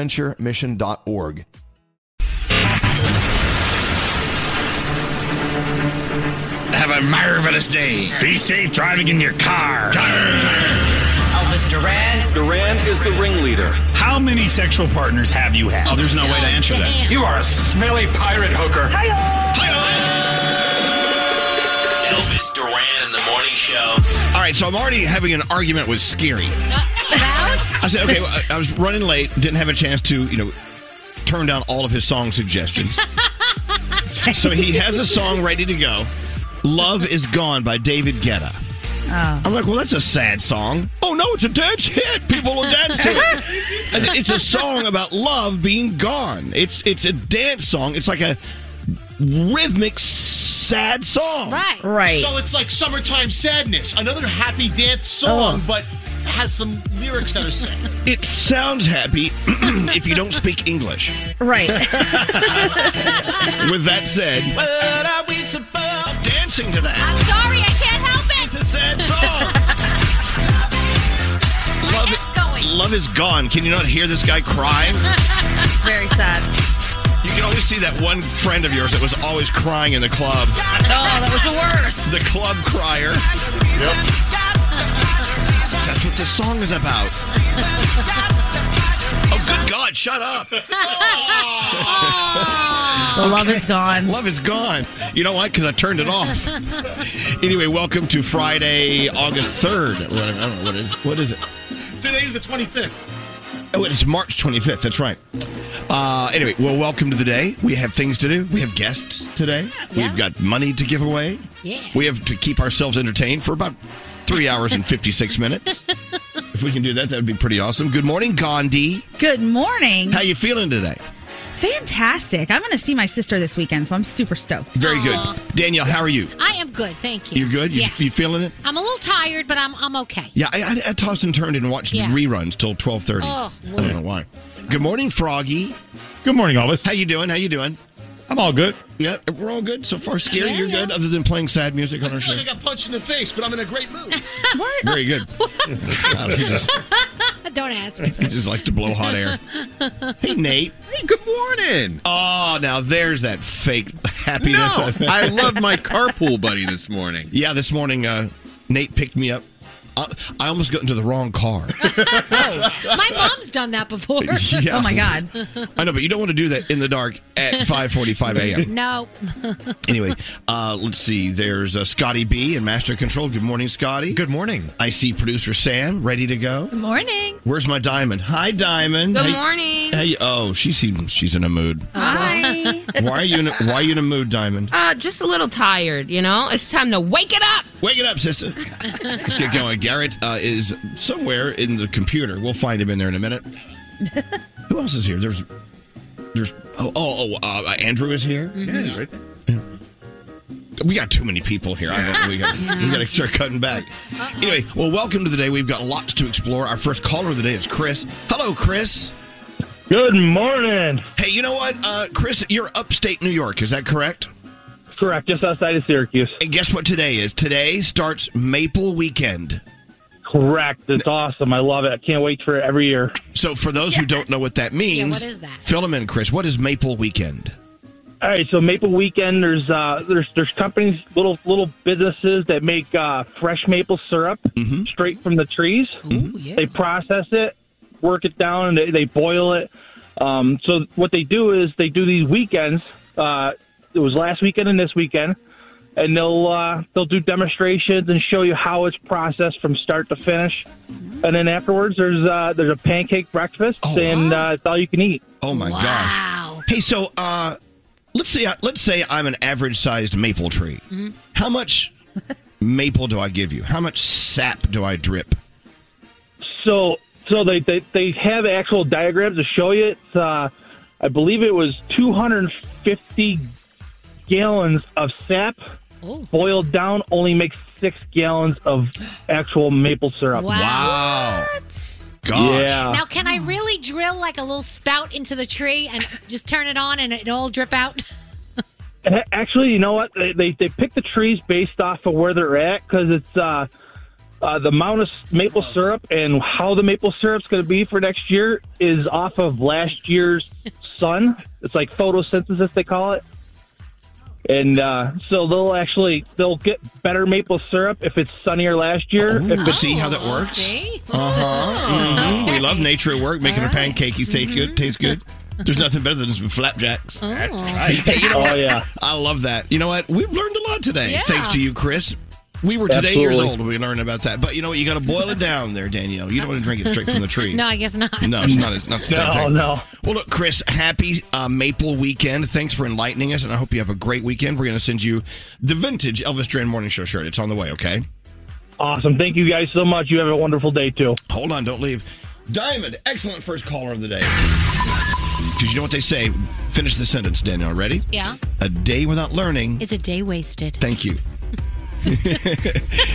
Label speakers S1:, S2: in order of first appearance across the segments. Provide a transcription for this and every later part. S1: adventuremission.org.
S2: Have a marvelous day. Be safe driving in your car. Elvis Duran. Duran is the ringleader.
S3: How many sexual partners have you had?
S2: Oh, there's no way to answer that.
S3: You are a smelly pirate hooker.
S4: Elvis Duran in the morning show.
S1: All right, so I'm already having an argument with Scary. I said, okay, well, I- I was running late, didn't have a chance to, you know, turn down all of his song suggestions. so he has a song ready to go. Love is Gone by David Guetta.
S5: Oh.
S1: I'm like, well, that's a sad song. Oh, no, it's a dance hit. People will dance to it. I said, it's a song about love being gone. It's it's a dance song. It's like a rhythmic, sad song.
S6: Right. So it's like summertime sadness, another happy dance
S1: Oh.
S6: song, but has some lyrics that are sad.
S1: It sounds happy if you don't speak English.
S7: Right.
S1: With that said, what are we supposed dancing to that?
S8: Sorry, I can't help it.
S1: It's a sad song. Love, love is gone. Can you not hear this guy cry?
S7: Very sad.
S1: You can always see that one friend of yours that was always crying in the club.
S7: Oh, that was the worst.
S1: The club crier. Yep. That's what this song is about. Oh, good God, shut up. love is gone. Love is gone. You know what? Because I turned it off. Anyway, welcome to Friday, August 3rd. What- I don't know what it is. What is it?
S6: Today's the 25th.
S1: Oh, it's March 25th. That's right. Uh, anyway, well, welcome to the day. We have things to do. We have guests today. We've got money to give away.
S9: Yeah.
S1: We have to keep ourselves entertained for about three hours and 56 minutes. If we can do that, that would be pretty awesome. Good morning, Gandhi.
S7: Good morning.
S1: How you feeling today?
S7: Fantastic. I'm going to see my sister this weekend, so I'm super stoked.
S1: Very
S8: Aw.
S1: good. Danielle, how are you?
S8: I am good, thank you.
S1: You good? You,
S8: Yes.
S1: you feeling it?
S8: I'm a little tired, but I'm I'm okay.
S1: Yeah, I, I, I tossed and turned and watched
S8: Yeah.
S1: reruns till 12.30.
S8: Oh,
S1: I don't know why. Good morning, Froggy. Good morning, Elvis. How you doing? How you doing?
S10: I'm all good.
S1: Yeah, we're all good so far. Scary,
S6: Yeah,
S1: you're
S6: yeah.
S1: good, other than playing sad music on our
S6: I feel
S1: show.
S6: like I got punched in the face, but I'm in a great mood. what?
S1: Very good. God, he, just,
S9: Don't ask.
S1: he just likes to blow hot air. Hey, Nate. Hey, good morning. Oh, now there's that fake happiness.
S11: No, I love
S1: my carpool buddy this morning. Yeah, this morning uh, Nate picked me up. I, I almost got into the wrong car.
S9: My mom's done that before.
S1: Yeah.
S9: Oh my god.
S1: I know, but you don't want to do that in the dark at 5:45 a.m.
S9: no.
S1: Anyway, uh, let's see. There's uh, Scotty B and Master Control. Good morning, Scotty. Good morning. I see producer Sam ready to go.
S12: Good morning.
S1: Where's my diamond? Hi, diamond.
S12: Good
S1: Hey-
S12: morning. Oh.
S1: Hey, oh, she seems she's in a mood.
S12: Hi.
S1: Why are you in a, Why are you in a mood, diamond?
S12: Uh, just a little tired, you know? It's time to wake it up.
S1: Wake it up, sister. Let's get going. Garrett uh, is somewhere in the computer. We'll find him in there in a minute. Who else is here? There's there's oh oh, oh uh, Andrew is here.
S3: Mhm.
S1: Yeah, right. Yeah. We got too many people here. I don't, we got we got to start cutting back. Anyway, well, welcome to the day. We've got lots to explore. Our first caller of the day is Chris. Hello, Chris. Good morning. Hey, you know what, uh, Chris? You're upstate New York. Is that correct? Correct, just outside of Syracuse. And guess what today is? Today starts Maple Weekend. Correct. It's awesome. I love it. I can't wait for it every year. So, for those who don't know what that means,
S13: what is that?
S1: Fill them in, Chris. What is Maple Weekend?
S13: All right, so Maple Weekend, there's uh, there's there's companies, little little businesses that make uh, fresh maple syrup straight from the trees. Mm-hmm. They process it, work it down, and they, they boil it. Um, so what they do is they do these weekends. Uh, it was last weekend and this weekend, and they'll uh, they'll do demonstrations and show you how it's processed from start to finish. And then afterwards, there's uh, there's a pancake breakfast, and uh, it's all you can eat.
S1: Oh my gosh. Hey, so uh, let's say let's say I'm an average-sized maple tree.
S13: Mm-hmm.
S1: How much maple do I give you? How much sap do I drip?
S13: So, so they, they, they have actual diagrams to show you. It's, uh, I believe it was 250 gallons of sap boiled down, only makes six gallons of actual maple syrup.
S9: Wow.
S1: Wow.
S13: Gosh. Yeah.
S9: Now, can I really drill like a little spout into the tree and just turn it on and it all drip out?
S13: And a- Actually, you know what? They, they, they pick the trees based off of where they're at because it's uh, uh, the amount of s- maple syrup and how the maple syrup's going to be for next year is off of last year's sun. It's like photosynthesis, they call it. And uh, so they'll actually they'll get better maple syrup if it's sunnier last year. if it's,
S1: see how that works? Uh huh. We love nature at work, making a pancake. He's taste good. Tastes good. There's nothing better than some flapjacks. That's
S3: right.
S1: Hey, you know what?
S3: Oh, yeah.
S1: I love that. You know what? We've learned a lot today,
S3: Yeah.
S1: thanks to you, Chris. We were today years
S3: Absolutely.
S1: old when we learned about that. But you know what? You got to boil it down there, Danielle. You don't want to drink it straight from the tree.
S9: no, I guess not.
S1: No, it's not. It's not the
S9: No,
S1: same thing.
S13: no.
S1: Well, look, Chris. Happy uh, Maple Weekend. Thanks for enlightening us, and I hope you have a great weekend. We're going to send you the vintage Elvis Duran Morning Show shirt. It's on the way. Okay.
S13: Awesome. Thank you guys so much. You have a wonderful day too.
S1: Hold on. Don't leave. Diamond, excellent first caller of the day. Because you know what they say. Finish the sentence, Danielle. Ready?
S9: Yeah.
S1: A day without learning.
S9: Is a day wasted?
S1: Thank you.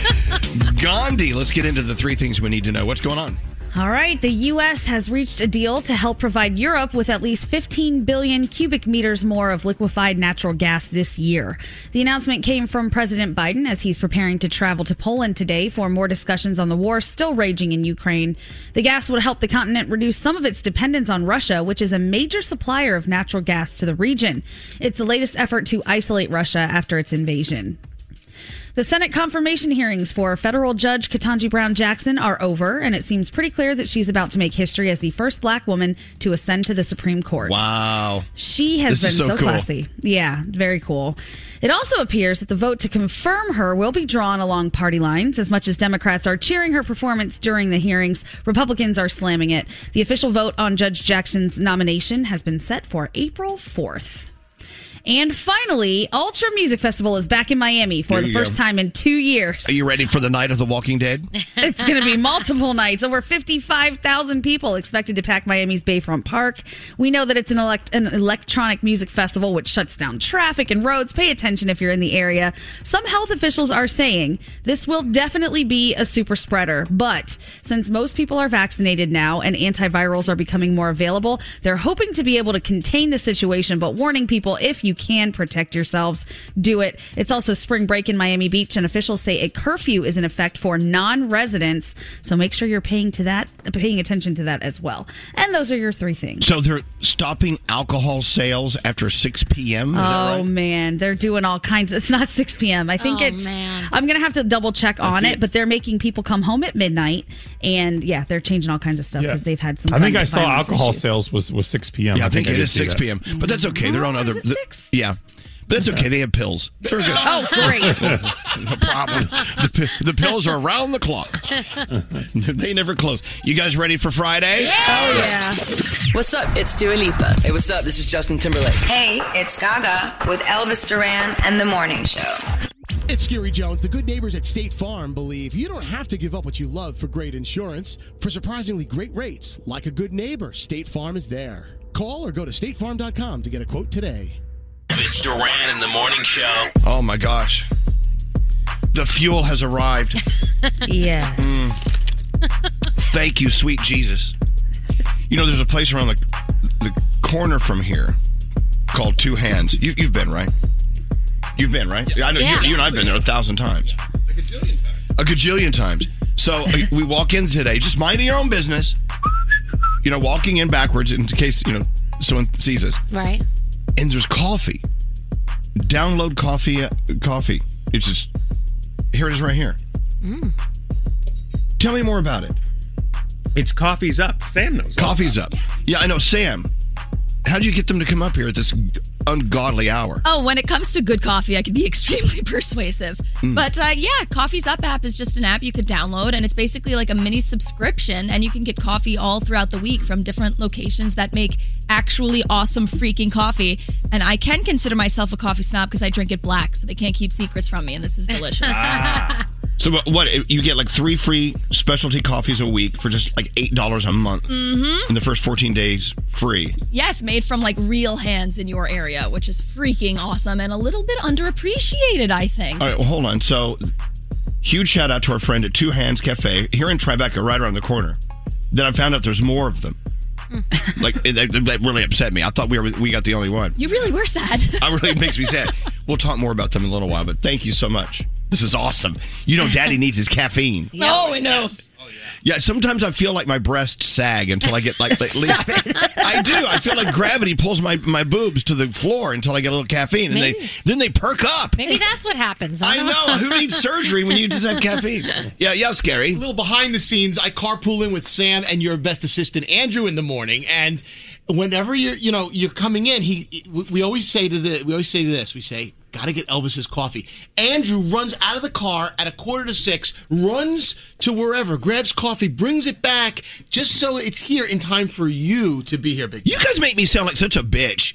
S1: Gandhi. Let's get into the three things we need to know. What's going on?
S14: All right, the U.S. has reached a deal to help provide Europe with at least 15 billion cubic meters more of liquefied natural gas this year. The announcement came from President Biden as he's preparing to travel to Poland today for more discussions on the war still raging in Ukraine. The gas would help the continent reduce some of its dependence on Russia, which is a major supplier of natural gas to the region. It's the latest effort to isolate Russia after its invasion. The Senate confirmation hearings for federal judge Katanji Brown Jackson are over, and it seems pretty clear that she's about to make history as the first black woman to ascend to the Supreme Court.
S1: Wow.
S14: She has
S1: This is
S14: been
S1: so
S14: so,
S1: cool.
S14: classy. Yeah, very cool. It also appears that the vote to confirm her will be drawn along party lines. As much as Democrats are cheering her performance during the hearings, Republicans are slamming it. The official vote on Judge Jackson's nomination has been set for April 4th. And finally, Ultra Music Festival is back in Miami for
S1: There
S14: the
S1: you
S14: first
S1: go.
S14: time in two years.
S1: Are you ready for the night of the Walking Dead?
S14: It's going to be multiple nights. Over 55,000 people expected to pack Miami's Bayfront Park. We know that it's an, elect- an electronic music festival, which shuts down traffic and roads. Pay attention if you're in the area. Some health officials are saying this will definitely be a super spreader, but since most people are vaccinated now and antivirals are becoming more available, they're hoping to be able to contain the situation, but warning people if you you can protect yourselves, do it. It's also spring break in Miami Beach, and officials say a curfew is in effect for non-residents. So make sure you're paying to that, paying attention to that as well. And those are your three things.
S1: So they're stopping alcohol sales after 6 p.m. Is that
S14: Oh man, they're doing all kinds. It's not 6 p.m. I think
S1: Oh,
S14: it's. I'm gonna have to double check on it, but they're making people come home at midnight, and yeah, they're changing all kinds of stuff because they've had some.
S10: I think
S14: kinds
S10: I
S14: of
S10: saw
S14: violence
S10: alcohol
S14: issues.
S10: sales was, was 6 p.m.
S1: Yeah, I think it
S10: did
S1: is
S10: see
S1: 6
S10: that.
S1: p.m. But that's okay. They're on other. th- yeah. But that's okay. They have pills. They're good.
S14: Oh, great.
S1: no problem. The, pi- the pills are around the clock. they never close. You guys ready for Friday?
S11: Oh, yeah. What's up? It's Dua Lipa. Hey, what's up? This is Justin Timberlake.
S15: Hey, it's Gaga with Elvis Duran and the Morning Show.
S6: It's Scary Jones. The good neighbors at State Farm believe you don't have to give up what you love for great insurance. For surprisingly great rates, like a good neighbor, State Farm is there. Call or go to statefarm.com to get a quote today.
S4: Elvis Duran in the morning show.
S1: Oh my gosh. The fuel has arrived.
S14: yeah.
S1: Mm. Thank you, sweet Jesus. You know, there's a place around the the corner from here called Two Hands. You, you've been, right? You've been, right? I know
S3: Yeah.
S1: you, you and I've been there a thousand times. A gajillion times. So uh, we walk in today, just minding your own business. You know, walking in backwards in case, you know, someone sees us.
S9: Right.
S1: And there's coffee. Download coffee. uh, Coffee. It's just, here it is right here. Tell me more about it. It's Coffee's Up. Sam knows. Coffee's Up. Yeah, I know. Sam, how would you get them to come up here at this ungodly hour?
S16: Oh, when it comes to good coffee, I can be extremely persuasive.
S1: Mm.
S16: But uh, yeah, Coffee's Up app is just an app you could download, and it's basically like a mini subscription, and you can get coffee all throughout the week from different locations that make actually awesome freaking coffee. And I can consider myself a coffee snob because I drink it black, so they can't keep secrets from me, and this is delicious.
S1: So what, what? You get like three free specialty coffees a week for just like eight dollars a month,
S16: hmm
S1: in the first fourteen days free.
S16: Yes, made from like real hands in your area, which is freaking awesome and a little bit underappreciated, I think.
S1: All right, well, hold on. So, huge shout out to our friend at Two Hands Cafe here in Tribeca, right around the corner. Then I found out there's more of them. like it, that, that really upset me. I thought we were we got the only one.
S16: You really were sad.
S1: That really makes me sad. We'll talk more about them in a little while, but thank you so much. This is awesome. You know, Daddy needs his caffeine.
S16: Oh, I know.
S1: Yeah, sometimes I feel like my breasts sag until I get like. like-
S16: Stop
S1: I do. I feel like gravity pulls my, my boobs to the floor until I get a little caffeine, and they
S9: Maybe.
S1: then they perk up.
S9: Maybe that's what happens.
S1: I know. Who needs surgery when you just have caffeine? Yeah, yeah, scary. A
S6: little behind the scenes, I carpool in with Sam and your best assistant Andrew in the morning, and whenever you're, you know, you're coming in, he, we we always say to the, we always say to this, we say. Gotta get Elvis's coffee. Andrew runs out of the car at a quarter to six, runs to wherever, grabs coffee, brings it back, just so it's here in time for you to be here, Big.
S1: You guys make me sound like such a bitch.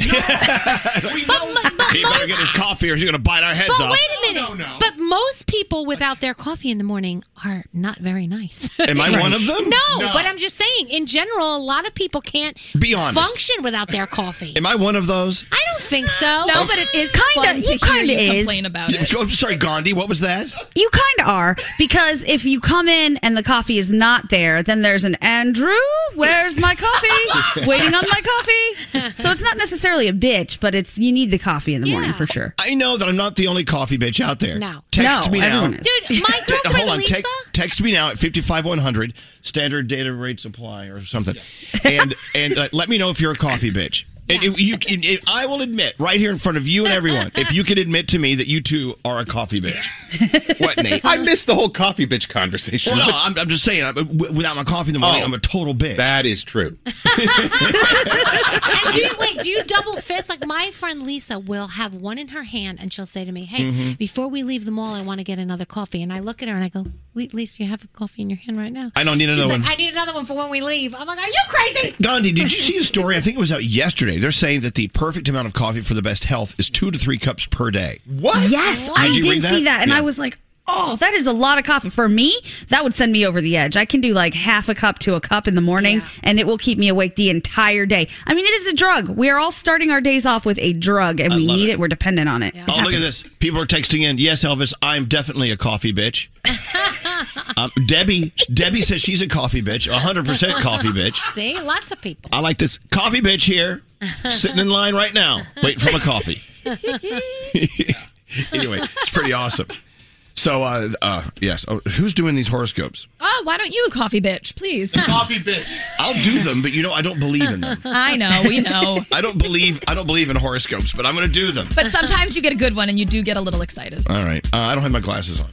S1: he better get his coffee, or he's gonna bite our heads Oh,
S9: but
S1: off.
S9: wait a minute. But most people without their coffee in the morning are not very nice.
S1: Am I one of them?
S9: No,
S1: No.
S9: but I'm just saying, in general, a lot of people can't
S1: Be honest.
S9: function without their coffee.
S1: Am I one of those?
S9: I don't think so.
S16: No, but it is Kinda- fun to you hear kinda you is. complain about
S1: Yeah, I'm sorry, Gandhi. What was that?
S14: You kind of are because if you come in and the coffee is not there, then there's an Andrew, where's my coffee? Waiting on my coffee. So it's not necessarily a bitch, but it's you need the coffee in the morning for sure.
S1: I know that I'm not the only coffee bitch out there.
S14: No.
S1: Text
S14: No,
S1: me now.
S14: everyone is. Dude, my
S1: Te-
S14: girlfriend
S1: Hold on.
S14: Lisa-
S1: Text, text me now at 55100 standard data rate supply or something. And and uh, let me know if you're a coffee bitch. And it- you, it- it- I will admit right here in front of you and everyone, if you can admit to me that you too are a coffee bitch. what, Nate?
S17: I missed the whole coffee bitch conversation.
S1: Well, no, I'm, I'm just saying. I'm, w- without my coffee in the morning,
S17: Oh.
S1: I'm a total bitch.
S17: that is true.
S9: And do you, wait, do you double fist? Like my friend Lisa will have one in her hand, and she'll say to me, "Hey,
S1: Mhm.
S9: before we leave the mall, I want to get another coffee." And I look at her and I go, "Le- "Lisa, you have a coffee in your hand right now."
S1: I don't need
S9: She's
S1: another
S9: like,
S1: one.
S9: I need another one for when we leave. I'm like, "Are you crazy?"
S1: Gandhi, did you see a story? I think it was out yesterday. They're saying that the perfect amount of coffee for the best health is two to three cups per day.
S14: What? Yes, I
S1: Did you
S14: did
S1: read that?
S14: see that, and
S1: Yeah.
S14: I was like, oh, that is a lot of coffee for me. That would send me over the edge. I can do like half a cup to a cup in the morning, and it will keep me awake the entire day. I mean, it is a drug. We are all starting our days off with a drug, and we need it. We're dependent on it.
S1: Oh, look at this. People are texting in. Yes, Elvis, I'm definitely a coffee bitch. um, Debbie Debbie says she's a coffee bitch, 100% coffee bitch.
S9: See, lots of people.
S1: I like this. Coffee bitch here, sitting in line right now, waiting for my coffee. anyway, it's pretty awesome. So, uh, uh, yes. Oh, who's doing these horoscopes?
S16: Oh, why don't you, coffee bitch, please?
S6: coffee bitch.
S1: I'll do them, but you know, I don't believe in them.
S16: I know, we know.
S1: I don't believe I don't believe in horoscopes, but I'm going to do them.
S16: But sometimes you get a good one and you do get a little excited.
S1: All right. Uh, I don't have my glasses on.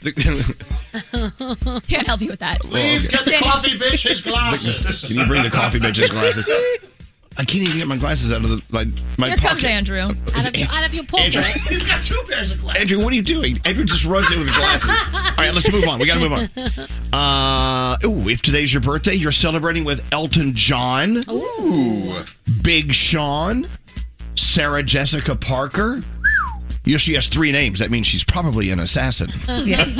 S16: Can't help you with that.
S1: Please get the
S16: coffee
S6: bitch his
S1: Can you bring the coffee bitch's glasses? I can't even get my glasses out of the, my my
S16: Here
S1: pocket.
S16: comes Andrew. Out
S1: of your- out
S16: your
S1: Andrew-
S6: He's got two pairs of glasses.
S1: Andrew, what are you doing? Andrew just runs in with his glasses. All right, let's move on. We got to move on. Uh, ooh, if today's your birthday, you're celebrating with Elton John, ooh, Big Sean, Sarah Jessica Parker. Yeah, she has three names. That means she's probably an assassin.
S3: Yes.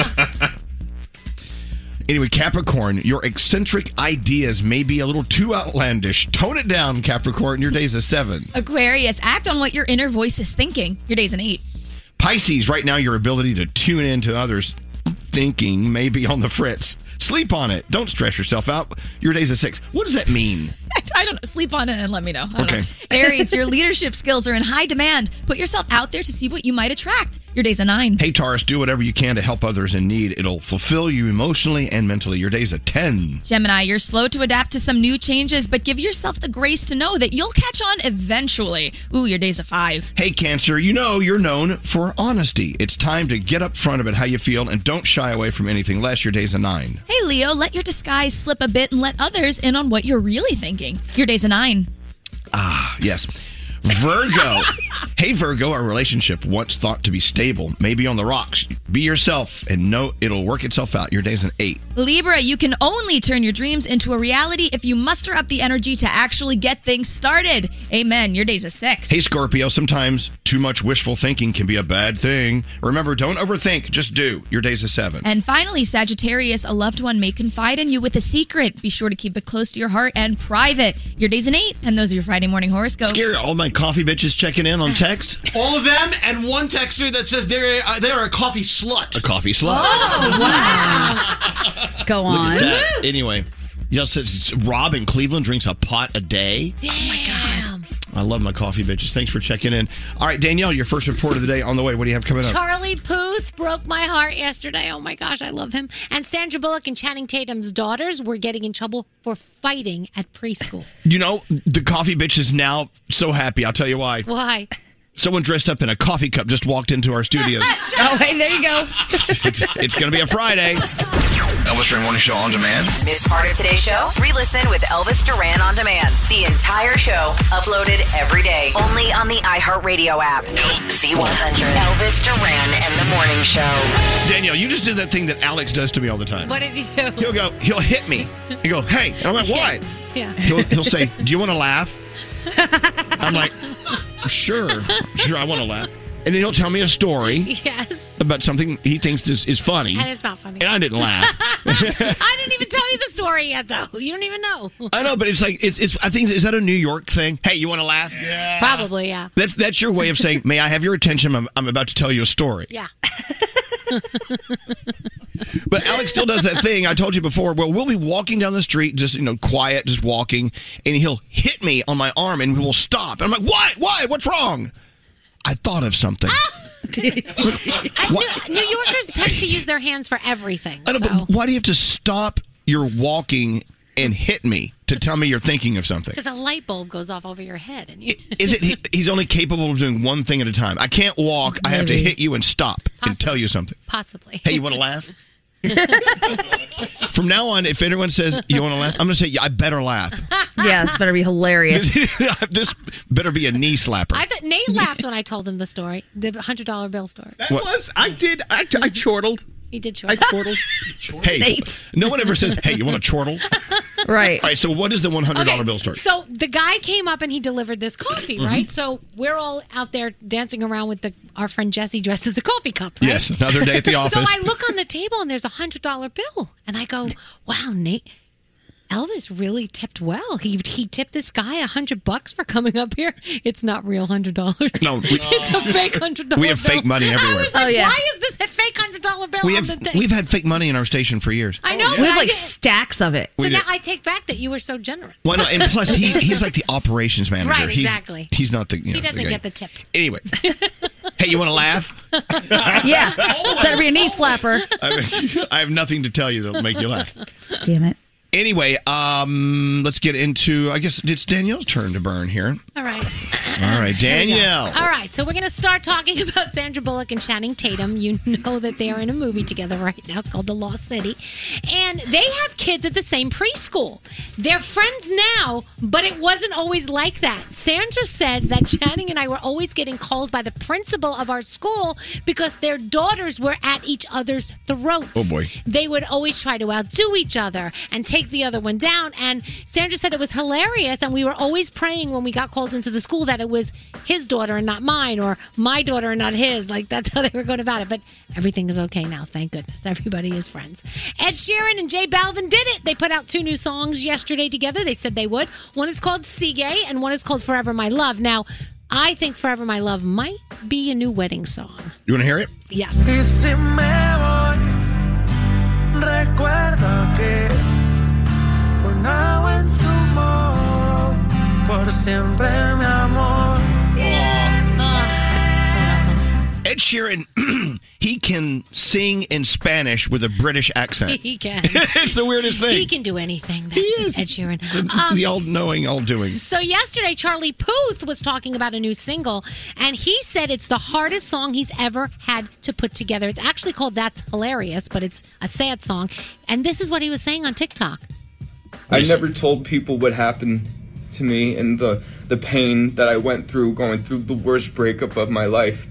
S1: Anyway, Capricorn, your eccentric ideas may be a little too outlandish. Tone it down, Capricorn. Your day's a seven.
S16: Aquarius, act on what your inner voice is thinking. Your day's an eight.
S1: Pisces, right now, your ability to tune in to others' thinking may be on the fritz. Sleep on it. Don't stress yourself out. Your day's a six. What does that mean?
S16: I don't know. Sleep on it and let me know. I don't
S1: Okay.
S16: know. Aries, your leadership skills are in high demand. Put yourself out there to see what you might attract. Your day's a nine.
S1: Hey, Taurus, do whatever you can to help others in need. It'll fulfill you emotionally and mentally. Your day's a 10.
S16: Gemini, you're slow to adapt to some new changes, but give yourself the grace to know that you'll catch on eventually. Ooh, your day's a five.
S1: Hey, Cancer, you know you're known for honesty. It's time to get up front about how you feel and don't shy away from anything less. Your day's a 9.
S16: Hey, Leo, let your disguise slip a bit and let others in on what you're really thinking. Your day's a nine.
S1: Ah, yes. Virgo. hey, Virgo, our relationship, once thought to be stable, may be on the rocks. Be yourself and know it'll work itself out. Your day's an eight.
S16: Libra, you can only turn your dreams into a reality if you muster up the energy to actually get things started. Amen. Your day's a six.
S1: Hey, Scorpio, sometimes too much wishful thinking can be a bad thing. Remember, don't overthink, just do. Your day's a seven.
S16: And finally, Sagittarius, a loved one may confide in you with a secret. Be sure to keep it close to your heart and private. Your day's an eight, and those are your Friday morning horoscopes.
S1: Scary, all my coffee bitches checking in on text.
S6: All of them and one texter that says they're uh, they're a coffee slut.
S1: A coffee slut.
S6: Oh,
S14: Go
S1: Look
S14: on.
S1: at that. Anyway, y'all said it's- Rob in Cleveland drinks a pot a day.
S9: Damn.
S1: I love my coffee bitches. Thanks for checking in. All right, Danielle, your first report of the day on the way. What do you have coming up?
S9: Charlie Puth broke my heart yesterday. Oh my gosh, I love him. And Sandra Bullock and Channing Tatum's daughters were getting in trouble for fighting at preschool.
S1: You know, the coffee bitch is now so happy. I'll tell you why.
S9: Why?
S1: Someone dressed up in a coffee cup just walked into our studios.
S14: oh, hey, there you go.
S1: it's it's going to be a Friday. Elvis Duran Morning Show on demand.
S15: Miss part of today's show? Re-listen with Elvis Duran on demand. The entire show uploaded every day, only on the iHeartRadio app. C100. Elvis Duran and the Morning Show.
S1: Danielle, you just did that thing that Alex does to me all the time.
S9: What does he do?
S1: He'll go, he'll hit me. He go, hey. And I'm like, what?
S9: Yeah.
S1: He'll, he'll say, do you want to laugh? I'm like, sure, sure, I want to laugh. And then he'll tell me a story
S9: Yes.
S1: about something he thinks is, is funny.
S9: And it's not funny.
S1: And I didn't laugh.
S9: I didn't even tell you the story yet, though. You don't even know.
S1: I know, but it's like it's, it's. I think is that a New York thing? Hey, you want to laugh?
S9: Probably, yeah.
S1: That's that's your way of saying, "May I have your attention? I'm, I'm about to tell you a story."
S9: Yeah.
S1: But Alex still does that thing I told you before. Well, we'll be walking down the street, just you know, quiet, just walking, and he'll hit me on my arm, and we will stop. And I'm like, "Why? Why? What's wrong?" I thought of something. Why-
S9: New Yorkers tend to use their hands for everything.
S1: I don't-
S9: So.
S1: but why do you have to stop your walking and hit me to tell me you're thinking of something?
S9: Because a light bulb goes off over your head, and you
S1: Is it he, he's only capable of doing one thing at a time? I can't walk. I have to
S9: Maybe.
S1: hit you and stop and tell you something.
S9: possibly.
S1: Hey, you want to laugh? From now on, if anyone says you want to laugh, I'm going to say yeah, I better laugh.
S14: Yeah, this better be hilarious.
S1: This, this better be a knee slapper.
S9: I thought Nate laughed when I told him the story, the hundred dollar bill story.
S1: That What? was-
S9: I did. I, I chortled. You did chortle. I chortled.
S1: Hey, no one ever says, "Hey, you want to chortle?"
S14: Right.
S1: All right. So, what is the one hundred dollar bill story?
S9: So the guy came up and he delivered this coffee,
S1: Mhm.
S9: right? So we're all out there dancing around with the our friend Jesse dressed as a coffee cup. Right?
S1: Yes, another day at the office.
S9: So I look on the table and there's a hundred dollar bill, and I go, "Wow, Nate." Elvis really tipped well. He he tipped this guy a hundred bucks for coming up here. It's not real hundred dollars.
S1: No, we-
S9: it's a fake hundred dollars.
S1: We have fake money everywhere.
S9: Why is this a fake hundred dollar bill? bill
S1: we
S9: on
S1: have Oh,
S9: the thing.
S1: we've had fake money in our station for years.
S9: I know,
S14: We
S9: but
S14: have
S9: I
S14: like
S9: didn't-
S14: stacks of it.
S1: We
S9: So
S1: did.
S9: now I take back that you were so generous.
S1: Why not? And plus, he, he's like the operations manager.
S9: Right,
S1: He's-
S9: exactly.
S1: He's, not the. You know,
S9: he doesn't
S1: the guy.
S9: get the tip.
S1: Anyway, hey, you want to laugh?
S14: yeah, better be a knee slapper.
S1: I, I have nothing to tell you that'll make you laugh.
S14: Damn it.
S1: Anyway, um, let's get into. I guess it's Danielle's turn to burn here.
S9: All right.
S1: All right,
S9: Here we go.
S1: Danielle.
S9: All right, so we're going to start talking about Sandra Bullock and Channing Tatum. You know that they are in a movie together right now. It's called The Lost City. And they have kids at the same preschool. They're friends now, but it wasn't always like that. Sandra said that Channing and I were always getting called by the principal of our school because their daughters were at each other's throats
S1: Oh, boy.
S9: they would always try to outdo each other and take the other one down. And Sandra said it was hilarious. And we were always praying when we got called into the school that it was his daughter and not mine, or my daughter and not his. Like that's how they were going about it. But everything is okay now. Thank goodness. Everybody is friends. Ed Sheeran and Jay Balvin did it. They put out two new songs yesterday together. They said they would. One is called Seagay, and one is called Forever My Love. Now, I think Forever My Love might be a new wedding song.
S1: You want to hear it?
S9: Yes.
S10: Y si me voy, recuerda que for now and tomorrow, por siempre mi amor.
S1: Ed Sheeran, he can sing in Spanish with a British accent.
S9: He can.
S1: it's the weirdest thing.
S9: He can do anything. That, he is. Ed Sheeran. Um,
S1: The- the all knowing, all doing.
S9: So yesterday, Charlie Puth was talking about a new single, and he said it's the hardest song he's ever had to put together. It's actually called "That's Hilarious," but it's a sad song. And this is what he was saying on TikTok.
S18: I never told people what happened to me and the, the pain that I went through going through the worst breakup of my life.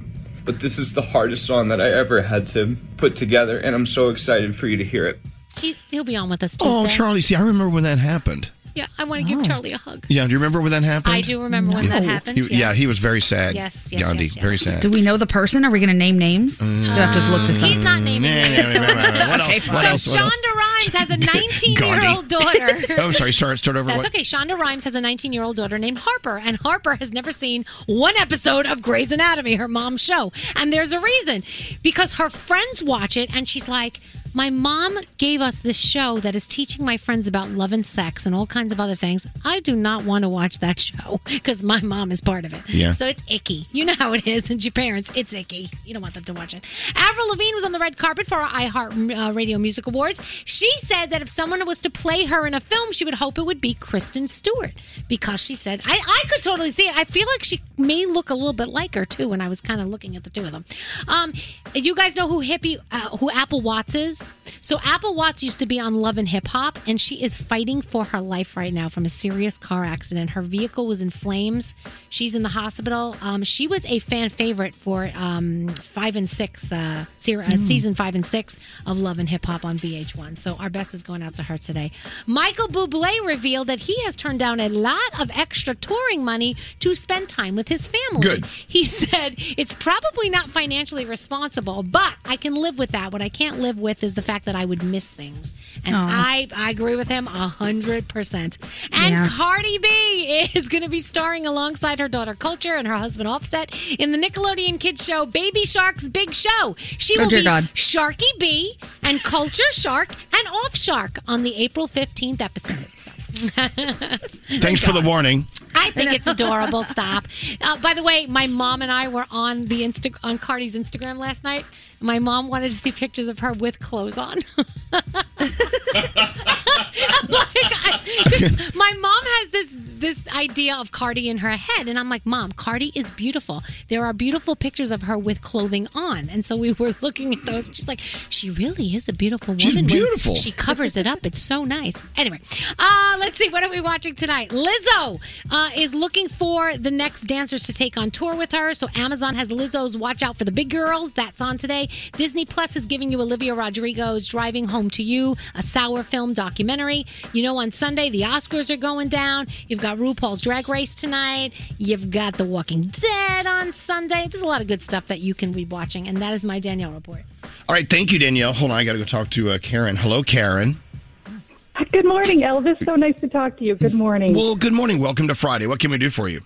S18: But this is the hardest song that I ever had to put together, and I'm so excited for you to hear it.
S9: He, he'll be on with us Tuesday.
S1: Oh, Charlie, see, I remember when that happened.
S9: Yeah, I want to give Charlie a hug.
S1: Yeah, do you remember when that happened? Oh,
S9: I do remember when that happened.
S1: He-
S9: yes.
S1: yeah, he was very sad.
S9: Yes, yes,
S1: Gandhi,
S9: yes, yes.
S1: very sad.
S14: Do we know the person? Are we going to name names? You'll have to look this up.
S9: Um, He's not naming
S1: Mm. Yeah,
S9: names.
S1: yeah, yeah, yeah, yeah. What else? What
S9: so
S1: else? What else?
S9: Shonda Rhimes has a 19-year-old
S1: Gandhi.
S9: daughter.
S1: oh, sorry, start, start over.
S9: That's
S1: what?
S9: okay. Shonda Rhimes has a 19 year old daughter named Harper, and Harper has never seen one episode of Grey's Anatomy, her mom's show. And there's a reason because her friends watch it, and she's like, My mom gave us this show that is teaching my friends about love and sex and all kinds of other things. I do not want to watch that show because my mom is part of it.
S5: Yeah.
S9: So it's icky. You know how it is. And your parents, it's icky. You don't want them to watch it. Avril Lavigne was on the red carpet for our iHeart uh, Radio Music Awards. She said that if someone was to play her in a film, she would hope it would be Kristen Stewart because she said, I, I could totally see it. I feel like she may look a little bit like her too when I was kind of looking at the two of them. Um, you guys know who hippie, uh, who Apple Watts is? So Apple Watts used to be on Love and Hip Hop, and she is fighting for her life right now from a serious car accident. Her vehicle was in flames. She's in the hospital. Um, she was a fan favorite for um, five and six, uh, ser- uh, season five and six of Love and Hip Hop on VH1. So our best is going out to her today. Michael Bublé revealed that he has turned down a lot of extra touring money to spend time with his family.
S5: Good.
S9: He said, It's probably not financially responsible, but I can live with that. What I can't live with is the fact that I would miss things. And
S5: Aw.
S9: I, I agree with him 100%. And
S5: Yeah.
S9: Cardi B is going to be starring alongside her daughter Culture and her husband Offset in the Nickelodeon kids show Baby Shark's Big Show. She
S14: Oh,
S9: will
S14: dear
S9: be
S14: God.
S9: Sharky B and Culture Shark and Off Shark on the April 15th episode. So-
S1: Thanks for the warning.
S9: I think it's adorable. Stop. Uh, by the way, my mom and I were on the Insta- on Cardi's Instagram last night. My mom wanted to see pictures of her with clothes on. my mom has this this idea of Cardi in her head, and I'm like, Mom, Cardi is beautiful. There are beautiful pictures of her with clothing on, and so we were looking at those. She's like, she really is a beautiful woman.
S5: She's
S9: when
S5: beautiful.
S9: She covers it up. It's so nice. Anyway, uh, let's see. What are we watching tonight? Lizzo uh, is looking for the next dancers to take on tour with her. So Amazon has Lizzo's "Watch Out for the Big Girls." That's on today. Disney Plus is giving you Olivia Rodrigo's "Driving Home to You," a sour film documentary. You know, on Sunday the Oscars are going down. You've got RuPaul's Drag Race tonight. You've got The Walking Dead on Sunday. There's a lot of good stuff that you can be watching, and that is my Danielle report.
S1: All right, thank you, Danielle. Hold on, I got to go talk to uh, Karen. Hello, Karen.
S19: Good morning, Elvis. So nice to talk to you. Good morning.
S1: Well, good morning. Welcome to Friday. What can we do for you?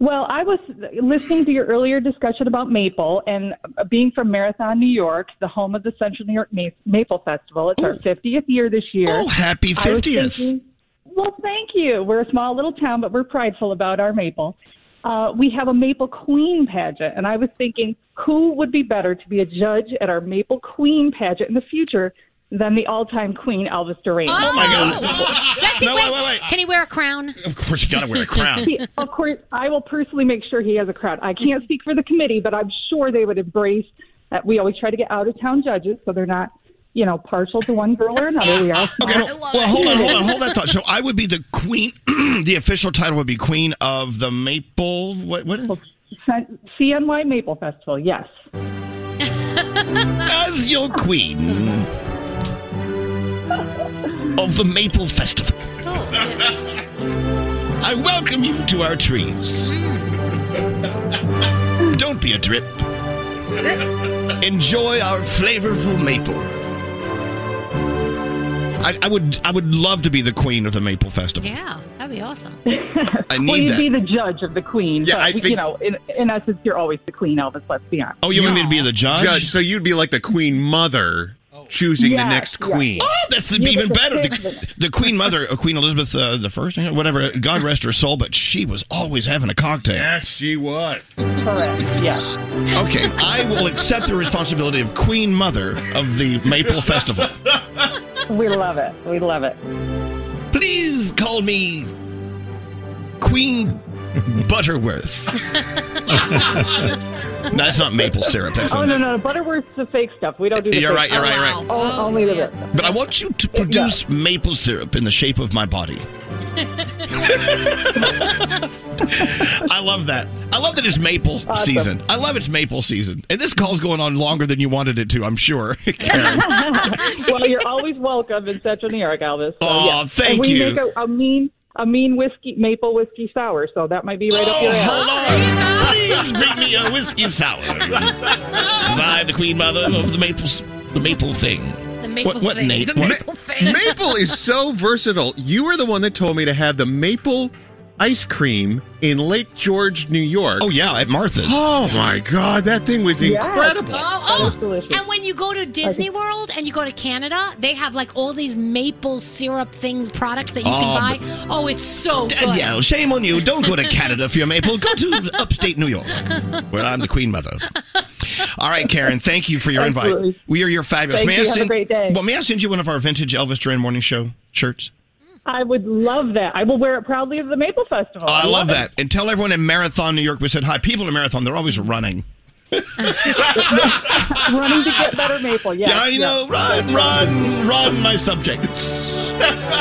S5: Well, I was listening to your earlier discussion about Maple and being from Marathon, New York, the home of the Central New York Ma- Maple Festival. It's our 50th year this year. Oh,
S1: Oh. happy 50th.
S5: well, thank you. We're a small little town, but we're prideful about our maple. Uh, we have a Maple Queen pageant, and I was thinking who would be better to be a judge at our Maple Queen pageant in the future than the all time queen, Elvis Duran.
S9: Oh,
S1: my God.
S9: Does he
S1: No,
S9: wait-
S1: wait, wait,
S9: Can he wear a crown?
S1: Of course, you got to wear a crown.
S5: He- of course, I will personally make sure he has a crowd. I can't speak for the committee, but I'm sure they would embrace that. We always try to get out of town judges so they're not, you know, partial to one girl or another. We are.
S1: Okay, no, well, hold on, hold on, hold that thought. So I would be the queen. the official title would be Queen of the Maple. What? What?
S5: CNY Maple Festival. Yes.
S1: As your queen of the Maple Festival,
S9: Oh,
S1: I welcome you to our trees.
S9: Mm.
S1: Don't be a drip. Oh, Enjoy our flavorful maple. I, I would, I would love to be the queen of the Maple Festival.
S9: Yeah, Oh, that'd be awesome.
S1: I
S5: well,
S1: need
S5: you'd
S1: that.
S5: be the judge of the queen.
S17: Yeah,
S5: but,
S17: I think-
S5: you know, in, in essence, you're always the queen, Elvis. Let's be honest.
S1: Oh, you want me to be the judge?
S17: Judge, so you'd be like the queen mother choosing
S5: Yes,
S17: the next
S5: yes.
S17: queen.
S1: Oh, that's the,
S5: Yeah,
S1: even
S5: but the
S1: better. The,
S5: kids-
S1: the Queen Mother, uh, Queen Elizabeth uh, the First, whatever. God rest her soul, but she was always having a cocktail. Yes, she was.
S5: Correct. Yes.
S1: Okay, I will accept the responsibility of Queen Mother of the Maple Festival.
S5: We love it. We love it.
S1: Please call me Queen Butterworth. no, that's not maple syrup. That's
S5: oh
S1: the-
S5: no, no, no, Butterworth's the fake stuff. We don't do. The
S1: You're
S5: fake
S1: right, you're
S5: stuff.
S1: right, you're right.
S5: Oh, only the bit.
S1: But I want you to produce maple syrup in the shape of my body. I love that. I love that it's maple season. I love it's maple season. And this call's going on longer than you wanted it to, I'm sure. Karen.
S5: well, you're always welcome in Central New York, Elvis. So,
S1: Aw,
S5: yeah.
S1: thank
S5: and we
S1: you.
S5: We make a, a mean, a mean whiskey, maple whiskey sour, so that might be right up your alley.
S1: Oh, Hold on. Please bring me a whiskey sour. Because I'm the queen mother of the maple, s- the maple thing.
S9: The maple
S1: what, what,
S9: thing.
S1: Nate?
S9: The
S1: What?
S9: maple thing.
S17: maple is so versatile. You were the one that told me to have the maple ice cream in Lake George, New York. Oh
S1: yeah, at Martha's.
S17: Oh my God, that thing was incredible.
S9: Oh, oh. and when you go to Disney World and you go to Canada, they have like all these maple syrup things, products that you
S1: Oh,
S9: can buy. Oh, it's so good.
S1: Danielle, shame on you. Don't go to Canada for your maple. Go to upstate New York, where I'm the queen mother. All right, Karen, thank you for your invite.
S5: Absolutely.
S1: We are your fabulous.
S5: Thank
S1: may
S5: you.
S1: I
S5: Have a
S1: send,
S5: great day.
S1: Well, may I send you one of our vintage Elvis Duran Morning Show shirts?
S5: I would love that. I will wear it proudly at the Maple Festival.
S1: Oh, I love
S5: it.
S1: that. And tell everyone in Marathon, New York, we said hi. People in Marathon, they're always running.
S5: Running to get better maple. Yes,
S1: yeah, you know, run, run, run, my subjects.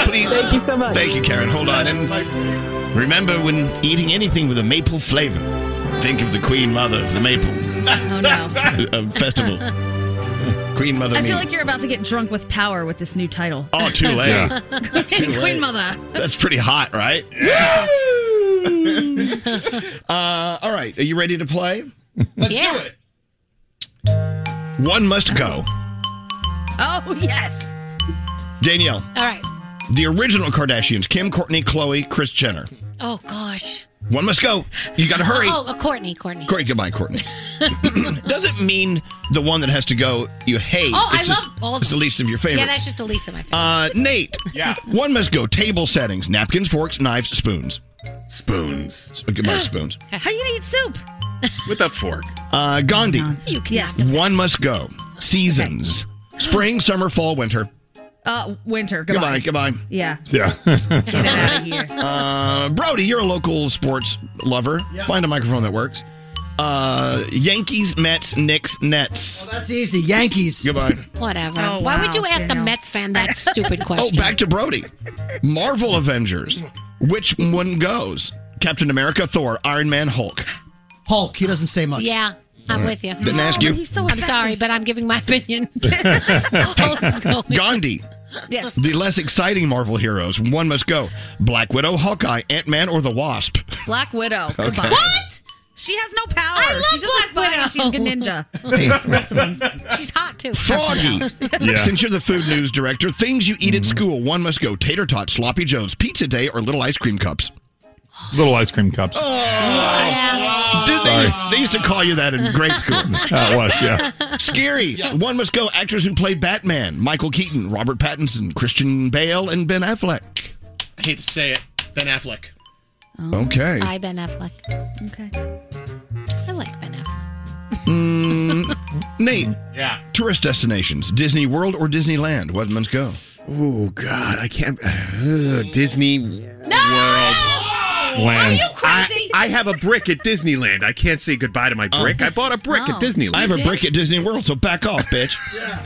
S1: Please. Thank
S5: you so much.
S1: Thank you, Karen. Hold on. And remember, when eating anything with a maple flavor, think of the Queen Mother of the Maple uh, Festival. Queen Mother
S14: Oh, I
S1: me.
S14: feel like you're about to get drunk with power with this new title.
S1: Oh, too late. Yeah. Too
S14: Queen
S1: late.
S14: Mother.
S1: That's pretty hot, right? uh, all right. Are you ready to play? Let's do it. One must go.
S14: Oh, yes.
S1: Danielle,
S9: All right.
S1: the original Kardashians Kim, Courtney, Chloe, Chris Jenner.
S9: Oh gosh.
S1: One must go. You got to hurry.
S9: Oh, uh, Courtney, Courtney.
S1: Courtney, goodbye, Courtney. Doesn't mean the one that has to go you hate.
S9: Oh, I
S1: It's just-
S9: love all of
S1: It's the
S9: them.
S1: least of your favorites.
S9: Yeah, that's just the least of my favorites.
S1: Uh, Nate.
S9: Yeah.
S1: One must go. Table settings: napkins, forks, knives, spoons. Spoons. Goodbye, spoons.
S14: How you gonna eat soup?
S1: With a fork. Uh, Gandhi.
S14: You can yes.
S1: One must go. Seasons: spring, summer, fall, winter.
S14: Uh, winter.
S1: Goodbye.
S14: Goodbye.
S1: Goodbye.
S14: Yeah.
S1: Yeah.
S14: Get out of here.
S1: Uh, Brody, you're a local sports lover. Find a microphone that works. Uh, Yankees, Mets, Knicks, Nets. Well,
S19: Oh, that's easy. Yankees.
S1: Goodbye.
S9: Whatever.
S19: Oh,
S9: Why would
S19: wow,
S9: you ask
S19: Danielle.
S9: a Mets fan that stupid question?
S1: Oh, back to Brody. Marvel Avengers. Which one goes? Captain America, Thor, Iron Man, Hulk.
S19: Hulk. He doesn't say much.
S9: Yeah, I'm
S1: All right.
S9: with you.
S1: Didn't ask you. Oh, He's so
S9: I'm sorry, but I'm giving my opinion.
S1: Gandhi.
S9: Yes.
S1: The less exciting Marvel heroes. One must go. Black Widow, Hawkeye, Ant Man, or the Wasp.
S14: Black Widow.
S1: Okay.
S14: Goodbye.
S1: What?
S14: She has no power. she just
S9: Black
S14: has body and She's a ninja.
S1: Hey.
S9: She's hot too.
S1: Froggy. Since you're the food news
S20: Mm-hmm.
S1: director, things you eat at school. One must go. Tater tots, sloppy joes, pizza day, or little ice cream cups.
S20: Little ice cream cups.
S1: Dude, Oh, they,
S20: Sorry.
S1: used, they used to call you that in grade school.
S20: Oh, it was, yeah.
S1: Scary. One must go. Actors who played Batman: Michael Keaton, Robert Pattinson, Christian Bale, and Ben Affleck.
S6: I hate to say it, Ben Affleck.
S1: Okay.
S9: I Ben Affleck. Okay. I like Ben Affleck.
S1: Mm, Nate.
S9: Yeah.
S1: Tourist destinations: Disney World or Disneyland. What must go?
S17: Oh God, I can't. uh, Disney World.
S12: Are you
S17: I,
S12: crazy?
S17: I have a brick at Disneyland. I can't say goodbye to my
S1: Oh.
S17: brick. I bought a brick
S9: No.
S17: at Disneyland.
S9: I have a You did? brick
S1: at Disney World, so back off, bitch.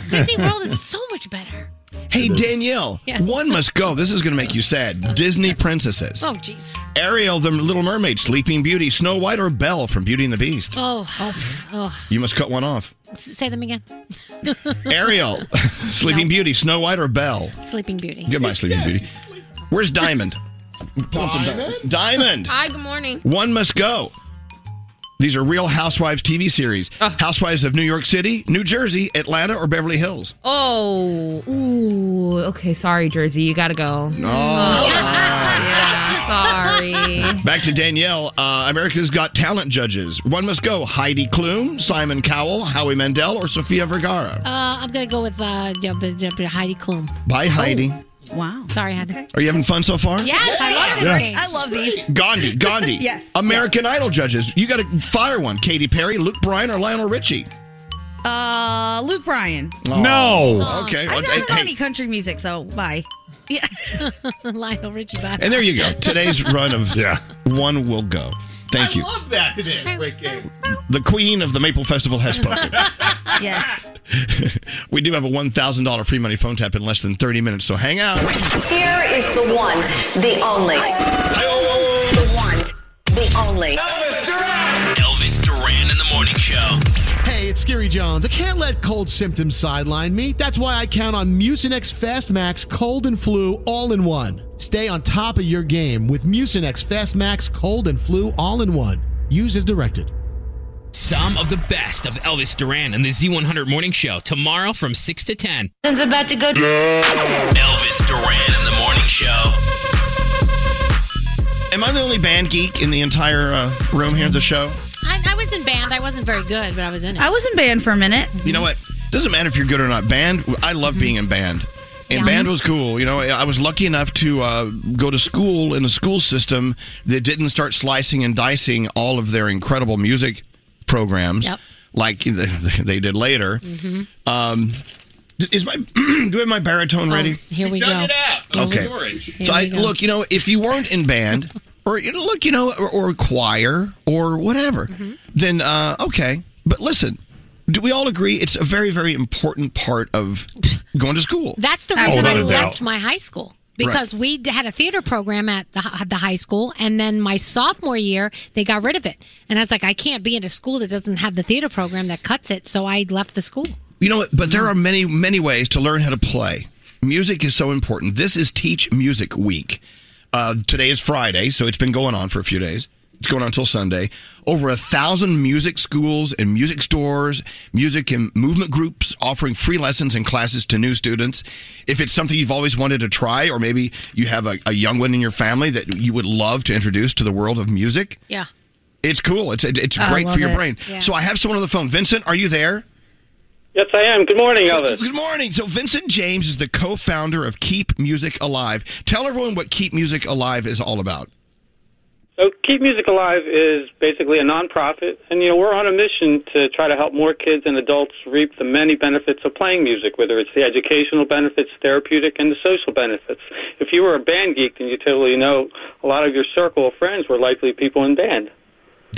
S9: Disney World is so much better.
S1: Hey Danielle,
S9: Yes.
S1: one must go. This is going to make you sad. Disney princesses:
S9: Oh, jeez.
S1: Ariel, the Little Mermaid, Sleeping Beauty, Snow White, or Belle from Beauty and the Beast.
S9: Oh, oh, oh.
S1: You must cut one off.
S9: Say them again.
S1: Ariel, Sleeping Beauty, Snow White, or Belle.
S9: Sleeping Beauty.
S1: Goodbye, Sleeping Beauty. Where's Diamond? Diamond? Diamond.
S12: Hi, good morning.
S1: One must go. These are Real Housewives TV series.
S9: Oh.
S1: Housewives of New York City, New Jersey, Atlanta, or Beverly Hills.
S12: Oh, ooh. Okay, sorry, Jersey. You gotta go. Oh,
S1: No.
S9: Oh.
S12: sorry.
S1: Back to Danielle. Uh, America's Got Talent judges. One must go. Heidi Klum, Simon Cowell, Howie Mandel, or Sofia Vergara.
S9: Uh, I'm gonna go with uh, yeah, but- yeah, but Heidi Klum.
S1: Bye, Heidi.
S9: Wow. Sorry, Heidi.
S1: Are you having fun so far?
S9: Yes, I love this
S1: Yeah.
S9: game. I love these.
S1: Gandhi, Gandhi.
S9: Yes,
S1: American Idol judges. You got to fire one. Katy Perry, Luke Bryan, or Lionel Richie.
S14: Uh, Luke Bryan.
S1: No.
S14: Oh.
S1: Okay,
S14: I
S1: well,
S14: don't
S1: hey,
S14: know
S1: hey.
S14: any country music, so bye. Yeah.
S9: Lionel Richie. Bye.
S1: And there you go. Today's run of one will go. Thank you.
S6: Love that. This is a great game.
S1: The queen of the Maple Festival has spoken.
S14: yes.
S1: we do have a $1,000 free money phone tap in less than 30 minutes, so hang out.
S15: Here is the one, the only. The one, the only.
S4: Elvis Duran in the morning show.
S6: Hey, it's Scary Jones. I can't let cold symptoms sideline me. That's why I count on Mucinex Fast Max Cold and Flu All in One. Stay on top of your game with Mucinex Fast Max Cold and Flu All in One. Use as directed.
S4: Some of the best of Elvis Duran and the Z100 Morning Show tomorrow from 6 to 10.
S21: It's about to go.
S4: Elvis Duran in the morning show.
S1: Am I the only band geek in the entire uh, room here at the show?
S9: I, I was in band. I wasn't very good, but I was in it.
S14: I was in band for a minute.
S1: You know what? Doesn't matter if you're good or not. Band, I love being in band. And
S14: Yeah.
S1: band was cool. You know, I was lucky enough to uh, go to school in a school system that didn't start slicing and dicing all of their incredible music programs
S22: Yep.
S1: like they, they did later. Um, d- is my do I have my baritone
S9: Oh,
S1: ready?
S9: Here we go.
S1: Okay. So I
S9: we go.
S1: look, you know, if you weren't in band or you know, look, you know, or, or choir or whatever,
S9: Mm-hmm.
S1: then uh, okay. But listen, do we all agree it's a very, very important part of going to school?
S9: That's the reason I left my high school because we d- had a theater program at the, hi- the high school, and then my sophomore year they got rid of it, and I was like, I can't be in a school that doesn't have the theater program that cuts it, so I left the school.
S1: You know, what? but there are many, many ways to learn how to play. Music is so important. This is Teach Music Week. Uh, today is Friday, so it's been going on for a few days. It's going on until Sunday. Over a thousand music schools and music stores, music and movement groups offering free lessons and classes to new students. If it's something you've always wanted to try, or maybe you have a, a young one in your family that you would love to introduce to the world of music,
S9: Yeah.
S1: it's cool. It's it's
S9: Oh, I
S1: great
S9: love
S1: for your
S9: it.
S1: brain.
S9: Yeah.
S1: So I have someone on the phone. Vincent, are you there?
S23: Yes, I am. Good morning, Elvis.
S1: Good morning. So Vincent James is the co-founder of Keep Music Alive. Tell everyone what Keep Music Alive is all about.
S23: So, Keep Music Alive is basically a nonprofit, and you know we're on a mission to try to help more kids and adults reap the many benefits of playing music, whether it's the educational benefits, therapeutic, and the social benefits. If you were a band geek, then you totally know a lot of your circle of friends were likely people in band.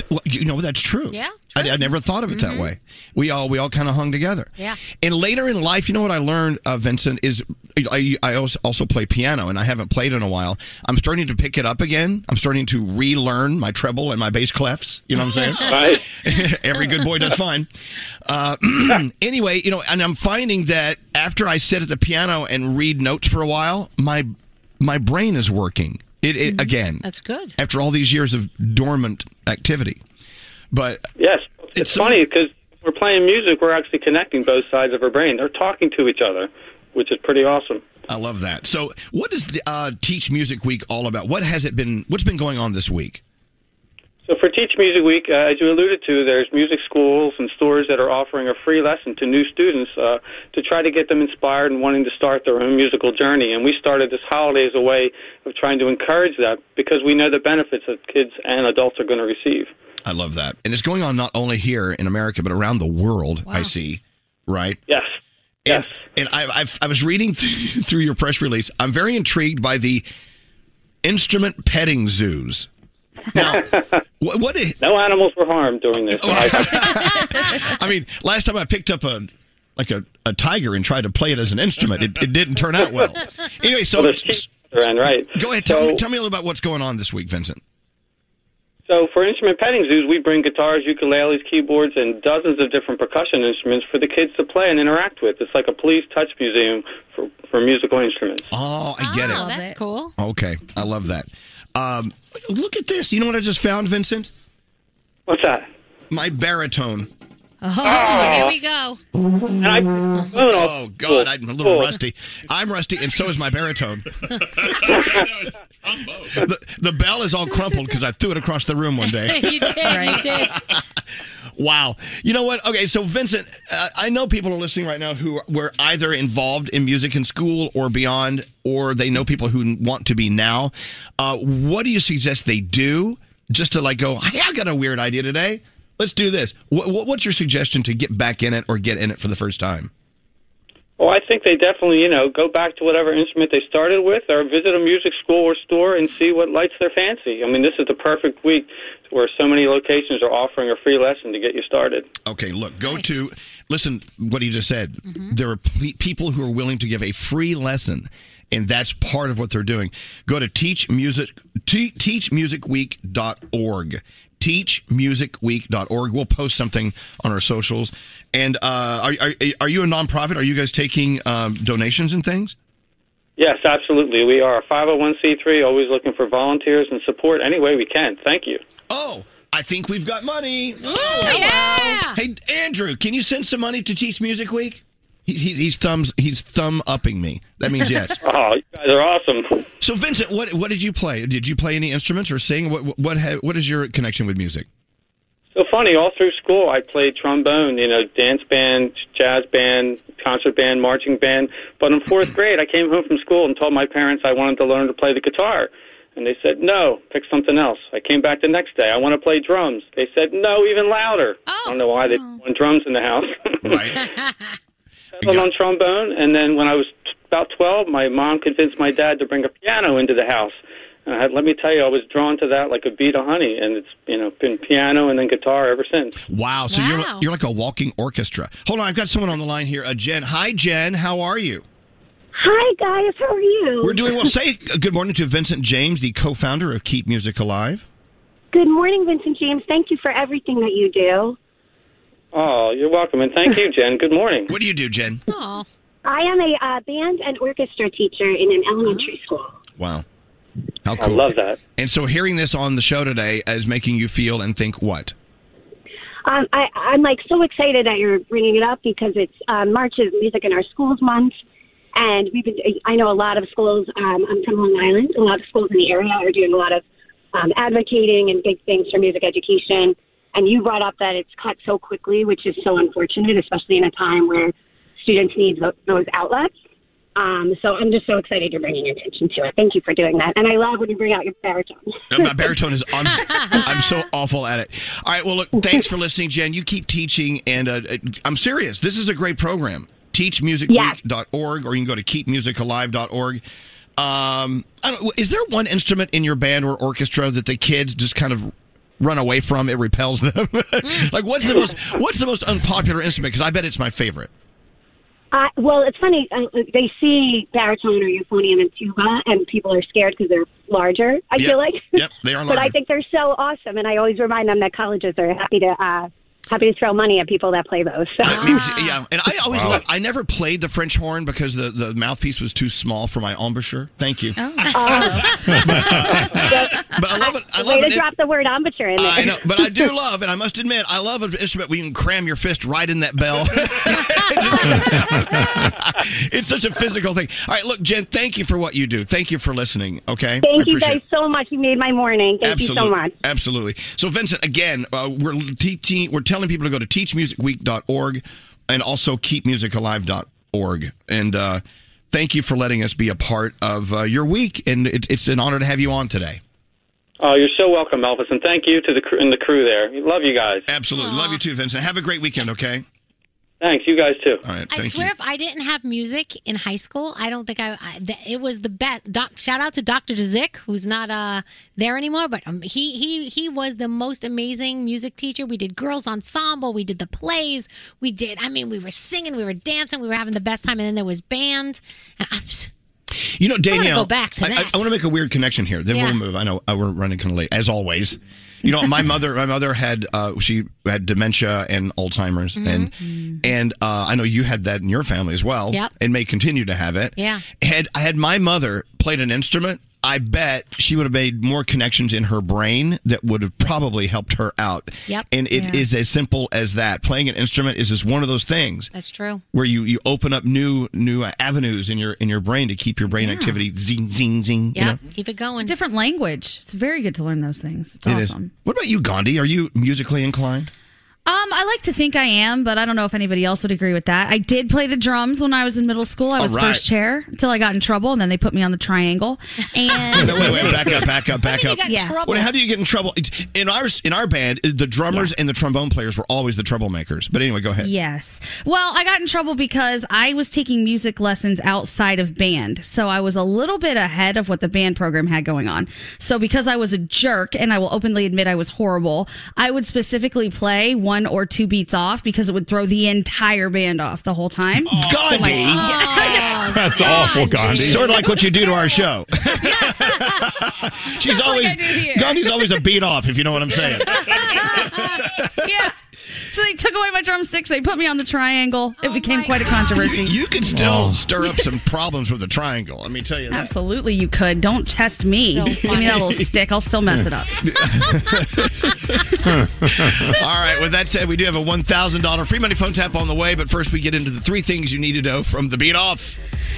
S1: Well, you know that's true. Mm-hmm. Yeah, I, I never thought of it that way. We all we all kind of hung together.
S23: Yeah.
S1: And later in life, you know what I learned, uh, Vincent, is I, I also also play piano, and I haven't played in a while. I'm starting to pick it up again. I'm starting to relearn my treble and my bass clefs. You know what I'm saying? Every good boy does fine. Uh, anyway, you know, and I'm finding that after I sit at the piano and read notes for a while, my my brain is working. It, it again.
S9: That's good.
S1: After all these years of dormant activity, but
S23: Yes, it's, funny because we're playing music, we're actually connecting both sides of our brain. They're talking to each other, which is pretty awesome.
S1: I love that. So, what is the uh, Teach Music Week all about? What has it been? What's been going on this week?
S23: So for Teach Music Week, uh, as you alluded to, there's music schools and stores that are offering a free lesson to new students uh, to try to get them inspired and wanting to start their own musical journey. And we started this holiday as a way of trying to encourage that because we know the benefits that kids and adults are going to receive.
S1: I love that, and it's going on not only here in America but around the world. I see, right?
S23: Yes.
S1: And, yes. And I, I've, I was reading th- through your press release. I'm very intrigued by the instrument petting zoos. Now, what, what Oh, is,
S23: no animals were harmed during this.
S1: I mean, last time I picked up a like a, a tiger and tried to play it as an instrument, it, it didn't turn out well. Anyway, so
S23: Well, there's teeth around, right?
S1: Go ahead, tell me
S23: So-
S1: tell me a little about what's going on this week, Vincent.
S23: So for instrument petting zoos, we bring guitars, ukuleles, keyboards, and dozens of different percussion instruments for the kids to play and interact with. It's like a police touch museum for, for musical instruments.
S1: Oh, I get
S9: Oh,
S1: it.
S9: that's cool.
S1: Okay, I love that. Um, look at this. You know what I just found, Vincent?
S23: What's that?
S1: My baritone.
S9: Oh, here we go. Uh-huh.
S1: oh God, I'm a little rusty. I'm rusty, and so is my baritone. the, the bell is all crumpled because I threw it across the room one day.
S9: you did. You did.
S1: Wow. You know what? Okay, so Vincent, uh, I know people are listening right now who were either involved in music in school or beyond, or they know people who want to be now. Uh, what do you suggest they do just to like go, hey, I got a weird idea today? Let's do this. What, what, what's your suggestion to get back in it or get in it for the first time?
S23: Well, Oh, I think they definitely, you know, go back to whatever instrument they started with or visit a music school or store and see what lights their fancy. I mean, this is the perfect week where so many locations are offering a free lesson to get you started.
S1: Okay, look, go to listen what he just said. There are p- people who are willing to give a free lesson, and that's part of what they're doing. Go to teach music te- teachmusicweek.org. Teachmusicweek.org. We'll post something on our socials. And uh, are, are, are you a nonprofit? Are you guys taking um, donations and things?
S23: Yes, absolutely. We are a 501c3, always looking for volunteers and support any way we can. Thank you.
S1: Oh, I think we've got money. Oh,
S9: yeah.
S1: Hey, Andrew, can you send some money to Teach Music Week? He, he, he's thumbs he's thumb upping me. That means yes.
S23: oh, you guys are awesome.
S1: So Vincent, what what did you play? Did you play any instruments or sing? What what ha, what is your connection with music?
S23: So funny, all through school I played trombone, you know, dance band, jazz band, concert band, marching band. But in fourth grade, I came home from school and told my parents I wanted to learn to play the guitar. And they said, no, pick something else. I came back the next day. I want to play drums. They said, no, even louder. I don't know why they didn't want drums in the house.
S1: right.
S23: Settled on trombone. And then when I was t- about 12, my mom convinced my dad to bring a piano into the house. And I had, let me tell you, I was drawn to that like a bee to honey. And it's, you know, been piano and then guitar ever since.
S1: Wow. Oh, So you're you're like a walking orchestra. Hold on, I've got someone on the line here. Uh, Jen. Hi, Jen. How are you?
S21: Hi guys, how are you?
S1: We're doing well. Say good morning to Vincent James, the co-founder of Keep Music Alive.
S21: Good morning, Vincent James. Thank you for everything that you do.
S23: Oh, you're welcome, and thank you, Jen. Good morning.
S1: What do you do, Jen?
S21: I am a uh, band and orchestra teacher in an elementary school.
S1: Wow. How cool.
S23: I love that.
S1: And so hearing this on the show today is making you feel and think what?
S21: Um, I, I'm like so excited that you're bringing it up because it's uh, March is Music in Our Schools Month, and we've been. I know a lot of schools. Um, I'm from Long Island. A lot of schools in the area are doing a lot of um, advocating and big things for music education. And you brought up that it's cut so quickly, which is so unfortunate, especially in a time where students need tho- those outlets. Um, so I'm just so excited you're bringing attention to it. Thank you for doing that, and I love when you bring out your baritone.
S1: Uh, My baritone is I'm, I'm so awful at it. All right, well look, thanks for listening, Jen. You keep teaching, and uh, uh, I'm serious. This is a great program. Teachmusicweek.org, or you can go to keepmusicalive.org. Um, I don't, is there one instrument in your band or orchestra that the kids just kind of run away from? It repels them. like what's the most what's the most unpopular instrument? Because I bet it's my favorite.
S21: Uh, well, it's funny. Uh, they see baritone or euphonium and tuba, and people are scared because they're larger. I
S1: Yep.
S21: feel like.
S1: Yep, they are
S21: but I
S1: larger.
S21: think they're so awesome, and I always remind them that colleges are happy to uh, happy to throw money at people that play those. So.
S1: Yeah, and I
S21: Oh.
S1: always loved, I never played the French horn because the, the mouthpiece was too small for my embouchure. Thank you. but I love it. I love
S21: Uh, Way to
S1: it.
S21: drop the word amateur in there.
S1: I know, but I do love, and I must admit, I love an instrument where you can cram your fist right in that bell. Just- it's such a physical thing. All right, look, Jen, thank you for what you do. Thank you for listening. Okay, I
S21: Thank you
S1: appreciate
S21: guys
S1: it.
S21: so much. You made my morning. Thank you so
S1: Absolute-
S21: much.
S1: Absolutely. So, Vincent, again, uh, we're teaching, we're telling people to go to teachmusicweek.org and also keepmusicalive.org. And uh, thank you for letting us be a part of uh, your week. And it, it's an honor to have you on today.
S23: Oh, you're so welcome, Elvis, and thank you to the crew and the crew there. Love you guys.
S1: Absolutely, love you too, Vincent. Have a great weekend. Okay.
S23: Thanks, you guys too.
S1: All right.
S9: I swear, if I didn't have music in high school, I don't think I. I th- it was the best. Doc, shout out to Doctor Zick, who's not uh, there anymore, but um, he he he was the most amazing music teacher. We did girls ensemble, we did the plays, we did. I mean, we were singing, we were dancing, we were having the best time, and then there was band. And I'm just-
S1: You know,
S9: wanna
S1: Danielle.
S9: go back to
S1: I- I-
S9: that.
S1: I, want to make a weird connection here. Then
S9: Yeah.
S1: we'll move. I know uh, we're running kind of late, as always. You know, my mother. My mother had uh, she had dementia and Alzheimer's,
S9: Mm-hmm.
S1: and and uh, I know you had that in your family as well,
S9: Yep.
S1: and may continue to have it.
S9: yeah.
S1: Had had my mother played an instrument, I bet she would have made more connections in her brain that would have probably helped her out.
S9: Yep.
S1: And it is
S9: Yeah.
S1: as simple as that. Playing an instrument is just one of those things
S9: That's true.
S1: where you you open up new new uh, avenues in your in your brain to keep your brain activity zing zing zing.
S9: Yeah, keep it
S14: It's
S9: going.
S14: a different language. It's very good to learn those things. It's
S1: You know? It is.
S14: awesome.
S1: What about you, Gandhi? Are you musically inclined?
S14: Um, I like to think I am, but I don't know if anybody else would agree with that. I did play the drums when I was in middle school. I
S1: All
S14: was
S1: right.
S14: first chair until I got in trouble, and then they put me on the triangle. And
S1: No, wait, wait, back up, back up, back up.
S14: got in Yeah. trouble?
S1: Well, how do you get in trouble? It's- In our in our band, the drummers and the trombone players were always the troublemakers. But anyway, go ahead.
S14: Yes. Well, I got in trouble because I was taking music lessons outside of band. So I was a little bit ahead of what the band program had going on. So because I was a jerk, and I will openly admit I was horrible, I would specifically play one or two beats off because it would throw the entire band off the whole time. So my-
S1: That's awful, Gandhi. Sort of like what you do to our show. She's always Gandhi's always a beat off, if you know what I'm saying.
S14: yeah. So they took away my drumsticks. They put me on the triangle.
S1: Oh
S14: It became quite a controversy.
S1: You, you could still stir up some problems with a triangle. Let me tell you that.
S14: Absolutely, you could. Don't test me.
S1: So
S14: Give me
S1: funny.
S14: that little stick. I'll still mess it up.
S1: All right. With that said, we do have a one thousand dollar free money phone tap on the way. But first, we get into the three things you need to know from the beat off.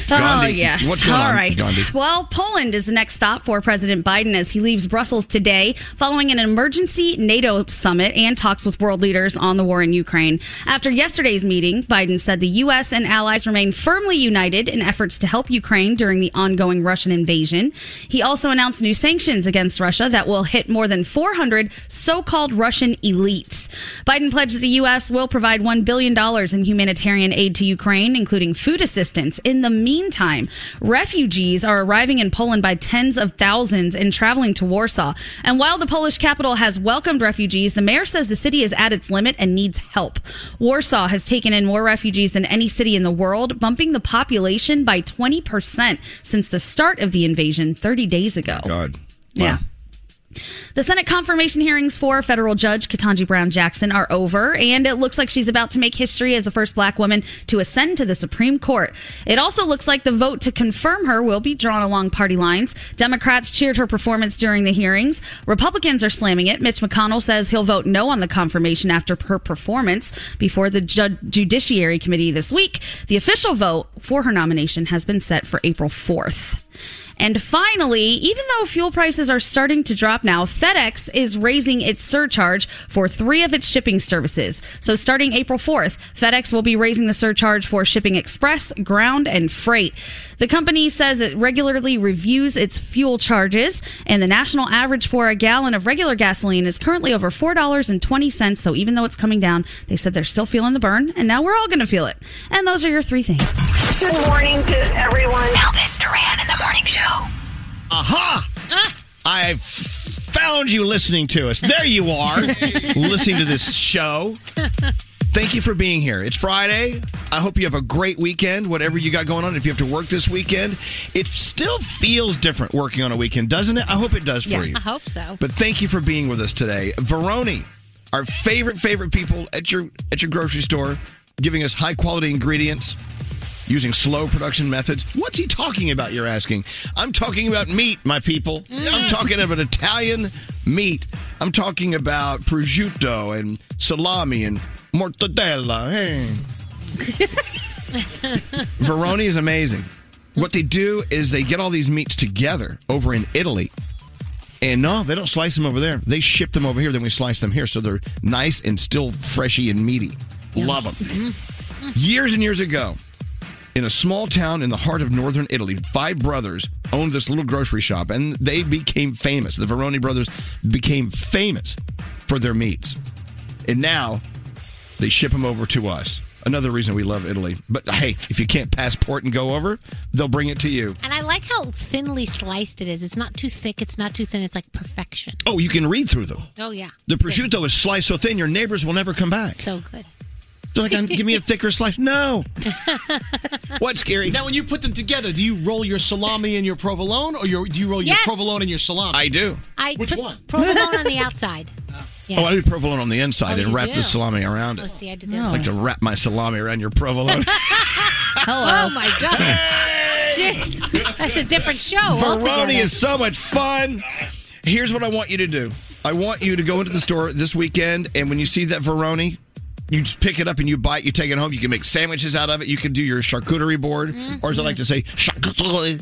S14: oh, yes.
S1: What's going
S14: All
S1: on,
S14: right.
S1: Gandhi?
S14: Well, Poland is the next stop for President Biden as he leaves Brussels today following an emergency NATO summit and talks with world leaders on the war in Ukraine. After yesterday's meeting, Biden said the U.S. and allies remain firmly united in efforts to help Ukraine during the ongoing Russian invasion. He also announced new sanctions against Russia that will hit more than 400 so called Russian elites. Biden pledged that the U.S. will provide $1 billion in humanitarian aid to Ukraine, including food assistance. In the meantime, refugees are arriving in Poland by tens of thousands and traveling to Warsaw. And while the Polish capital has welcomed refugees, the mayor says the city is at its limit and needs help. Warsaw has taken in more refugees than any city in the world, bumping the population by 20% since the start of the invasion 30 days ago.
S1: God.
S14: Yeah. The Senate confirmation hearings for federal judge Katanji Brown Jackson are over, and it looks like she's about to make history as the first black woman to ascend to the Supreme Court. It also looks like the vote to confirm her will be drawn along party lines. Democrats cheered her performance during the hearings. Republicans are slamming it. Mitch McConnell says he'll vote no on the confirmation after her performance before the Ju- Judiciary Committee this week. The official vote for her nomination has been set for April 4th. And finally, even though fuel prices are starting to drop now, FedEx is raising its surcharge for three of its shipping services. So starting April 4th, FedEx will be raising the surcharge for shipping express, ground, and freight. The company says it regularly reviews its fuel charges, and the national average for a gallon of regular gasoline is currently over $4.20. So even though it's coming down, they said they're still feeling the burn, and now we're all going to feel it. And those are your three things.
S15: Good morning to everyone. Elvis Duran in the morning show.
S1: Aha!
S14: Ah.
S1: I f- found you listening to us. There you are, listening to this show. Thank you for being here. It's Friday. I hope you have a great weekend, whatever you got going on. If you have to work this weekend, it still feels different working on a weekend, doesn't it? I hope it does for
S9: Yes,
S1: you.
S9: I hope so.
S1: But thank you for being with us today, Veroni, our favorite favorite people at your at your grocery store, giving us high quality ingredients using slow production methods. What's he talking about, you're asking? I'm talking about meat, my people. I'm talking about Italian meat. I'm talking about prosciutto and salami and mortadella. Hey. Veroni is amazing. What they do is they get all these meats together over in Italy. And no, they don't slice them over there. They ship them over here, then we slice them here. So they're nice and still freshy and meaty. Love them. years and years ago, in a small town in the heart of northern Italy, five brothers owned this little grocery shop and they became famous. The Veroni brothers became famous for their meats. And now they ship them over to us. Another reason we love Italy. But hey, if you can't passport and go over, they'll bring it to you.
S9: And I like how thinly sliced it is. It's not too thick. It's not too thin. It's like perfection.
S1: Oh, you can read through them.
S9: Oh yeah.
S1: The prosciutto is sliced so thin your neighbors will never come back.
S9: So good.
S1: They're like, "Um, give me a thicker slice. No. What's scary?
S6: Now, when you put them together, do you roll your salami and your provolone, or your, do you roll your
S9: Yes.
S6: provolone and your salami?
S1: I do.
S9: I
S6: Which
S9: put
S6: one?
S9: provolone on the outside. Yeah.
S1: Oh, I do provolone on the inside
S9: Oh,
S1: and
S9: you
S1: wrap
S9: do.
S1: the salami around
S9: Oh,
S1: it.
S9: see, I did that.
S1: I like to wrap my salami around your provolone.
S9: Hello. Oh my god. Jeez. That's a different show. altogether.
S1: Veroni is so much fun. Here's what I want you to do. I want you to go into the store this weekend, and when you see that Veroni, you just pick it up and you buy it. You take it home. You can make sandwiches out of it. You can do your charcuterie board, or as I like to say,
S9: Mm-hmm.
S1: charcuterie.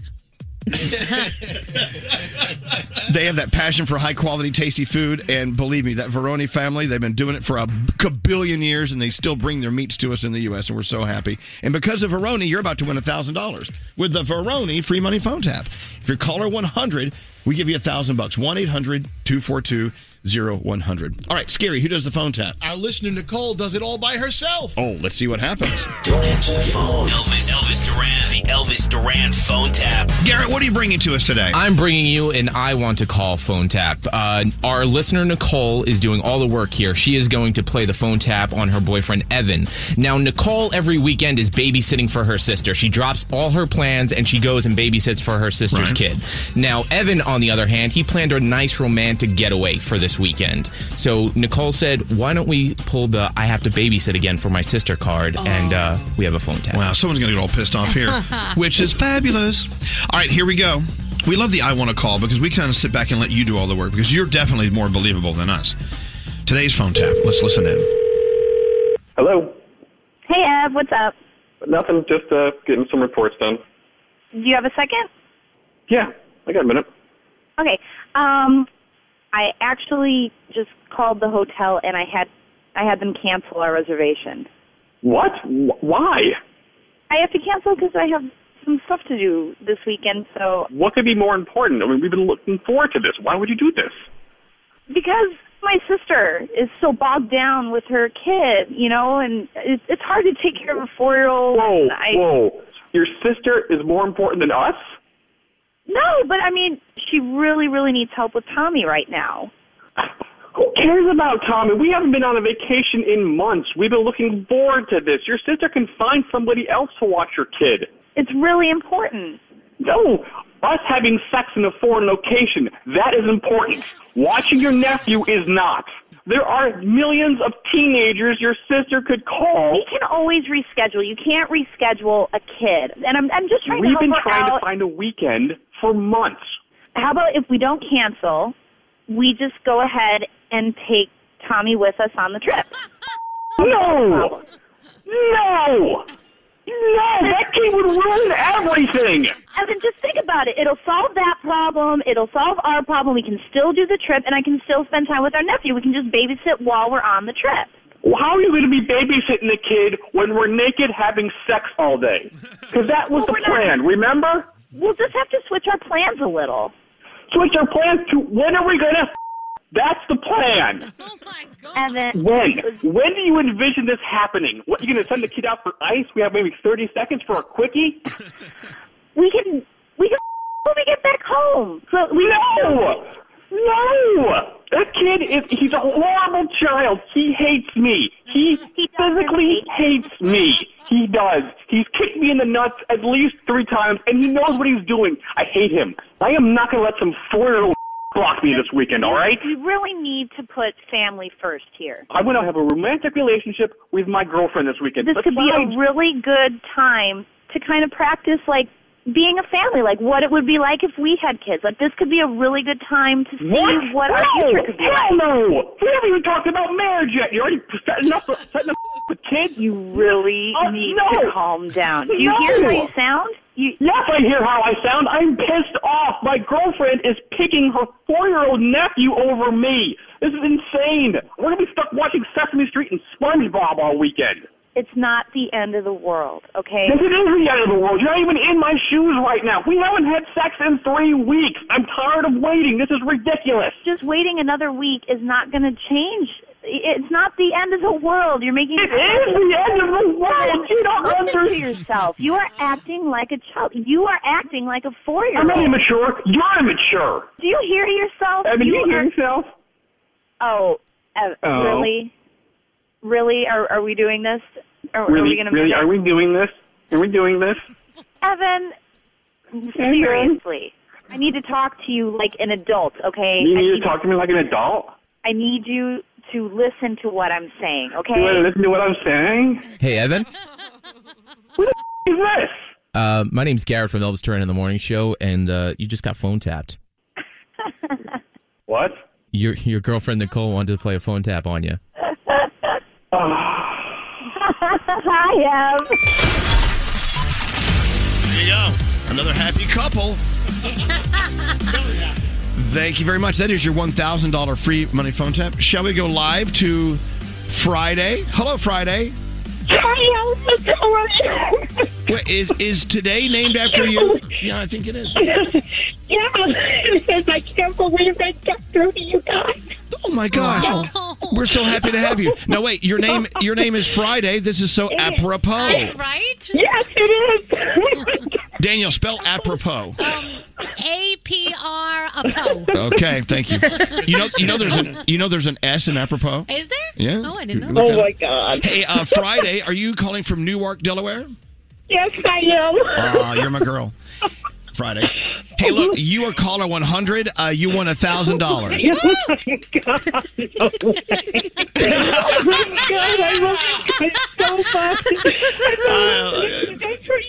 S1: they have that passion for high quality, tasty food, and believe me, that Veroni family—they've been doing it for a kabillion years, and they still bring their meats to us in the U.S. and we're so happy. And because of Veroni, you're about to win thousand dollars with the Veroni free money phone tap. If you're caller 100, we give you a thousand bucks. 1-800-242-0100. All right, scary. Who does the phone tap?
S6: Our listener Nicole does it all by herself.
S1: Oh, let's see what happens.
S3: Don't answer the phone. Elvis, Elvis Duran, the Elvis Duran phone tap.
S1: Garrett, what are you bringing to us today?
S24: I'm bringing you an I Want to Call phone tap. Uh, our listener, Nicole, is doing all the work here. She is going to play the phone tap on her boyfriend, Evan. Now, Nicole, every weekend, is babysitting for her sister. She drops all her plans and she goes and babysits for her sister's kid. Now, Evan, on the other hand, he planned a nice romantic getaway for this weekend. So, Nicole said, Why don't we pull the I have to babysit again for my sister card? And uh, we have a phone tap.
S1: Wow, someone's going to get all pissed off here, which is fabulous. All right, here we go. We love the I Want to Call because we kind of sit back and let you do all the work because you're definitely more believable than us. Today's phone tap. Let's listen in.
S25: Hello.
S22: Hey, Ev, what's up?
S25: Nothing. Just uh, getting some reports done.
S22: Do you have a second?
S25: Yeah, I got a minute.
S22: Okay. Um, I actually just called the hotel and I had I had them cancel our reservation.
S25: What? Wh- Why?
S22: I have to cancel because I have some stuff to do this weekend. So
S25: What could be more important? I mean, we've been looking forward to this. Why would you do this?
S22: because my sister is so bogged down with her kid, you know, and it, it's hard to take care of a four year old.
S25: Whoa,
S22: Oh, I,
S25: whoa! Your sister is more important than us.
S22: No, but I mean, she really, really needs help with Tommy right now.
S25: Who cares about Tommy? We haven't been on a vacation in months. We've been looking forward to this. Your sister can find somebody else to watch your kid.
S22: It's really important.
S25: No, us having sex in a foreign location, that is important. Watching your nephew is not. There are millions of teenagers your sister could call.
S22: We can always reschedule. You can't reschedule a kid. And I'm, I'm just trying
S25: We've
S22: to help
S25: been
S22: her
S25: trying
S22: out.
S25: to find a weekend for months.
S22: How about if we don't cancel, we just go ahead and take Tommy with us on the trip?
S25: No! No! No! That kid would ruin everything!
S22: Evan, just think about it. It'll solve that problem. It'll solve our problem. We can still do the trip, and I can still spend time with our nephew. We can just babysit while we're on the trip.
S25: Well, How are you going to be babysitting the kid when we're naked having sex all day? Because that was the plan, remember?
S22: We'll just have to switch our plans a little.
S25: Switch our plans to when are we going to. That's the plan.
S22: Evan.
S25: When? When do you envision this happening? What, you going to send the kid out for ice? We have maybe 30 seconds for a quickie?
S22: We can we can when we get back home. So we
S25: No! No! That kid is, he's a horrible child. He hates me. He, physically hates me. He does. He's kicked me in the nuts at least three times, and he knows what he's doing. I hate him. I am not going to let some four-year-old block me this weekend, all right?
S22: We really need to put family first here.
S25: I want to have a romantic relationship with my girlfriend this weekend.
S22: This
S25: Let's
S22: could be
S25: find-
S22: a really good time to kind of practice like being a family, like what it would be like if we had kids. Like this could be a really good time to see
S25: What?
S22: what our
S25: no!
S22: future could be.
S25: Hell
S22: like.
S25: no! We haven't even talked about marriage yet. You're already setting up, setting up with kids. You
S22: really need to calm down. Do you
S25: no.
S22: hear how you sound? You,
S25: yes, I hear how I sound. I'm pissed off. My girlfriend is picking her four-year-old nephew over me. This is insane. We're gonna be stuck watching Sesame Street and SpongeBob all weekend.
S22: It's not the end of the world, okay?
S25: This is the end of the world. You're not even in my shoes right now. We haven't had sex in three weeks. I'm tired of waiting. This is ridiculous.
S22: Just waiting another week is not going to change. It's not the end of the world. You're making
S25: It is the end of the world. You don't
S22: Listen to
S25: understand.
S22: yourself. You are acting like a child. You are acting like a
S25: I'm
S22: four-year-old.
S25: not immature. You're immature.
S22: Do you hear yourself?
S25: Evan, do you hear
S22: are-
S25: yourself?
S22: Oh, Ev-
S25: Oh.
S22: really? Really? Are are we doing this? Are, are we
S25: Really,
S22: going to
S25: really,
S22: be
S25: are we doing this? Are we doing this?
S22: Evan, seriously. I need to talk to you like an adult, okay?
S25: You
S22: I
S25: need to
S22: need-
S25: talk to me like an adult.
S22: I need you to listen to what I'm saying, okay?
S25: You want to listen to what I'm saying?
S24: Hey, Evan.
S25: Who's this?
S24: Uh, my name's Garrett from Elvis Duran in the Morning Show, and uh, you just got phone tapped.
S25: What?
S24: Your your girlfriend Nicole wanted to play a phone tap on you.
S22: Hi, Ev.
S1: There you go. Another happy couple. Thank you very much. That is your $1,000 free money phone tap. Shall we go live to Friday? Hello, Friday. Wait, is is today named after you? Yeah, I think it is.
S2: yeah, it is. I can't believe I got through to you guys.
S1: Oh my gosh. We're so happy to have you. No, wait. Your name your name is Friday. This is so apropos.
S9: Right?
S2: Yes, it
S9: is.
S1: Daniel, spell apropos.
S9: Um, A P R apo.
S1: Okay, thank you. You know you know there's an you know there's an S in apropos.
S9: Is there?
S1: Yeah.
S9: Oh, I didn't
S1: You
S9: know.
S1: looked
S9: Oh,
S1: at
S9: my
S1: it.
S2: God.
S1: Hey, uh, Friday, are you calling from Newark, Delaware?
S2: Yes, I am.
S1: Ah, you're my girl. Friday. Hey, look, you are caller 100. Uh, you won a thousand dollars.
S2: Oh my God. No way. oh my God, I love you guys so much. I've been listening to you guys for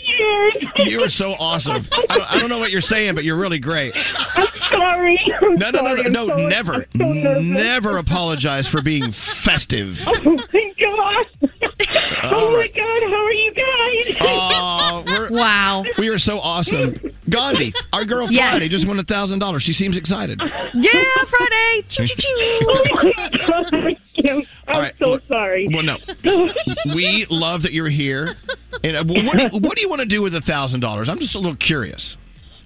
S2: years.
S1: You are so awesome. I don't, I don't know what you're saying, but you're really great.
S2: I'm sorry. I'm
S1: No, no, no, no,
S2: sorry. I'm
S1: no
S2: so-
S1: never,
S2: I'm so nervous.
S1: never apologize for being festive.
S2: Oh my God.
S1: All
S2: Oh my
S1: right.
S2: God, how are you guys?
S1: Oh, we're, wow. We are so awesome. Gandhi, our girl Friday,
S2: Yes.
S1: just won a thousand dollars. She seems excited.
S2: Yeah, Friday. oh my God, I can't- I'm
S1: All right,
S2: so sorry.
S1: Well, no. We love that you're here. And uh, what, do you, what do you want to do with a thousand dollars? I'm just a little curious.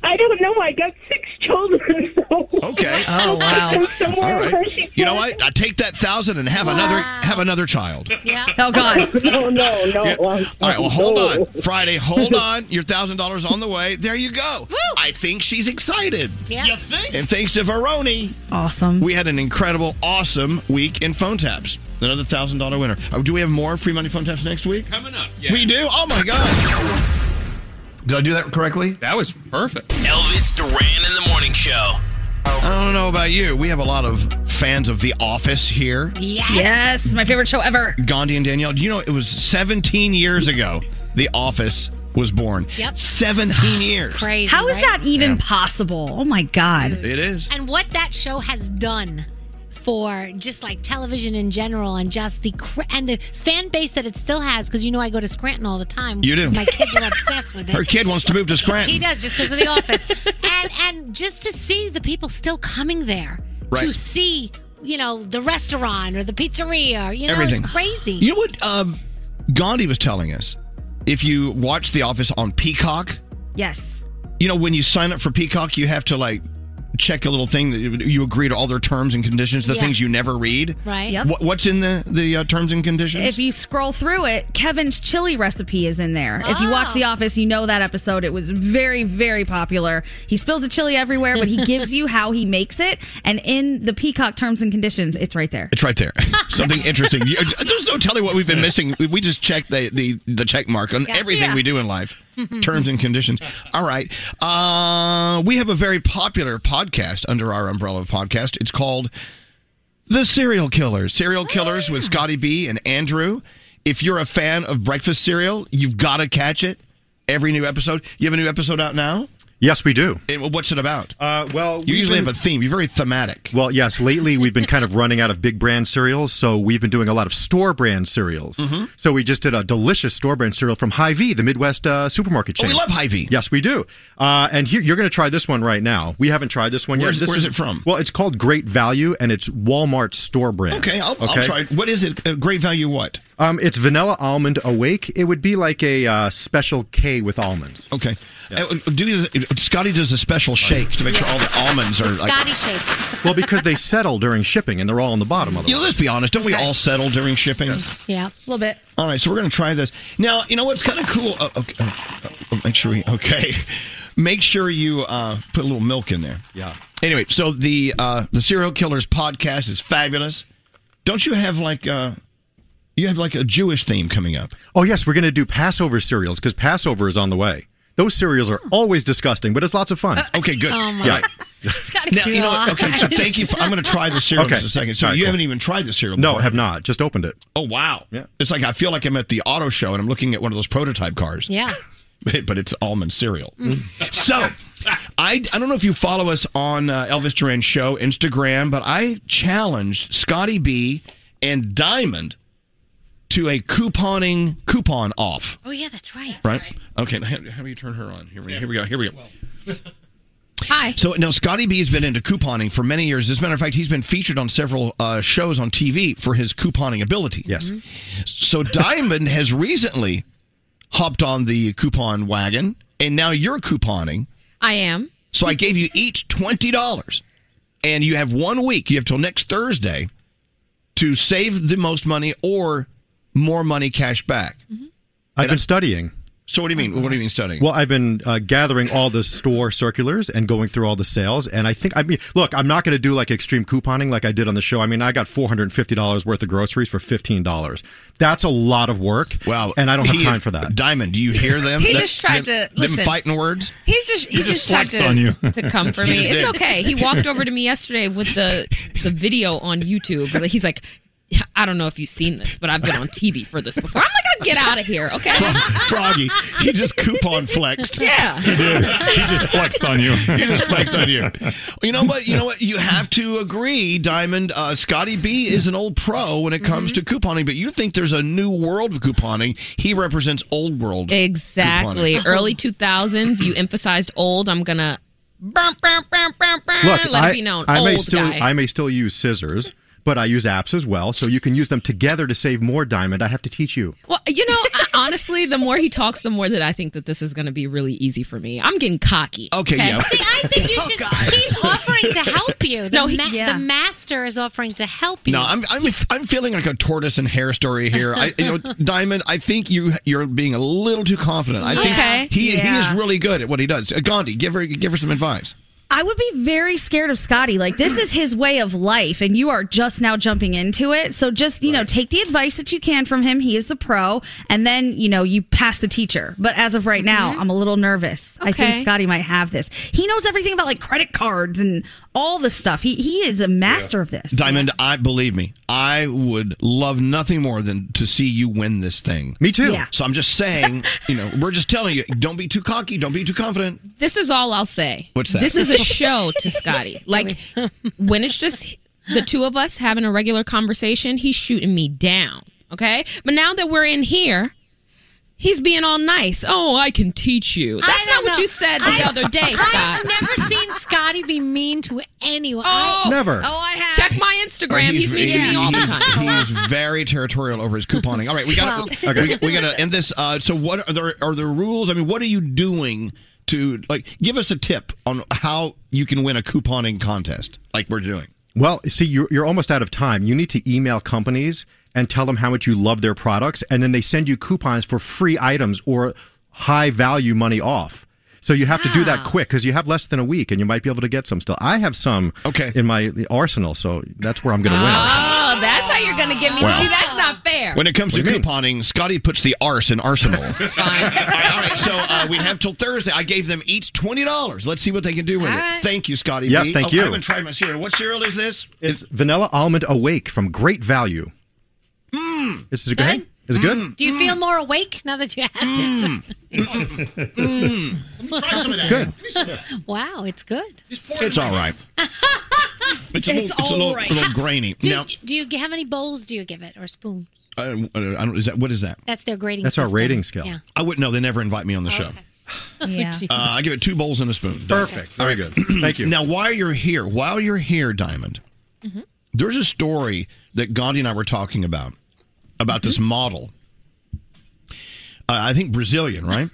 S2: I don't know. I got six children. So
S1: Okay.
S2: I'll put them somewhere
S1: All right.
S2: where she
S1: You know what? I take that thousand and have another have another child.
S2: Yeah. Oh God. no, no, no.
S1: Yeah. All right, well, hold
S2: no.
S1: on. Friday, hold on. Your $1,000 on the way. There you go. I think she's excited.
S9: You
S1: think? And thanks to Veroni. Awesome. We had an incredible, awesome week in phone taps. Another $1,000 winner. Oh, do we have more free money phone taps next week? Coming up. We do? Oh, my God. Did I do that correctly? That was perfect.
S3: Elvis Duran in the morning show.
S1: I don't know about you. We have a lot of fans of The Office here.
S14: Yes. Yes, my favorite show ever.
S1: Gandhi and Danielle, do you know it was 17 years ago The Office was born?
S9: Yep.
S1: 17 years.
S9: Crazy.
S14: How is
S9: right?
S14: that even possible? Oh my god.
S1: It is.
S9: And what that show has done for just like television in general and just the cra- and the fan base that it still has because you know I go to Scranton all the time.
S1: You do.
S9: 'cause My kids are obsessed with it.
S1: Her kid wants to move to
S9: He
S1: Scranton.
S9: does just because of the office, and and just to see the people still coming there to
S1: Right.
S9: see you know the restaurant or the pizzeria. You know,
S1: Everything.
S9: it's crazy.
S1: You know what um, Gandhi was telling us? If you watch The Office on Peacock,
S14: Yes.
S1: you know, when you sign up for Peacock, you have to like check a little thing that you- you agree to all their terms and conditions, the
S14: Yeah.
S1: things you never read.
S9: Right.
S14: Yep.
S1: What, what's in the, the uh, terms and conditions?
S14: If you scroll through it, Kevin's chili recipe is in there. If you watch The Office, you know that episode. It was very, very popular. He spills the chili everywhere, but he gives you how he makes it. And in the Peacock terms and conditions, it's right there.
S1: It's right there. Something interesting. You- There's no telling what we've been missing. We- We just checked the, the, the check mark on
S14: Yeah.
S1: everything
S14: Yeah.
S1: we do in life. Terms and conditions. All right. Uh, we have a very popular podcast under our umbrella of podcast. It's called The Serial Killers. Serial Killers with Scotty B and Andrew. If you're a fan of breakfast cereal, you've got to catch it. every new episode. You have a new episode out now?
S11: Yes, we do.
S1: And what's it about?
S11: Uh, well,
S1: you usually
S11: been-
S1: have a theme. You're very thematic.
S11: Well, yes. Lately, we've been kind of running out of big brand cereals, so we've been doing a lot of store brand cereals.
S1: Mhm.
S11: So we just did a delicious store brand cereal from Hy-Vee, the Midwest uh, supermarket
S1: Oh,
S11: chain.
S1: we love Hy-Vee.
S11: Yes, we do. Uh, and here, you're going to try this one right now. We haven't tried this one
S1: Where's-
S11: yet. This
S1: where's it from?
S11: Well, it's called Great Value, and it's Walmart store brand.
S1: Okay, I'll, I'll try. it. What is it? Uh, great value. What?
S11: Um, it's vanilla almond awake. It would be like a uh, special K with almonds.
S1: Okay. Uh, do you- Scotty does a special shake to make sure all the almonds are. like-
S9: Scotty shake.
S11: well, because they settle during shipping, and they're all on the bottom of the.
S1: you know, let's be honest. Don't we all settle during shipping?
S9: Yeah, a little bit.
S1: All right, so we're going to try this. Now, you know what's kind of cool? Uh, okay, uh, uh, make sure we, okay. Make sure you uh, put a little milk in there.
S11: Yeah.
S1: Anyway, so the uh, the Serial Killers podcast is fabulous. Don't you have like uh, you have like a Jewish theme coming up?
S11: Oh yes, we're going to do Passover cereals because Passover is on the way. Those cereals are always disgusting, but it's lots of fun.
S1: Uh, Okay, good.
S9: Oh, my
S11: Yeah.
S1: Now, you know what? Okay, so thank you. For, I'm going to try the cereal in
S11: Okay.
S1: just a second. So
S11: All right,
S1: you
S11: cool.
S1: haven't even tried the cereal.
S11: No,
S1: before.
S11: have not. Just opened it.
S1: Oh wow. Yeah. It's like I feel like I'm at the auto show and I'm looking at one of those prototype cars.
S9: Yeah.
S1: But but it's almond cereal. so I, I don't know if you follow us on uh, Elvis Duran Show Instagram, but I challenged Scotty B and Diamond to a couponing coupon off.
S9: Oh yeah, that's right.
S1: Right? Okay. How, how do you turn her on? Here we, here we go. Here we go.
S9: Hi.
S1: So now Scotty B has been into couponing for many years. As a matter of fact, he's been featured on several uh, shows on TV for his couponing ability.
S11: Yes.
S1: So Diamond has recently hopped on the coupon wagon, and now you're couponing.
S12: I am.
S1: So I gave you each twenty dollars, and you have one week. You have till next Thursday to save the most money or more money cash back.
S11: I've been studying.
S1: So what do you mean? What do you mean studying?
S11: Well, I've been uh, gathering all the store circulars and going through all the sales, and I think I mean, look, I'm not going to do like extreme couponing like I did on the show. I mean, I got four hundred and fifty dollars worth of groceries for fifteen dollars. That's a lot of work. Wow, and I don't have
S1: He-
S11: time for that.
S1: Diamond, do you hear them?
S12: He just tried to listen.
S1: words.
S12: He's just he,
S1: He
S12: just,
S1: just
S12: tried
S1: flexed
S12: to,
S1: on you.
S12: to come for
S1: He
S12: me.
S1: just
S12: It's
S1: did.
S12: okay. He walked over to me yesterday with the the video on YouTube. He's like, I don't know if you've seen this, but I've been on TV for this before. I'm like, I'll get out of here. Okay.
S1: Froggy, he just coupon flexed.
S12: Yeah.
S1: He
S11: did. He just flexed on you.
S1: He just flexed on you. You know what? You know what? You have to agree, Diamond. Uh, Scotty B is an old pro when it
S12: Mm-hmm.
S1: comes to couponing, but you think there's a new world of couponing. He represents old world.
S12: Exactly.
S1: couponing.
S12: Early 2000s, you emphasized old. I'm going to
S11: Look,
S12: let
S11: I,
S12: it be known.
S11: I
S12: old
S11: may still
S12: guy.
S11: I may still use scissors, but I use apps as well, so you can use them together to save more diamond. I have to teach you.
S12: well, you know, I- honestly, the more he talks, the more that I think that this is going to be really easy for me. I'm getting cocky.
S1: Okay, yeah. See,
S9: I think you should. he's offering to help you. The,
S12: No, he-
S9: ma-
S12: yeah.
S9: the master is offering to help you.
S1: No, I'm, I'm I'm feeling like a tortoise and hare story here. I, you know, Diamond, I think you you're being a little too confident. I think
S14: Okay.
S1: he he
S14: Yeah.
S1: is really good at what he does. Uh, Gandhi, give her give her some advice.
S14: I would be very scared of Scotty. Like this is his way of life, and you are just now jumping into it. So just you know, take the advice that you can from him. He is the pro, and then you know you pass the teacher. But as of right now, I'm a little nervous. I think
S12: Okay.
S14: Scotty might have this. He knows everything about like credit cards and all the stuff. He he is a master of this.
S1: Diamond, I believe me, I would love nothing more than to see you win this thing. Me
S11: too.
S12: Yeah.
S1: So I'm just saying, you know, we're just telling you, don't be too cocky, don't be too confident.
S12: This is all I'll say.
S1: What's that?
S12: This is a show to Scotty. Like when it's just the two of us having a regular conversation, he's shooting me down. Okay, but now that we're in here, he's being all nice. Oh, I can teach you. That's
S9: don't
S12: not what
S9: know.
S12: you said the
S9: I-
S12: other day, Scott.
S9: I've never seen Scotty be mean to anyone.
S12: Oh,
S9: I-
S1: Never.
S12: Oh,
S9: I have.
S12: Check my Instagram. He's, mean to me all the time.
S1: He's very territorial over his couponing. All right, we got to
S11: Wow. Okay.
S1: we, we got to end this. Uh, so, what are there are there rules? I mean, what are you doing to like give us a tip on how you can win a couponing contest like we're doing?
S11: Well, see, you're, you're almost out of time. You need to email companies and tell them how much you love their products, and then they send you coupons for free items or high value money off. So you have to do that quick because you have less than a week, and you might be able to get some still. I have some okay. in my arsenal, so that's where I'm going to win.
S12: Oh, that's how you're gonna get me.
S1: Wow.
S12: See, that's not fair.
S1: When it comes to couponing, Scotty puts the arse in arsenal. all, right, all right, so uh, we have till Thursday. I gave them each twenty dollars. Let's see what they can do with
S11: All
S1: it.
S11: right.
S1: Thank you, Scotty.
S11: Yes,
S1: B.
S11: thank
S1: Oh,
S11: you.
S1: I haven't tried my cereal. What cereal is this?
S11: It's vanilla almond awake from Great Value.
S1: Mmm.
S11: This is good.
S20: Is it good?
S9: Hmm. Do you
S1: Hmm.
S9: feel more awake now that you had
S1: Mm.
S9: it? Mm.
S6: Mm. Try some of that.
S9: Good.
S6: Give me some of that.
S9: Wow, it's good.
S1: It's all right. It's a little,
S9: It's
S1: it's a
S9: all
S1: little,
S9: right.
S1: a little grainy.
S9: Do,
S1: now,
S9: do you how many bowls do you give it or spoon?
S1: I, don't- I don't, is that what is that?
S9: That's their grading. system. Yeah. Oh,
S1: I wouldn't know. They never invite me on the show.
S9: Yeah.
S1: Uh, I give it two bowls and a spoon. Perfect. Very good. Thank you. Now, while you're here, while you're here, Diamond,
S2: Mhm.
S1: there's a story that Gandhi and I were talking about about this
S14: Mm-hmm.
S1: model. Uh, I think Brazilian, right?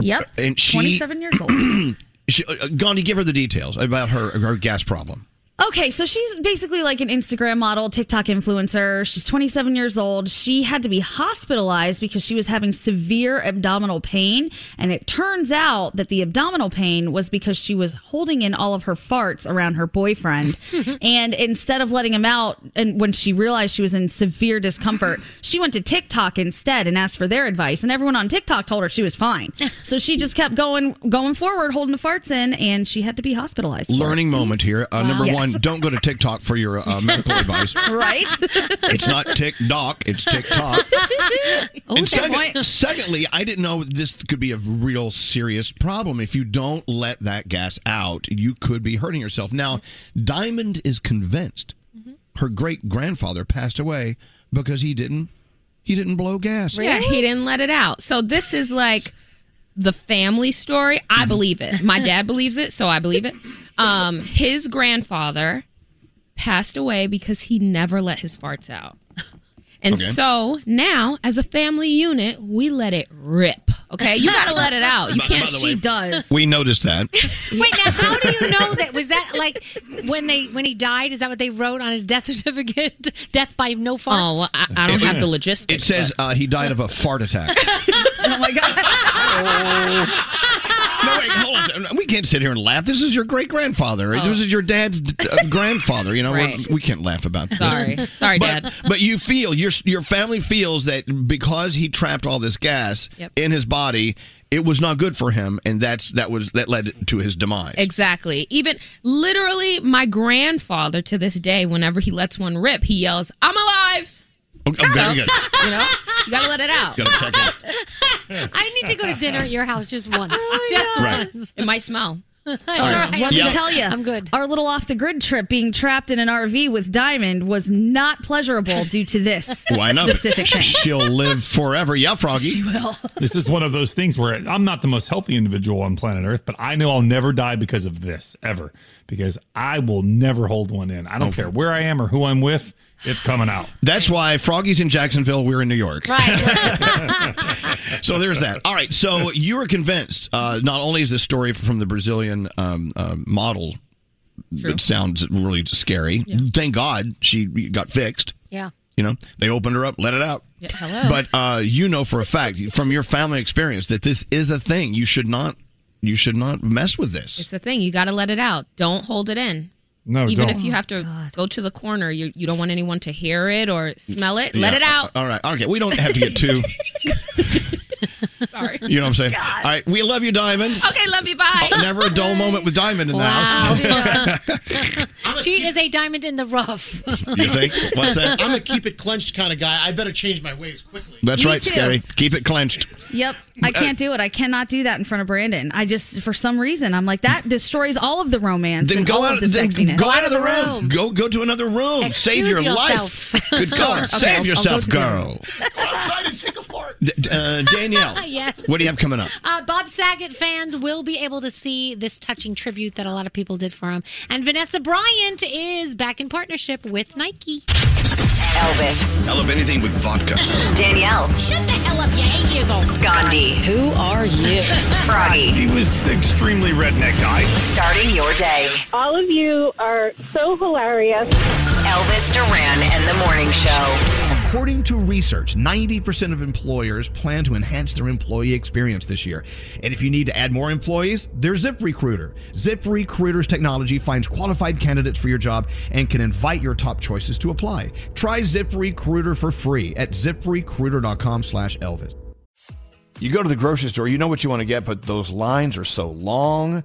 S14: Yep.
S1: And she,
S14: 27 years old.
S1: she, uh, Gandhi, give her the details about her her gas problem.
S14: Okay, so she's basically like an Instagram model, TikTok influencer. She's 27 years old. She had to be hospitalized because she was having severe abdominal pain. And it turns out that the abdominal pain was because she was holding in all of her farts around her boyfriend. and instead of letting him out, and when she realized she was in severe discomfort, she went to TikTok instead and asked for their advice. And everyone on TikTok told her she was fine. So she just kept going, going forward, holding the farts in, and she had to be hospitalized. for it.
S1: Learning moment here. Uh, Number
S14: Yes.
S1: one, don't go to TikTok for your uh, medical advice.
S14: right?
S1: It's not TikTok. It's TikTok.
S12: Oh,
S1: and second, secondly, I didn't know this could be a real serious problem. If you don't let that gas out, you could be hurting yourself. Now, Diamond is convinced her great grandfather passed away because he didn't he didn't blow gas.
S12: Yeah, he didn't let it out. So this is like the family story. I
S1: Mm-hmm.
S12: believe it. My dad believes it, so I believe it. Um, his grandfather passed away because he never let his farts out. And
S11: Okay.
S12: so now, as a family unit, we let it rip. Okay, you gotta let it out. You
S1: By-
S12: can't.
S1: by the way,
S14: does.
S1: We noticed that.
S9: Wait, now how do you know that? Was that like when they when he died? Is that what they wrote on his death certificate? Death by no farts.
S12: Oh, well, I, I don't
S1: It-
S12: have the logistics.
S1: It says uh, he died of a fart attack.
S14: oh my god.
S1: No, wait, hold on. We can't sit here and laugh. This is your great grandfather.
S12: Oh.
S1: This is your dad's uh, grandfather. You know, we're-
S12: Right.
S1: we can't laugh about this.
S12: Sorry, sorry,
S1: but,
S12: Dad.
S1: But you feel your your family feels that because he trapped all this gas
S12: Yep.
S1: in his body, it was not good for him, and that's that was that led to his demise.
S12: Exactly. Even literally, my grandfather to this day, whenever he lets one rip, he yells, "I'm alive!"
S1: Oh, oh, very good.
S12: You know, you gotta let it out.
S1: Gotta check it.
S9: I need to go to dinner at your house just ononce. just
S1: Right.
S9: once.
S12: It might smell.
S9: It's
S14: It's all right. Let
S9: Yeah.
S14: me tell you,
S9: I'm good.
S14: Our little off the grid trip, being trapped in an RV with Diamond, was not pleasurable due to this
S1: Why not?
S14: specific thing.
S1: She'll live forever. Yeah, Froggy.
S14: She will.
S13: this is one of those things where I'm not the most healthy individual on planet Earth, but I know I'll never die because of this ever, because I will never hold one in. I don't care where I am or who I'm with, it's coming out.
S1: That's why Froggy's in Jacksonville. We're in New York. so there's that. All right. So you were convinced. Uh, not only is this story from the Brazilian um, uh, model, it sounds really scary. Thank God she got fixed.
S9: Yeah.
S1: You know, they opened her up, let it out.
S9: Yeah,
S12: Oh.
S9: hello.
S1: But uh, you know for a fact from your family experience that this is a thing. You should not. You should not mess with this.
S12: It's a thing. You gotta let it out. Don't hold it in.
S1: No,
S12: Even
S1: don't. Oh
S12: if you have to go to the corner, you you don't want anyone to hear it or smell it. Let
S1: Yeah,
S12: it out.
S1: All right. Okay. We don't have to get too.
S12: Sorry.
S1: You know what I'm saying? All right. We love you, Diamond.
S12: Okay, love you. Bye.
S1: Oh, never a dull moment with Diamond in the house.
S9: She is a diamond in the rough.
S1: You think? What's that?
S6: I'm a keep it clenched kind of guy. I better change my ways quickly.
S1: That's
S14: Me
S1: right,
S14: too.
S1: Scary. Keep it clenched.
S14: Yep.
S1: Uh,
S14: I can't do it. I cannot do that in front of Brandon. I just, for some reason, I'm like, that destroys all of the romance.
S1: Then
S14: and
S1: go
S14: all
S1: out.
S14: of the
S1: Then
S14: sexiness.
S1: go out of the room. Go go to another room. Save your
S14: Excuse
S1: life.
S14: yourself.
S1: Good
S14: Sure.
S1: God,
S14: Okay,
S1: save
S14: I'll- I'll go
S1: yourself,
S14: to the
S1: girl. D- d- uh, Danielle,
S9: yes.
S1: what do you have coming up?
S9: Uh, Bob Saget fans will be able to see this touching tribute that a lot of people did for him. And Vanessa Bryant is back in partnership with Nike.
S15: Elvis.
S1: I love anything with vodka.
S15: Danielle. Shut the hell up, you eight years old. Gandhi. Who are you? Froggy.
S16: He was the extremely redneck guy.
S15: Starting your day.
S16: All of you are so hilarious.
S15: Elvis Duran and the Morning Show.
S1: According to research, 90% of employers plan to enhance their employee experience this year. And if you need to add more employees, there's ZipRecruiter. ZipRecruiter's technology finds qualified candidates for your job and can invite your top choices to apply. Try ZipRecruiter for free at ziprecruiter.com slash Elvis. You go to the grocery store, you know what you want to get, but those lines are so long.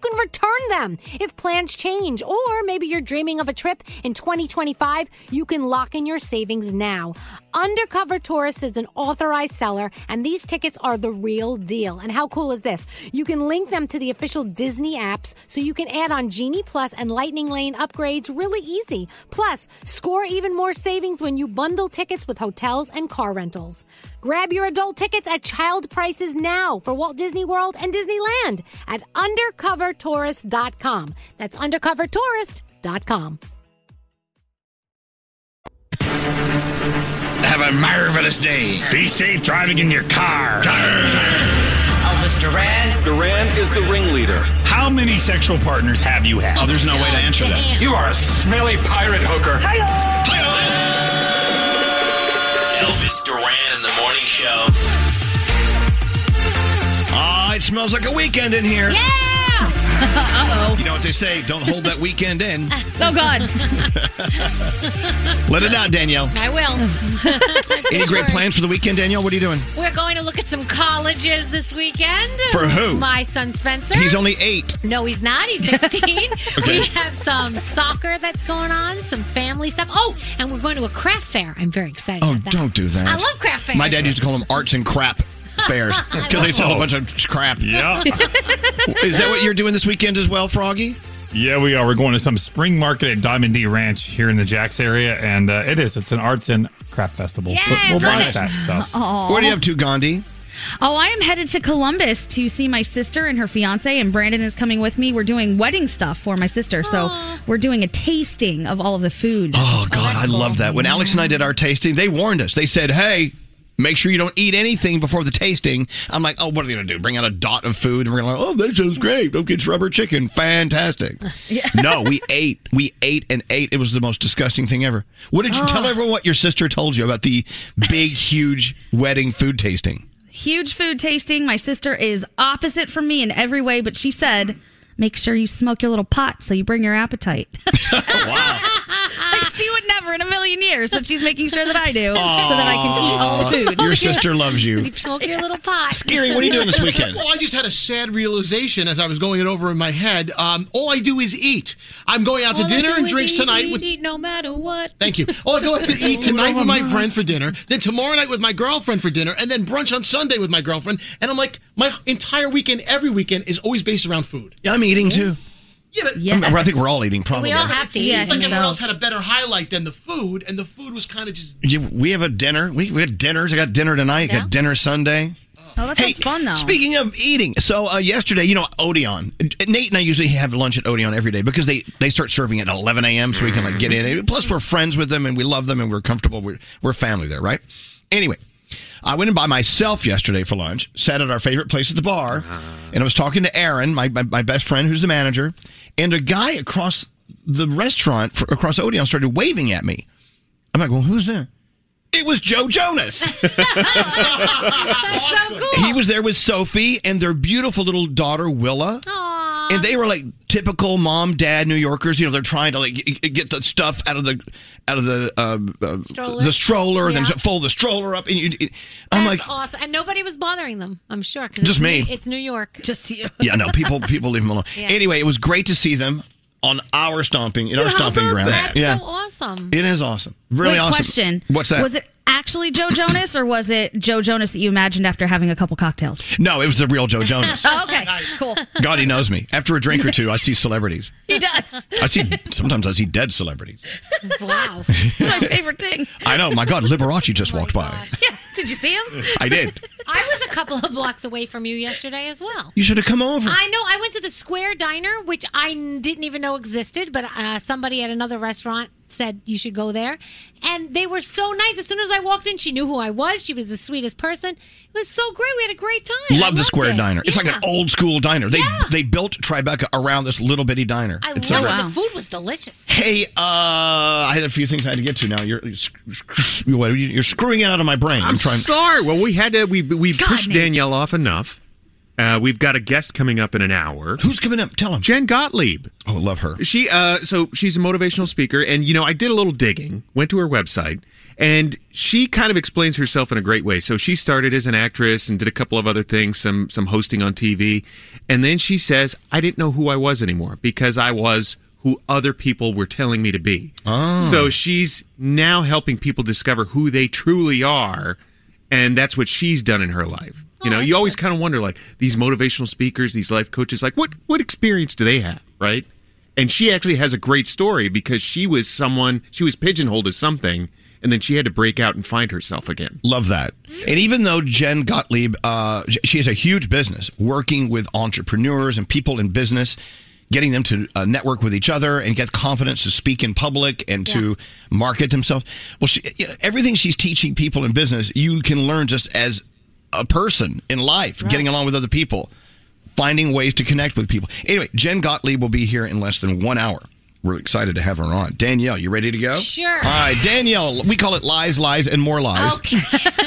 S9: can return them. If plans change, or maybe you're dreaming of a trip in 2025, you can lock in your savings now. Undercover Tourist is an authorized seller, and these tickets are the real deal. And how cool is this? You can link them to the official Disney apps so you can add on Genie Plus and Lightning Lane upgrades really easy. Plus, score even more savings when you bundle tickets with hotels and car rentals. Grab your adult tickets at child prices now for Walt Disney World and Disneyland at undercovertourist.com. That's undercovertourist.com.
S2: Have a marvelous day. Be safe driving in your car. Elvis Duran. Duran is the ringleader.
S26: How many sexual partners have you had?
S18: Oh, there's no way to answer that.
S2: You are a smelly pirate hooker.
S4: Elvis Duran in the morning show.
S18: Ah, it smells like a weekend in here.
S27: Uh oh.
S18: You know what they say? Don't hold that weekend in.
S27: Oh, God.
S18: Let it out, Danielle.
S9: I will.
S18: Any great plans for the weekend, Danielle? What are you doing?
S9: We're going to look at some colleges this weekend.
S18: For who?
S9: My son Spencer.
S18: He's only eight.
S9: No, he's not. He's 16.
S18: Okay.
S9: We have some soccer that's going on, some family stuff. Oh, and we're going to a craft fair. I'm very excited
S18: Oh,
S9: about that.
S18: don't do that.
S9: I love craft fairs.
S18: My dad used to call them arts and crap fairs because they sell a bunch of crap.
S3: Yeah.
S18: Is that what you're doing this weekend as well, Froggy?
S3: Yeah, we are. We're going to some spring market at Diamond D Ranch here in the Jacks area, and uh, it is. It's an arts and craft festival.
S27: Yay,
S3: we'll
S27: love
S3: buy
S27: it.
S3: that stuff.
S27: Aw. What are you up
S18: to, Gandhi?
S27: Oh, I am headed to Columbus to see my sister and her fiance, and Brandon is coming with me. We're doing wedding stuff for my sister, so we're doing a tasting of all of the food.
S18: Oh God,
S1: I love that. When Alex and I did our tasting, they warned us. They said, hey, make sure you don't eat anything before the tasting. I'm like, oh, what are they going to do? Bring out a dot of food? And we're going to like, oh, that sounds great. Don't get rubber chicken. Fantastic. No, we ate. We ate and ate. It was the most disgusting thing ever. What
S14: Oh.
S1: did you tell everyone what your sister told you about the big, huge wedding food tasting?
S14: Huge food tasting. My sister is opposite from me in every way, but she said, make sure you smoke your little pot so you bring your appetite. like she would never in a million years, but she's making sure that I do so that I can eat all the food.
S1: Your sister loves you.
S9: Smoke your little pot.
S1: Scary, what are you doing this weekend?
S6: Well, I just had a sad realization as I was going it over in my head. Um, all I do is eat. I'm going out to
S9: All I
S6: dinner
S9: do
S6: and
S9: is
S6: drinks
S9: eat,
S6: tonight
S9: eat,
S6: with.
S9: eat, no matter what.
S6: Thank you. Oh, I go out to eat tonight with my friend for dinner, then tomorrow night with my girlfriend for dinner, and then brunch on Sunday with my girlfriend. And I'm like, my entire weekend, every weekend, is always based around food.
S1: Yeah, I'm eating too.
S6: Yeah, but
S1: I, mean, I think we're all eating, probably.
S6: It seems like everyone else had a better highlight than the food, and the food was kind of just.
S1: You- we have a dinner. We, we had dinners. I got dinner tonight. I got dinner Sunday.
S14: Oh, that sounds fun though.
S1: Speaking of eating, so uh, yesterday, you know, Odeon. Nate and I usually have lunch at Odeon every day because they, they start serving at 11 a.m. so we can like get in. Plus, we're friends with them and we love them and we're comfortable. We're, we're family there, right? Anyway, I went in by myself yesterday for lunch, sat at our favorite place at the bar, and I was talking to Aaron, my, my, my best friend who's the manager, and a guy across the restaurant, for, across Odeon, started waving at me. I'm like, well, who's there? It was Joe Jonas. He was there with Sophie and their beautiful little daughter Willa. And they were like typical mom dad New Yorkers. You know, they're trying to like g- g- get the stuff out of the out of the um, uh,
S9: Stroller.
S1: the stroller, then
S9: Yeah.
S1: fold the stroller up. And you, it- I'm like,
S9: That's awesome. And nobody was bothering them, I'm sure. 'cause
S1: Just
S9: it's
S1: me.
S9: New- It's New York.
S14: Just you.
S1: yeah, no, people people leave them alone.
S9: Yeah.
S1: Anyway, it was great to see them on our stomping in our
S14: How
S1: stomping
S14: about
S1: ground.
S14: that?
S1: yeah,
S14: So awesome.
S1: It is awesome. Really
S14: Wait,
S1: awesome.
S14: question.
S1: What's that?
S14: Was it actually Joe Jonas or was it Joe Jonas that you imagined after having a couple cocktails?
S1: No, it was the real Joe Jonas.
S14: oh, okay. Cool.
S1: God, he knows me. After a drink or two, I see celebrities.
S14: He does.
S1: I see sometimes I see dead celebrities.
S9: Wow.
S14: It's my favorite thing.
S1: I know. My God, Liberace just walked
S9: Oh
S1: by.
S14: Yeah. Did you see him?
S1: I did.
S9: I was a couple of blocks away from you yesterday as well.
S1: You should have come over.
S9: I know. I went to the Square Diner, which I n- didn't even know existed, but uh, somebody at another restaurant said you should go there. And they were so nice. As soon as I walked in, she knew who I was. She was the sweetest person. It was so great. We had a great time. I
S1: Love the
S9: loved
S1: Square
S9: it.
S1: Diner. It's like
S9: Yeah.
S1: an old school diner. They they built Tribeca around this little bitty diner.
S9: I
S1: It's
S9: loved
S1: so
S9: it.
S1: great.
S9: The food was delicious.
S1: Hey, uh, I had a few things I had to get to. Now you're you're, what, you're screwing it out of my brain. I'm, trying.
S17: Sorry. Well, we had to. We we pushed Danielle off enough. Uh, we've got a guest coming up in an hour.
S1: Who's coming up? Tell him.
S17: Jen Gottlieb.
S1: Oh, love her.
S17: She uh, so she's a motivational speaker, and you know, I did a little digging. Went to her website, and she kind of explains herself in a great way. So she started as an actress and did a couple of other things, some some hosting on TV, and then she says, "I didn't know who I was anymore because I was." Who other people were telling me to be.
S1: Oh.
S17: So she's now helping people discover who they truly are and that's what she's done in her life you know you always kind of wonder like these motivational speakers these life coaches like what what experience do they have right and she actually has a great story because she was someone she was pigeonholed as something and then she had to break out and find herself again
S1: Love that. And even though Jen Gottlieb, uh, she has a huge business working with entrepreneurs and people in business, getting them to uh, network with each other and get confidence to speak in public and to market themselves. Well, she, you know, everything she's teaching people in business, you can learn just as a person in life, getting along with other people, finding ways to connect with people. Anyway, Jen Gottlieb will be here in less than one hour. We're excited to have her on. Danielle, you ready to go?
S9: Sure.
S1: All right, Danielle, we call it lies, lies, and more lies.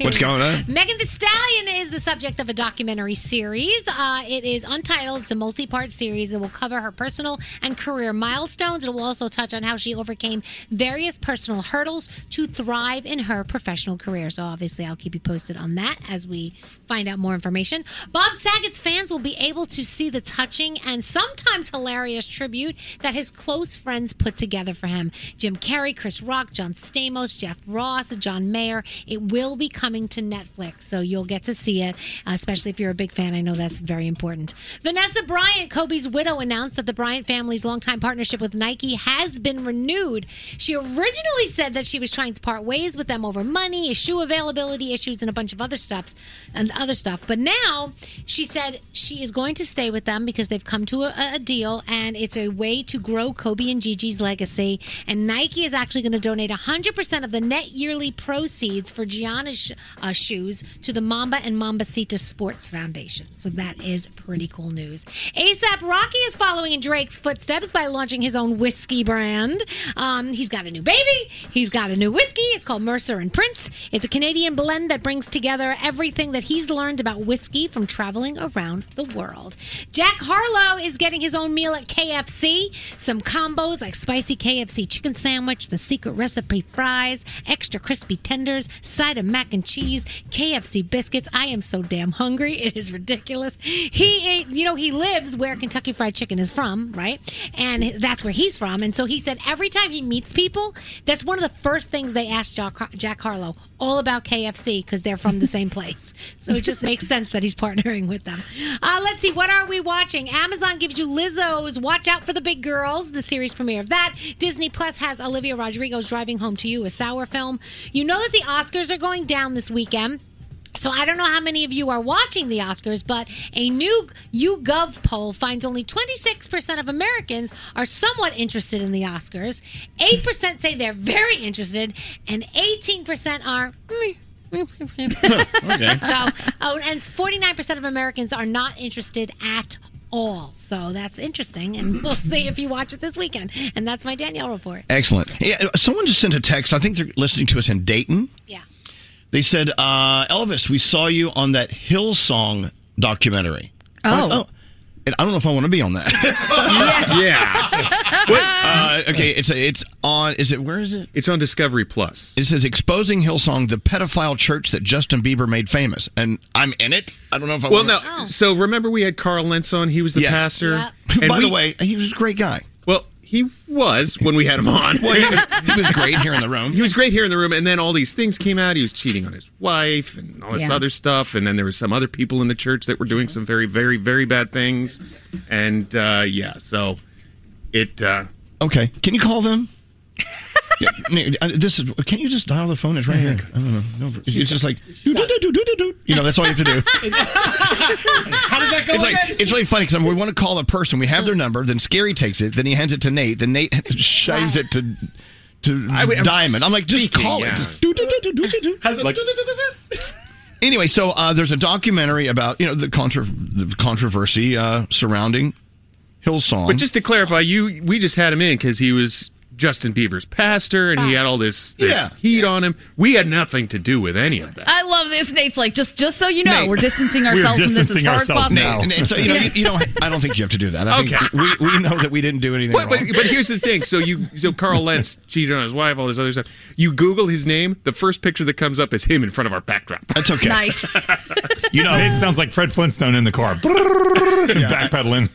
S1: What's going on?
S9: Megan the Stallion is the subject of a documentary series. Uh, it is untitled. It's a multi-part series that will cover her personal and career milestones. It will also touch on how she overcame various personal hurdles to thrive in her professional career. So obviously, I'll keep you posted on that as we find out more information. Bob Saget's fans will be able to see the touching and sometimes hilarious tribute that his close friends put together for him. Jim Carrey, Chris Rock, John Stamos, Jeff Ross, John Mayer. It will be coming to Netflix, so you'll get to see it, especially if you're a big fan. I know that's very important. Vanessa Bryant, Kobe's widow, announced that the Bryant family's longtime partnership with Nike has been renewed. She originally said that she was trying to part ways with them over money, shoe availability issues, and a bunch of other stuff and other stuff. But now she said she is going to stay with them because they've come to a, a deal and it's a way to grow Kobe and Gigi's legacy. And Nike is actually going to donate 100% of the net yearly proceeds for Gianna's sh- uh, shoes to the Mamba and Mambasita Sports Foundation. So that is pretty cool news. ASAP Rocky is following in Drake's footsteps by launching his own whiskey brand. Um, he's got a new baby. He's got a new whiskey. It's called Mercer and Prince. It's a Canadian blend that brings together everything that he's learned about whiskey from traveling around the world. Jack Harlow is getting his own meal at KFC. Some combos like spicy KFC chicken sandwich, the secret recipe fries, extra crispy tenders, side of mac and cheese, KFC biscuits. I am so damn hungry. It is ridiculous. He, ate- you know, he lives where Kentucky Fried Chicken is from, right? And that's where he's from. And so he said every time he meets people, that's one of the first things they ask Jack, Har- Jack Harlow all about KFC because they're from the same place. So it just makes sense that he's partnering with them. Uh, let's see, what are we watching? Amazon gives you Lizzo's Watch Out for the Big Girls, the series premiere of that. Disney Plus has Olivia Rodrigo's Driving Home to You, a sour film. You know that the Oscars are going down this weekend. So I don't know how many of you are watching the Oscars, but a new YouGov poll finds only 26% of Americans are somewhat interested in the Oscars. 8% say they're very interested, and 18% are. "Mm, mm, mm, mm."
S2: Okay.
S9: So, oh, and 49% of Americans are not interested at all. So that's interesting, and we'll see if you watch it this weekend. And that's my Danielle report.
S1: Excellent. Yeah, someone just sent a text. I think they're listening to us in Dayton.
S9: Yeah.
S1: They said, uh, Elvis, we saw you on that Hillsong documentary.
S2: Oh.
S1: And I don't know if I want to be on that. yeah. Wait, uh, okay, it's it's on. Is it where is it?
S17: It's on Discovery Plus.
S1: It says exposing Hillsong, the pedophile church that Justin Bieber made famous, and I'm in it. I don't know if I.
S17: Well,
S1: wanna-
S17: no. So remember we had Carl Lentz on. He was the
S1: Yes.
S17: pastor.
S1: Yeah. By the way, he was a great guy.
S17: Well, he was when we had him on.
S1: Well, he was- he was great here in the room.
S17: He was great here in the room, and then all these things came out. He was cheating on his wife and all this
S1: Yeah.
S17: other stuff, and then there were some other people in the church that were doing some very, very, very bad things, and uh, yeah, so it. Uh,
S1: Okay, can you call them? Yeah, Nick, uh, this is. Can you just dial the phone? It's right here. I don't know. No, it's just like you know. That's all you have to do.
S6: How does that go?
S1: It's like
S6: again?
S1: it's really funny because we want to call a person. We have their number. Then Scary takes it. Then he hands it to Nate. Then Nate shaves it to to
S2: I would- I'm
S1: Diamond. I'm like, just
S2: speaking,
S1: call
S2: yeah.
S1: it. Just do, do, do, do, do, do. Anyway, so uh, there's a documentary about you know the contra- the controversy uh, surrounding Hillsong.
S17: But just to clarify, you we just had him in because he was Justin Bieber's pastor, and he had all this, this
S14: Yeah.
S17: heat on him. We had nothing to do with any of that.
S14: I love this. Nate's like, just just so you know,
S17: Nate.
S14: we're distancing
S17: We're
S14: ourselves from this as
S17: distancing
S14: far as
S17: ourselves
S14: possible.
S17: now.
S1: And, and so you know you, you don't. I don't think you have to do that. I think
S17: Okay.
S1: we, we know that we didn't do anything
S17: But, but,
S1: wrong.
S17: but here's the thing. So you so Carl Lentz cheated on his wife, all this other stuff. You Google his name, the first picture that comes up is him in front of our backdrop.
S1: That's okay.
S14: Nice.
S1: You know,
S13: it sounds like Fred Flintstone in the car, backpedaling.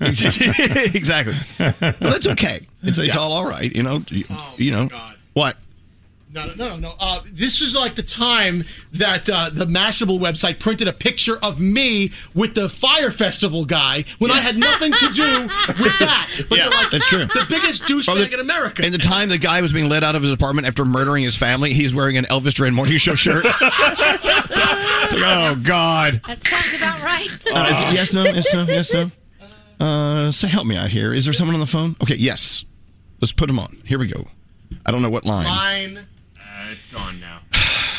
S1: exactly. Well, that's okay. It's, it's all all right. You know. You,
S2: Oh,
S1: you know what?
S6: No, no, no, no. Uh, this is like the time that uh, the Mashable website printed a picture of me with the Fire Festival guy when I had nothing to do with that. But they're like,
S1: that's true.
S6: The biggest douchebag
S1: Well, the-
S6: in America.
S1: In the time the guy was being led out of his apartment after murdering his family, he's wearing an Elvis Duran morning show shirt. It's like, oh God.
S9: That sounds about right.
S1: Uh, is it yes, no, yes, no, yes, no. Uh, so help me out here. Is there someone on the phone? Okay, yes. Let's put him on. Here we go. I don't know what line.
S6: Mine. Uh,
S17: it's gone now.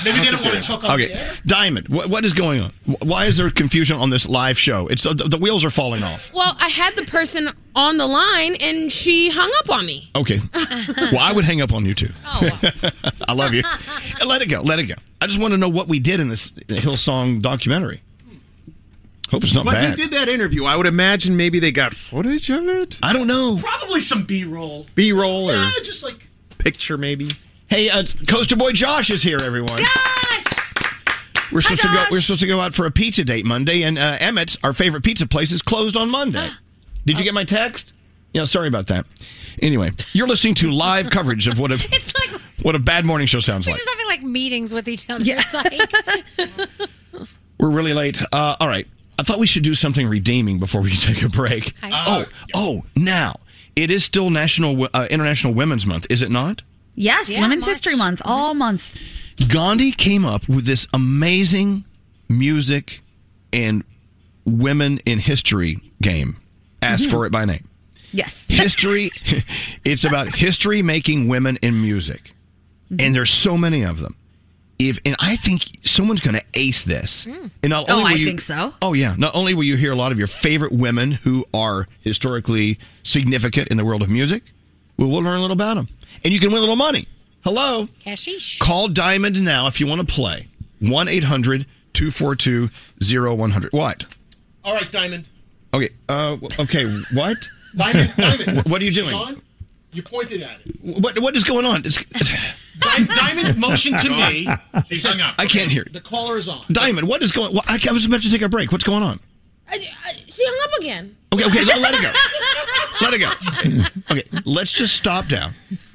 S6: Maybe they don't want to talk on the
S1: Okay,
S6: air.
S1: Diamond, what, what is going on? Wh- Why is there confusion on this live show? It's uh, the, the wheels are falling off.
S12: Well, I had the person on the line and she hung up on me.
S1: Okay.
S20: Uh-huh.
S1: well, I would hang up on you too.
S12: Oh,
S1: I love you. Let it go. Let it go. I just want to know what we did in this Hillsong documentary. Hope it's not
S17: But
S1: bad.
S17: they did that interview. I would imagine maybe they got footage of it.
S1: I don't know.
S6: Probably some B roll.
S17: B roll or
S6: Yeah, just like
S17: picture maybe.
S1: Hey, uh, Coaster Boy Josh is here, everyone. We're supposed to go. We're supposed to go out for a pizza date Monday, and uh, Emmett's, our favorite pizza place, is closed on Monday. Did you get my text? Yeah, sorry about that. Anyway, you're listening to live coverage of what a
S9: It's like
S1: what a bad morning show sounds
S9: they're
S1: like.
S9: just having like meetings with each other. It's like
S1: We're really late. Uh, all right. I thought we should do something redeeming before we take a break. oh, oh, now it is still National uh, International Women's Month, is it not?
S14: Yes, Women's History Month, all month.
S1: Gandhi came up with this amazing music and women in history game. Ask
S14: Mhm.
S1: for it by name.
S14: Yes.
S1: History, it's about history making women in music.
S14: Mm-hmm.
S1: And there's so many of them. If and I think someone's going to ace this. And not
S14: Oh,
S1: only will
S14: I
S1: you-
S14: think so.
S1: Oh yeah, not only will you hear a lot of your favorite women who are historically significant in the world of music, we will learn a little about them. And you can win a little money. Hello.
S9: Cashish.
S1: Call Diamond now if you want to play. 1-800-242-0100. What?
S6: All right, Diamond.
S1: Okay. Uh, okay. What?
S6: Diamond, Diamond.
S1: What are you doing?
S6: Sean, you pointed at it.
S1: What What is going on? It's,
S6: Di- Diamond motioned to me.
S1: She's hung up. I can't hear.
S6: The caller is on.
S1: Diamond, what is going? Well, I, I was about to take a break. What's going on?
S12: Uh, She hung up again.
S1: Okay, okay, let, let it go. Let it go. Okay, let's just stop down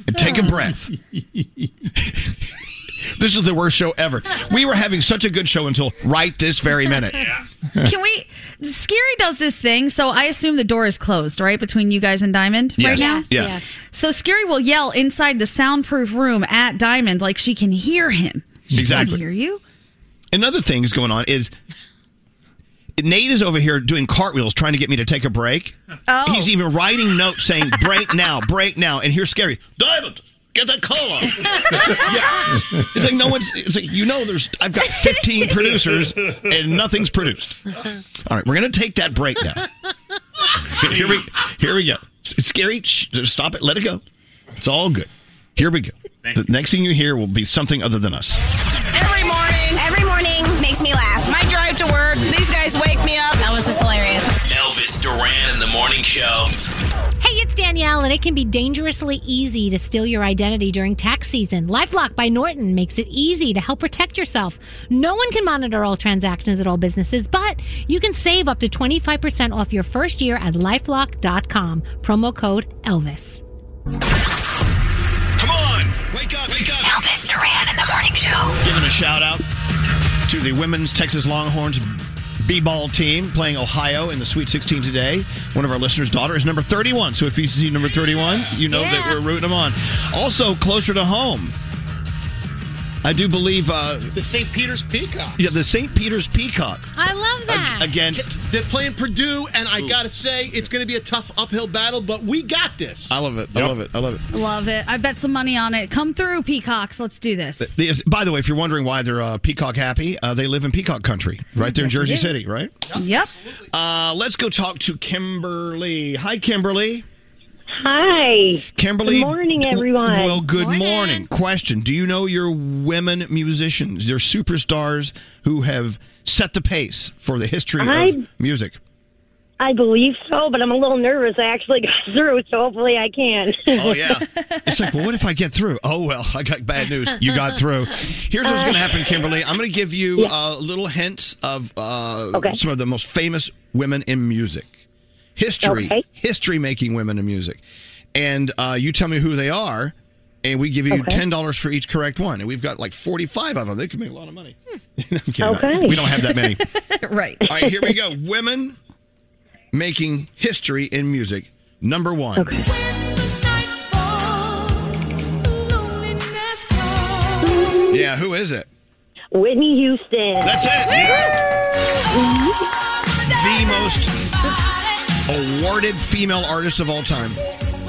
S1: and take a breath. this is the worst show ever. We were having such a good show until right this very minute.
S14: Can we? Scary does this thing, so I assume the door is closed, right, between you guys and Diamond right
S1: Yes.
S14: now.
S1: Yes, Yes. yes.
S14: So Scary will yell inside the soundproof room at Diamond, like she can hear him. She
S1: Exactly.
S14: Can hear you?
S1: Another thing is going on is Nate is over here doing cartwheels trying to get me to take a break.
S14: Oh.
S1: He's even writing notes saying, break now, break now. And here's Scary, Diamond, get that cola. yeah. It's like, no one's, it's like, you know, there's, I've got 15 producers and nothing's produced. All right, we're going to take that break now. Here we, here we go. It's scary. Shh, just stop it. Let it go. It's all good. Here we go. The next thing you hear will be something other than us.
S4: Every morning. Every morning makes me laugh. My drive to work, these guys wake me up. That was just hilarious.
S18: Elvis Duran in the morning show.
S9: Hey, it's Danielle, and it can be dangerously easy to steal your identity during tax season. Lifelock by Norton makes it easy to help protect yourself. No one can monitor all transactions at all businesses, but you can save up to 25% off your first year at lifelock.com. Promo code Elvis.
S1: Come on, wake up, wake up.
S15: Elvis Duran in the morning show.
S1: Giving a shout out to the women's Texas Longhorns b-ball team playing Ohio in the Sweet 16 today. One of our listeners' daughter is number 31, so if you see number 31, you know that we're rooting them on. Also, closer to home, I do believe uh,
S6: The St. Peter's Peacock.
S1: yeah, the St. Peter's Peacock
S9: I love that.
S1: against.
S6: They're playing Purdue, and I gotta say, it's gonna be a tough uphill battle, but we got this.
S1: I love it. I love it. I love it.
S14: Love it. I bet some money on it. Come through, Peacocks. Let's do this.
S1: The- the- by the way, if you're wondering why they're uh, peacock happy, uh, they live in peacock country, right there in
S14: Yes, they
S1: Jersey
S14: do.
S1: City, right?
S14: Yep.
S1: Uh, let's go talk to Kimberly. Hi, Kimberly.
S5: Hi.
S1: Kimberly.
S5: Good morning, everyone.
S1: Well, good morning. Question Do you know your women musicians, your superstars who have set the pace for the history
S5: I-
S1: of music?
S5: I believe so, but I'm a little nervous. I actually got through, so hopefully I can.
S1: Oh, yeah. It's like, well, what if I get through? Oh, well, I got bad news. You got through. Here's what's
S5: Uh,
S1: going to happen, Kimberly. I'm going to give you
S5: Yeah.
S1: uh, little hints of uh,
S5: Okay.
S1: some of the most famous women in music, history,
S5: Okay.
S1: history making women in music. And uh, you tell me who they are, and we give you
S5: Okay.
S1: $10 for each correct one. And we've got like 45 of them. They could make a lot of money. I'm kidding.
S5: Okay.
S1: We don't have that many.
S14: right.
S1: All right, here we go. Women making history in music. Number one. Yeah, who is it?
S5: Whitney Houston.
S1: That's it. The most awarded female artist of all time.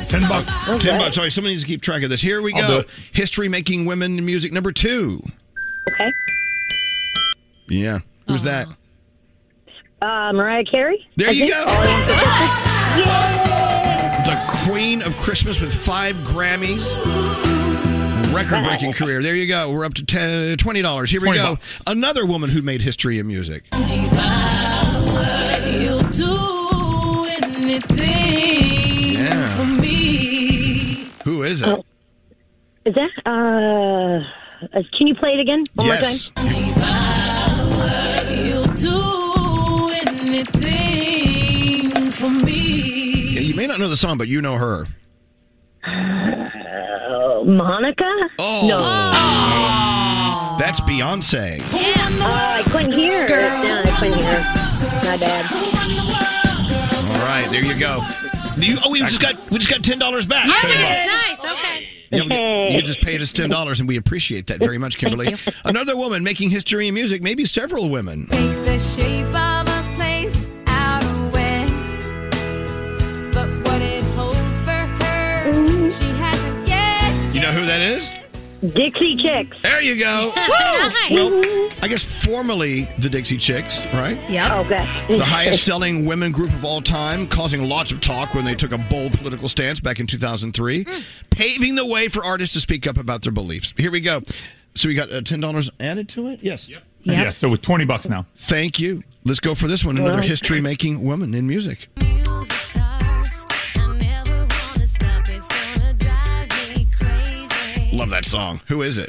S1: Ten bucks. Ten bucks. Sorry, somebody needs to keep track of this. Here we
S19: I'll do
S1: go.
S19: it.
S1: History making women in music. Number two.
S5: Okay.
S1: Yeah. Who's that?
S5: Uh, Mariah Carey.
S1: There
S5: I
S1: you go.
S5: think.
S1: The queen of Christmas with five Grammys. Record breaking career. There you go. We're up to ten, $20. Here we
S19: 20
S1: go. Another woman who made history in music. Yeah. for Who is it?
S5: Uh, Is that? Uh, uh, can you play it again? One
S1: Yes.
S5: More time?
S1: Yeah, you may not know the song, but you know her.
S5: Uh, Monica.
S1: Oh.
S5: No.
S9: Oh.
S1: That's Beyonce.
S5: Oh, I couldn't hear. No, I couldn't hear. My bad.
S1: All right, there you go. Do you, oh, we just got we just got ten dollars back.
S9: Nice. Okay.
S1: You, you just paid us ten dollars, and we appreciate that very much, Kimberly.
S9: Thank you.
S1: Another woman making history in music, maybe several women.
S28: Takes the shape of a place out of west, but what it holds.
S5: Dixie Chicks.
S1: There you go.
S5: Nice.
S1: Well, I guess formally the Dixie Chicks, right?
S5: Yep.
S1: The highest selling women group of all time, causing lots of talk when they took a bold political stance back in 2003, paving the way for artists to speak up about their beliefs. Here we go. So we got uh, $10 added to it? Yes. Yep.
S13: Yep. Uh, Yeah, so with 20 bucks now.
S1: Thank you. Let's go for this one. Another
S13: Well-
S1: history making woman in music. Love that song. Who is it?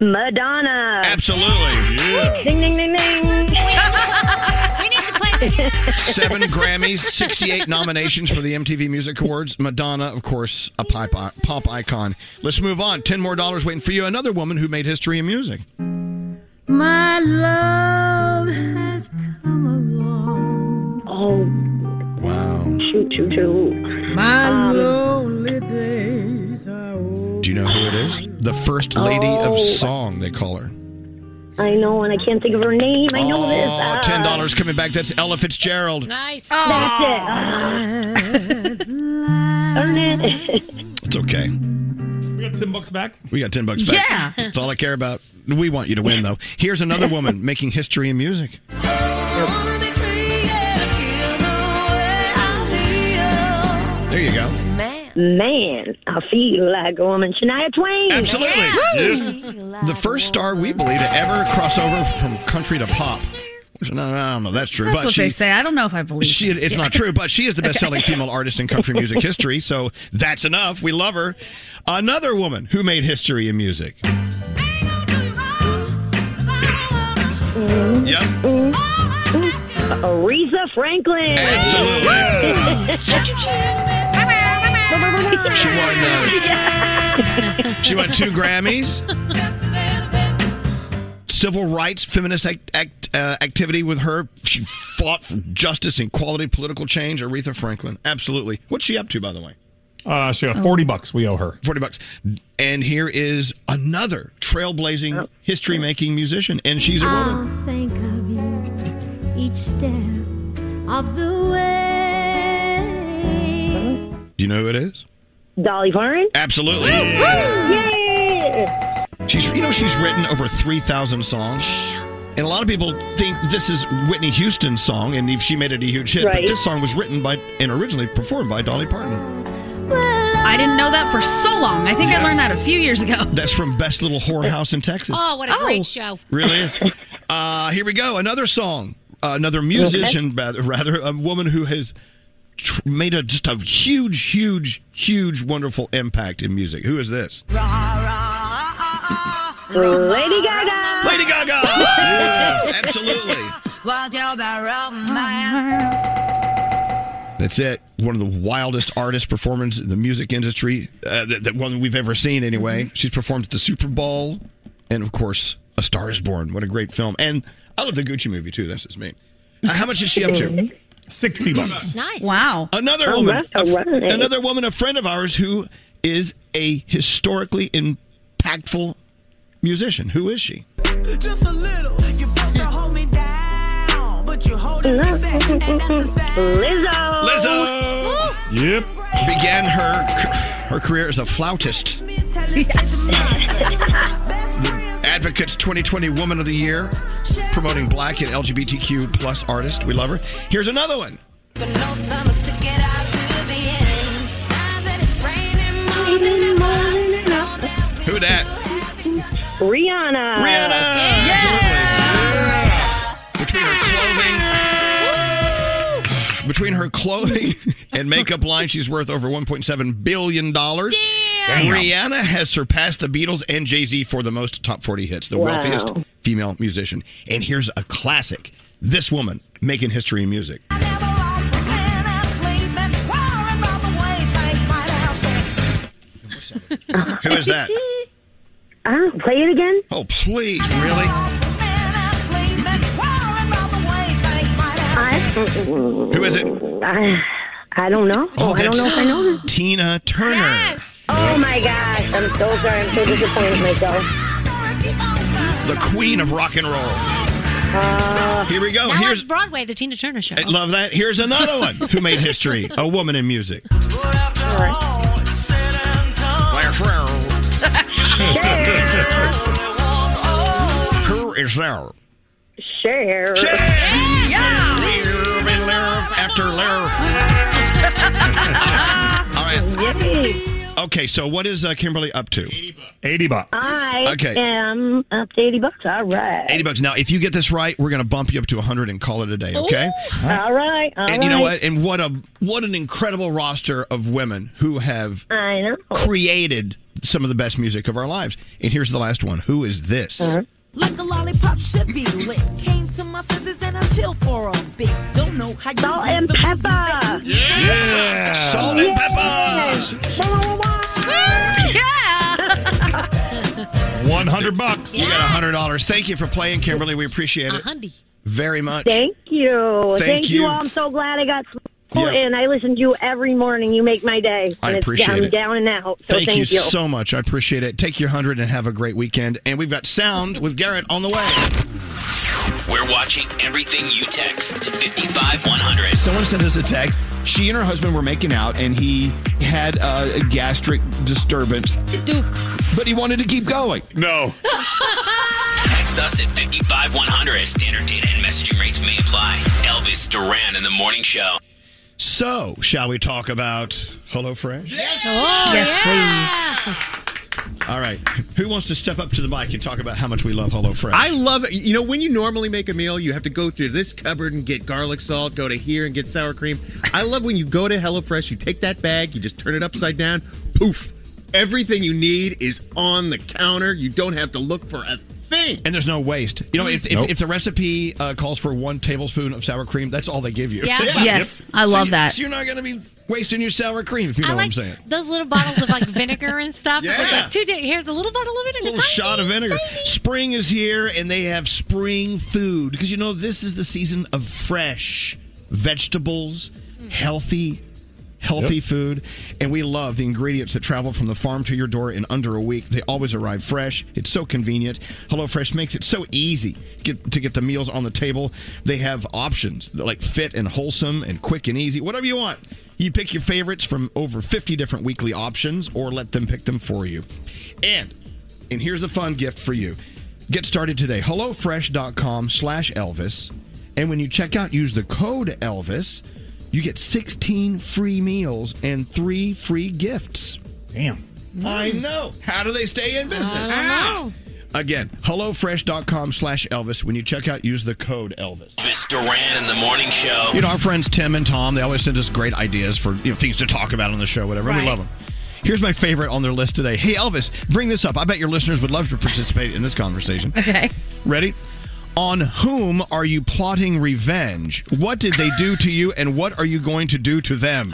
S5: Madonna.
S1: Absolutely. Yeah.
S5: Ding ding ding ding.
S9: we need to play this.
S1: Seven Grammys, 68 nominations for the MTV Music Awards. Madonna, of course, a pop, pop icon. Let's move on. Ten more dollars waiting for you. Another woman who made history in music.
S2: My love has come along.
S5: Oh.
S1: Wow.
S5: Shoot, shoot, shoot.
S2: My
S5: Um,
S2: lonely days are over.
S1: Do you know who it is? The First Lady
S5: Oh.
S1: of Song, they call her.
S5: I know, and I can't think of her name. I know this.
S1: Oh,
S5: Ah,
S1: $10 coming back. That's Ella Fitzgerald.
S9: Nice.
S5: That's it. Ah. Darn it.
S1: It's okay.
S13: We got 10 bucks back.
S1: We got 10 bucks back.
S5: Yeah.
S1: That's all I care about. We want you to win, though. Here's another woman making history in music. There you go.
S5: Man. Man, I feel like a woman. Shania Twain.
S1: Absolutely. The first star we believe to ever cross over from country to pop. Which, No, no, I don't know. That's true.
S14: That's
S1: but
S14: what
S1: she,
S14: they say. I don't know if I believe
S1: She,
S14: it.
S1: it's
S14: Yeah.
S1: not true, but she is the best-selling
S14: Okay.
S1: female artist in country music history. So that's enough. We love her. Another woman who made history in music. Yep.
S5: Mm-hmm. Aretha Franklin.
S1: She won. Uh, she won two Grammys. Civil rights, feminist act, act, uh, activity with her. She fought for justice, equality, political change. Aretha Franklin, absolutely. What's she up to, by the way?
S13: Uh, she got 40 bucks we owe her.
S1: 40 bucks. And here is another trailblazing, history making musician. And she's a woman.
S2: I'll think of you each step of the way.
S1: Do you know who it is?
S5: Dolly Parton.
S1: Absolutely. She's, you know, she's written over 3,000 songs. And a lot of people think this is Whitney Houston's song, and if she made it a huge hit. But
S14: Right.
S1: this song was written by and originally performed by Dolly Parton.
S14: I didn't know that for so long. I think I learned that a few years ago.
S1: That's from Best Little Whorehouse in Texas.
S9: Oh, what a great show.
S1: Really is. Uh, here we go. Another song. Uh, another musician, rather, rather, a woman who has tr- made a just a huge, huge, huge, wonderful impact in music. Who is this?
S5: Lady Gaga.
S1: Lady Gaga. absolutely.
S2: Uh-huh.
S1: That's it. One of the wildest artist performers in the music industry, uh, that, that one we've ever seen, anyway. She's performed at the Super Bowl, and of course, A Star Is Born. What a great film! And I love the Gucci movie too. That's just me. Uh, how much is she up
S3: Mm-hmm.
S1: to?
S13: Sixty bucks.
S9: Nice.
S14: Wow.
S1: Another
S2: All
S1: woman.
S2: right, all
S1: a-
S2: right.
S1: Another woman, a friend of ours, who is a historically impactful musician. Who is she?
S2: Just a little. You supposed to hold me down, but you holding me back. And that's the sad-
S5: Lizzo.
S1: Lizzo.
S13: Yep.
S1: Began her her career as a flautist. Advocates 2020 Woman of the Year, promoting black and LGBTQ plus artists. We love her. Here's another one. Who dat?
S5: Rihanna.
S1: Rihanna. Between her clothing. Between her clothing and makeup line, she's worth over $1.7 billion. Damn. Rihanna has surpassed the Beatles and Jay Z for the most top 40 hits, the
S2: Wow.
S1: wealthiest female musician. And here's a classic this woman making history in music. Who is that?
S5: Uh, play it again.
S1: Oh, please, really? Who is it?
S5: I, I don't know.
S1: Oh,
S5: I don't
S1: that's
S5: know if I know. this.
S1: Tina Turner.
S5: Oh my gosh! I'm so sorry. I'm so disappointed in myself.
S1: the queen of rock and roll.
S5: Uh,
S1: Here we go.
S9: Now
S1: Here's
S9: on Broadway, the Tina Turner show.
S1: I love that. Here's another one who made history. A woman in music. Blair Ferrell. Who is there?
S2: Share.
S1: Lear and Lear after Lear. All right. Okay, so what is uh, Kimberly up to? 80 bucks.
S5: Uh,
S2: I
S1: Okay.
S2: am up to 80 bucks. All right.
S1: 80 bucks. Now, if you get this right, we're going to bump you up to 100 and call it a day, okay?
S2: All right. all
S1: and you know
S2: right.
S1: what? And what a what an incredible roster of women who have
S2: I know.
S1: created some of the best music of our lives. And here's the last one. Who is this?
S5: Uh-huh.
S21: Like a lollipop should be lit. Came to my senses and I chill for a bit. Don't know how you Salt and pepper.
S1: Yeah. Salt and pepper. One hundred bucks. You got hundred dollars. Thank you for playing, Kimberly. We appreciate it. Very much.
S2: Thank you.
S1: Thank you.
S2: all. I'm so glad I got support,
S1: Yeah.
S2: and I listen to you every morning. You make my day.
S1: I
S2: and it's-
S1: appreciate
S2: I'm
S1: it.
S2: down and out. So
S1: Thank,
S2: thank,
S1: you, so much. I appreciate it. Take your hundred and have a great weekend. And we've got sound with Garrett on the way.
S18: We're watching everything you text to 55100.
S10: Someone sent us a text. She and her husband were making out, and he had uh, a gastric disturbance.
S21: Duped.
S10: But he wanted to keep going. No.
S18: Text us at 55100. Standard data and messaging rates may apply. Elvis Duran in the morning show.
S1: So, shall we talk about HelloFresh?
S2: Yes,
S9: Oh,
S1: All right. Who wants to step up to the mic and talk about how much we love HelloFresh?
S17: I love it. You know, when you normally make a meal, you have to go through this cupboard and get garlic salt, go to here and get sour cream. I love when you go to HelloFresh, you take that bag, you just turn it upside down, poof. Everything you need is on the counter. You don't have to look for a thing.
S1: And there's no waste. You know, if, if,
S17: Nope.
S1: if the recipe uh, calls for one tablespoon of sour cream, that's all they give you.
S9: Yeah.
S14: Yes, I
S1: So
S14: love
S1: you-
S14: that.
S1: So you're not going to be wasting your sour cream, if you know
S9: like
S1: what I'm saying.
S9: those little bottles of like vinegar and stuff.
S1: Yeah.
S9: It's like two. di- Here's a little bottle of it and a
S1: Little shot of vinegar. Spring is here, and they have spring food because you know this is the season of fresh vegetables, healthy, healthy food, and we love the ingredients that travel from the farm to your door in under a week. They always arrive fresh. It's so convenient. HelloFresh makes it so easy get, to get the meals on the table. They have options like fit and wholesome and quick and easy, whatever you want. You pick your favorites from over 50 different weekly options or let them pick them for you. And and here's the fun gift for you. Get started today. HelloFresh.com slash Elvis. And when you check out, use the code Elvis. You get 16 free meals and three free gifts.
S13: Damn.
S1: I know. How do they stay in business?
S18: I
S1: Again, HelloFresh.com slash Elvis. When you check out, use the code Elvis.
S18: Elvis Duran in the morning show.
S1: You know, our friends Tim and Tom, they always send us great ideas for you know, things to talk about on the show, whatever.
S18: Right.
S1: We love them. Here's my favorite on their list today. Hey, Elvis, bring this up. I bet your listeners would love to participate in this conversation. Okay. Ready? On whom are you plotting revenge? What did they do to you, and what are you going to do to them?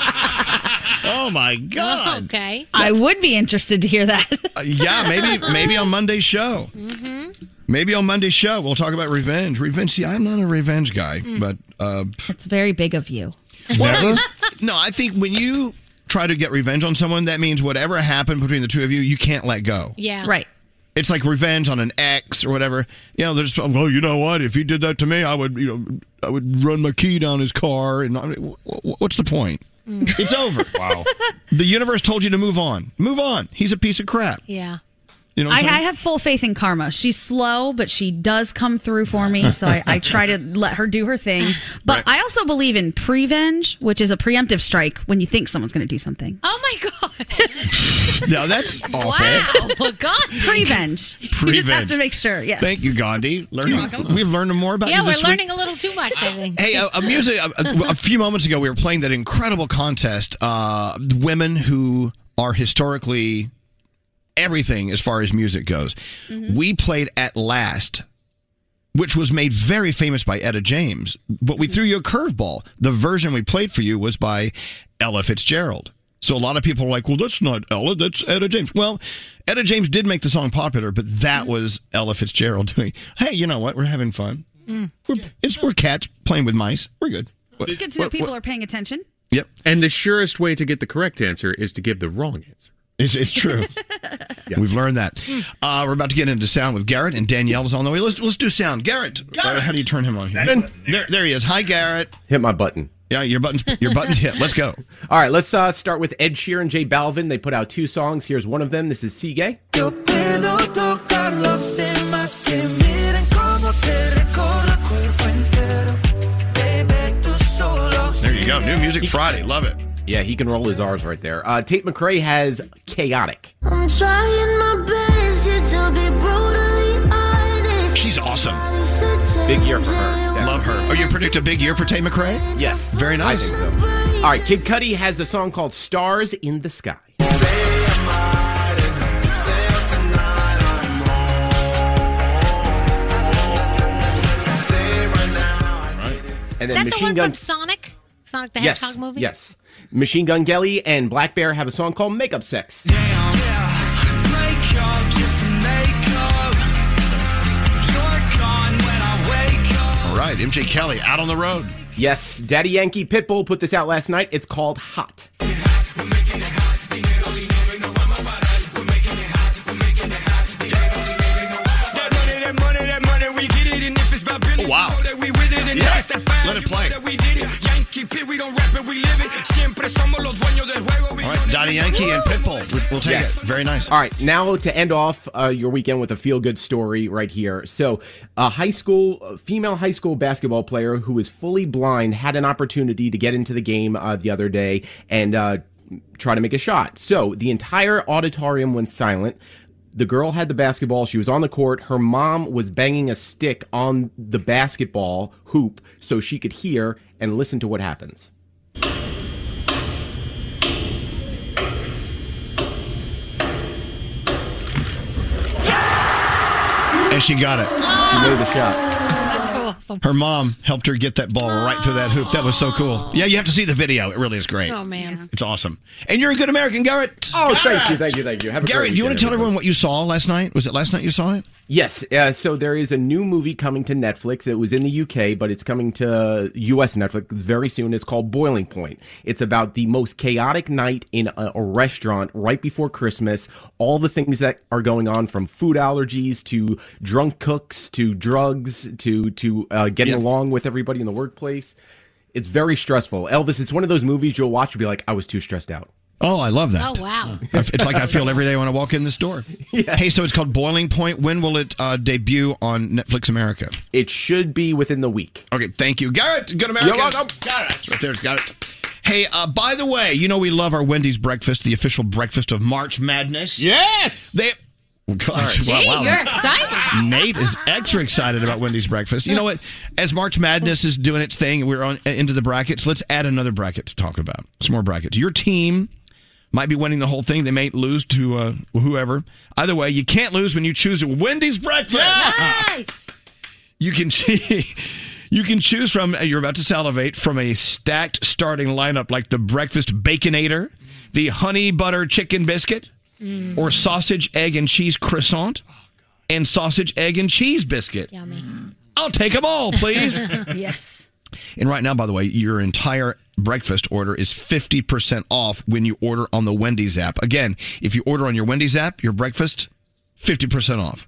S1: Oh my God.
S9: Okay.
S14: I would be interested to hear that.
S1: Uh, yeah, maybe maybe on Monday's show.
S9: Mm-hmm.
S1: Maybe on Monday's show we'll talk about revenge. Revenge. See, I'm not a revenge guy,
S14: Mm.
S1: but uh,
S14: It's very big of you.
S1: Well, no, I think when you try to get revenge on someone, that means whatever happened between the two of you, you can't let go.
S9: Yeah.
S14: Right.
S1: It's like revenge on an ex or whatever. You know, there's well, you know what? If he did that to me, I would, you know, I would run my key down his car. And I mean, wh- wh- what's the point? It's over. wow. The universe told you to move on. Move on. He's a piece of crap.
S9: Yeah.
S1: You know.
S14: I,
S1: What I'm
S14: I
S1: saying?
S14: have full faith in karma. She's slow, but she does come through for me. So I, I try to let her do her thing. But I also believe in prevenge, which is a preemptive strike when you think someone's going to do something.
S9: Oh my god.
S1: no, that's awful.
S9: Oh god.
S14: Prevenge. You just have
S1: Prevenge.
S14: to make sure. Yeah.
S1: Thank you, Gandhi. Learning, we've learned more about
S9: Yeah,
S1: you
S9: we're
S1: this week.
S9: learning a little too much. I think.
S1: Hey, uh, music. A, a, a few moments ago, we were playing that incredible contest. Uh, women who are historically everything as far as music goes. We played at last, which was made very famous by Etta James. But we threw you a curveball. The version we played for you was by Ella Fitzgerald. So a lot of people are like, "Well, that's not Ella, that's Etta James." Well, Etta James did make the song popular, but that was Ella Fitzgerald doing. Hey, you know what? We're having fun.
S9: Mm.
S1: We're, it's, we're cats playing with mice. We're good. What-
S14: It's good to know
S1: what-
S14: people
S1: what-
S14: are paying attention.
S1: Yep.
S17: And the surest way to get the correct answer is to give the wrong answer.
S1: It's, it's true. We've learned that. Uh, we're about to get into sound with Garrett, and Danielle is on the way. Let's let's do sound. Garrett, uh, how do you turn him on here? There, there he is. Hi, Garrett.
S19: Hit my button.
S1: Yeah, your buttons your buttons hit. Let's go.
S24: All right, let's uh, start with Ed Sheeran, Jay Balvin. They put out two songs. Here's one of them. This is Seagay.
S1: There you go. New Music Friday. Love it.
S24: Yeah, he can roll his R's right there. Uh, Tate McRae has Chaotic.
S2: I'm trying my best here to be brutally honest.
S1: She's awesome.
S24: Big year for her.
S1: Love her. Oh, you predict a big year for Tay McRae?
S24: Yes.
S1: Very nice.
S24: I think so. All right, Kid Cudi has a song called Stars in the Sky. And
S9: Is
S24: then
S9: that the
S24: Machine
S9: one
S24: Gun
S9: from Sonic? Sonic the
S24: yes,
S9: Hedgehog movie?
S24: Yes. Machine Gun Kelly and Black Bear have a song called Makeup Sex.
S1: All right, MJ Kelly out on the road.
S24: Yes, Daddy Yankee Pitbull put this out last night. It's called Hot.
S2: Oh, wow. Let it play.
S1: All right, Daddy Yankee and Pitbull. We- We'll take
S24: Yes.
S1: it. Very nice.
S24: All right, now to end off uh, your weekend with a feel good story right here. So, a high school, a female high school basketball player who is fully blind had an opportunity to get into the game uh, the other day and uh, try to make a shot. So, the entire auditorium went silent. The girl had the basketball. She was on the court. Her mom was banging a stick on the basketball hoop so she could hear and listen to what happens.
S1: And she got it.
S24: She made the shot.
S9: That's so awesome.
S1: Her mom helped her get that ball right through that hoop. That was so cool. Yeah, you have to see the video. It really is great.
S9: Oh, man.
S1: It's awesome. And you're a good American, Garrett.
S24: Oh, thank you, thank you, thank you. Have a
S1: Garrett,
S24: great
S1: do you want
S24: weekend,
S1: to tell everyone what you saw last night? Was it last night you saw it?
S24: Yes. Uh, so there is a new movie coming to Netflix. It was in the UK, but it's coming to US Netflix very soon. It's called Boiling Point. It's about the most chaotic night in a, a restaurant right before Christmas. All the things that are going on from food allergies to drunk cooks to drugs to, to uh, getting along with everybody in the workplace. It's very stressful. Elvis, it's one of those movies you'll watch and be like, I was too stressed out.
S1: Oh, I love that.
S9: Oh, wow.
S24: Mm-hmm.
S1: I f- It's like I feel every day when I walk in this door. Hey, so it's called Boiling Point. When will it uh, debut on Netflix America?
S24: It should be within the week.
S1: Okay, thank you. Garrett, good American.
S24: You're welcome.
S1: Got it. Right there, got it. Hey, uh, by the way, you know we love our Wendy's breakfast, the official breakfast of March Madness. Yes. They. Oh, God. Wow, wow. Nate is extra excited about Wendy's breakfast. You know what? As March Madness is doing its thing, we're on uh, into the brackets. Let's add another bracket to talk about. Some more brackets. Your team might be winning the whole thing. They may lose to uh, whoever. Either way, you can't lose when you choose Wendy's breakfast.
S9: Nice.
S1: You can you can choose from uh, you're about to salivate from a stacked starting lineup like the breakfast baconator, the honey butter chicken biscuit, or sausage egg and cheese croissant, and sausage egg and cheese biscuit.
S9: Yummy.
S1: I'll take them all, please.
S14: yes.
S1: And right now, by the way, your entire breakfast order is 50% off when you order on the Wendy's app. Again, if you order on your Wendy's app, your breakfast, 50% off.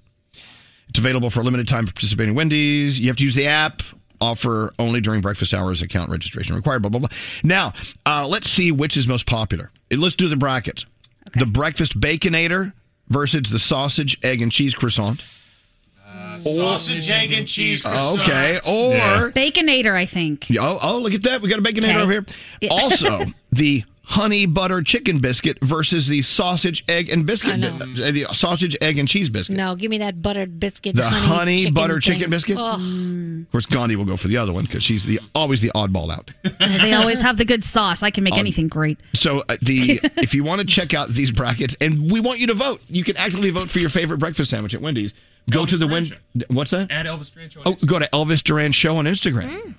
S1: It's available for a limited time for participating Wendy's. You have to use the app. Offer only during breakfast hours. Account registration required. Blah blah blah. Now, uh, let's see which is most popular. And Let's do the brackets. The breakfast baconator versus the sausage, egg, and cheese croissant.
S29: Sausage, egg, and cheese.
S1: Ah, Okay, or
S14: Baconator, I think.
S1: Yeah, Oh, oh, look at that. We got a baconator over here. Also, the honey butter chicken biscuit versus the sausage, egg, and biscuit. bi- uh, the sausage, egg, and cheese biscuit.
S9: No, give me that buttered biscuit.
S1: The
S9: honey,
S1: honey
S9: chicken
S1: butter
S9: thing.
S1: chicken biscuit?
S14: Mm,
S9: Ugh.
S1: Of course, Gandhi will go for the other one because she's the always the oddball out.
S14: they always have the good sauce. I can make
S1: Um,
S14: anything great.
S1: So uh, the if you want to check out these brackets, and we want you to vote. You can actively vote for your favorite breakfast sandwich at Wendy's. Go to the Wendy's. What's that?
S17: Add Elvis Duran
S1: Oh, go to Elvis Duran Show on Instagram.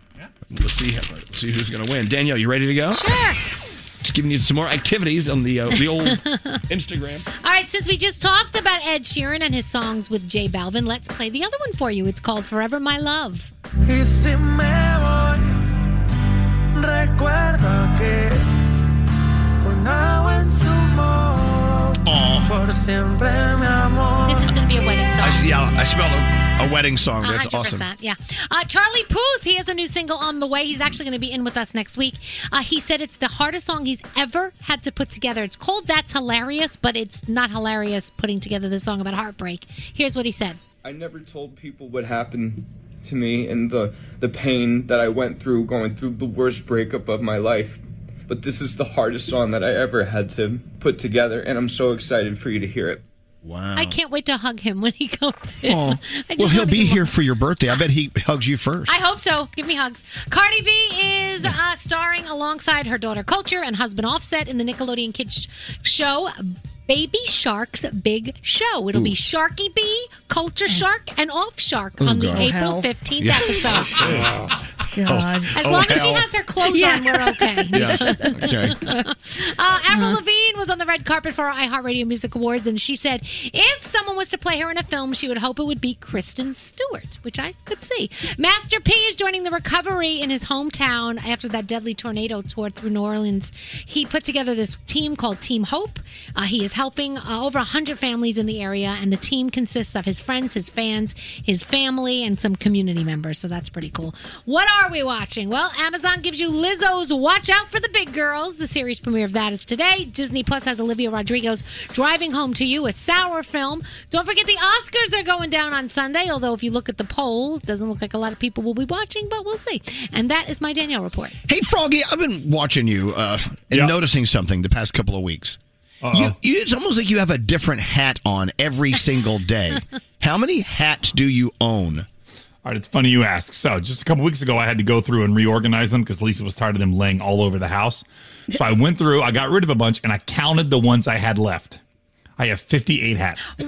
S1: Let's see how, see who's going to win. Danielle, you ready to go? Sure. Just giving you some more activities on the uh, the old Instagram.
S9: All right, since we just talked about Ed Sheeran and his songs with Jay Balvin, let's play the other one for you. It's called Forever My Love.
S2: Y si me voy, recuerda que for now and
S1: Oh.
S2: tomorrow, por siempre mi amor.
S9: This is going to be a wedding
S1: I see. I, I smell a, a wedding song. That's
S9: 100%,
S1: awesome.
S9: Yeah. Uh, Charlie Puth, he has a new single on the way. He's actually going to be in with us next week. Uh, he said it's the hardest song he's ever had to put together. It's called That's Hilarious, but it's not hilarious putting together the song about heartbreak. Here's what he said.
S18: I never told people what happened to me and the, the pain that I went through going through the worst breakup of my life. But this is the hardest song that I ever had to put together, and I'm so excited for you to hear it.
S1: Wow.
S9: I can't wait to hug him when he comes in.
S1: Oh. Aw.
S9: I just
S1: well, he'll
S9: wanna
S1: be
S9: give him a-
S1: here for your birthday. I bet he hugs you first.
S9: I hope so. Give me hugs. Cardi B is uh, starring alongside her daughter Culture and husband Offset in the Nickelodeon kids show Baby Shark's Big Show. It'll be
S30: Ooh.
S9: Sharky B, Culture Shark, and Off Shark
S30: Oh,
S9: on the
S30: God. Oh,
S9: April
S30: hell.
S9: fifteenth
S30: Yeah.
S9: episode.
S30: God.
S1: Oh.
S9: As
S2: Oh,
S9: long as she has her clothes on, we're okay.
S30: Yeah.
S1: Okay.
S9: Uh, Avril Lavigne was on the red carpet for our iHeartRadio Music Awards, and she said if someone was to play her in a film, she would hope it would be Kristen Stewart, which I could see. Master P is joining the recovery in his hometown after that deadly tornado tour through New Orleans. He put together this team called Team Hope. Uh, he is helping uh, over 100 families in the area, and the team consists of his friends, his fans, his family, and some community members, so that's pretty cool. What are we watching? Well, Amazon gives you Lizzo's Watch Out for the Big Girls. The series premiere of that is today. Disney Plus has Olivia Rodrigo's Driving Home to You, a sour film. Don't forget the Oscars are going down on Sunday, although if you look at the poll, it doesn't look like a lot of people will be watching, but we'll see. And that is my Danielle report.
S1: Hey, Froggy, I've been watching you uh, and noticing something the past couple of weeks. You, you, it's almost like you have a different hat on every single day. How many hats do you own?
S3: All right, it's funny you ask. So, just a couple weeks ago, I had to go through and reorganize them because Lisa was tired of them laying all over the house. So, I went through, I got rid of a bunch, and I counted the ones I had left. I have 58 hats.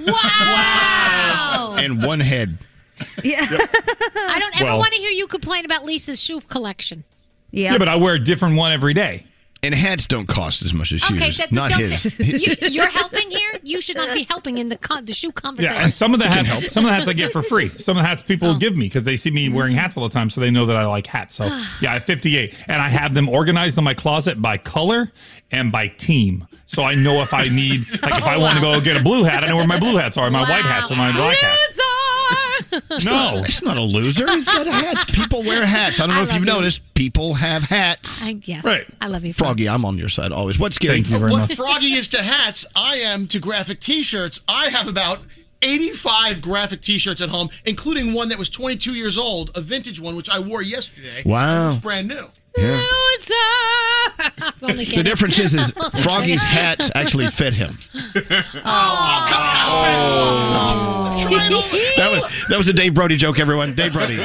S9: Wow!
S1: And one head.
S9: Yeah. I don't ever
S3: Well-
S9: want to hear you complain about Lisa's shoe collection.
S3: Yeah, but I wear a different one every day.
S1: And hats don't cost as much as
S9: Okay,
S1: shoes.
S9: that's
S1: Not
S9: don't
S1: his.
S9: You, you're helping here. You should not be helping in the con- the shoe conversation.
S3: Yeah, and some of the hats, Oh. some of the hats I get for free. Some of the hats people give me because they see me wearing hats all the time, so they know that I like hats. So yeah, I have 58, and I have them organized in my closet by color and by team. So I know if I need, like, if I want to go get a blue hat, I know where my blue hats are, my white hats, or my black hats.
S1: It's
S3: No.
S1: not- it's not a loser. He's got hats. People wear hats. I don't know if you've noticed. People have hats.
S9: I, yes.
S1: Right.
S9: I love you.
S1: Froggy, I'm on your side always. What's scary?
S17: what Froggy is to hats, I am to graphic T-shirts. I have about. 85 graphic t-shirts at home including one that was 22 years old a vintage one which i wore yesterday
S1: Wow.
S17: it's brand new
S1: Yeah.
S9: Only
S1: The difference is, is Froggy's hats actually fit him.
S9: Oh.
S1: That was that was a Dave Brody joke, everyone. Dave Brody.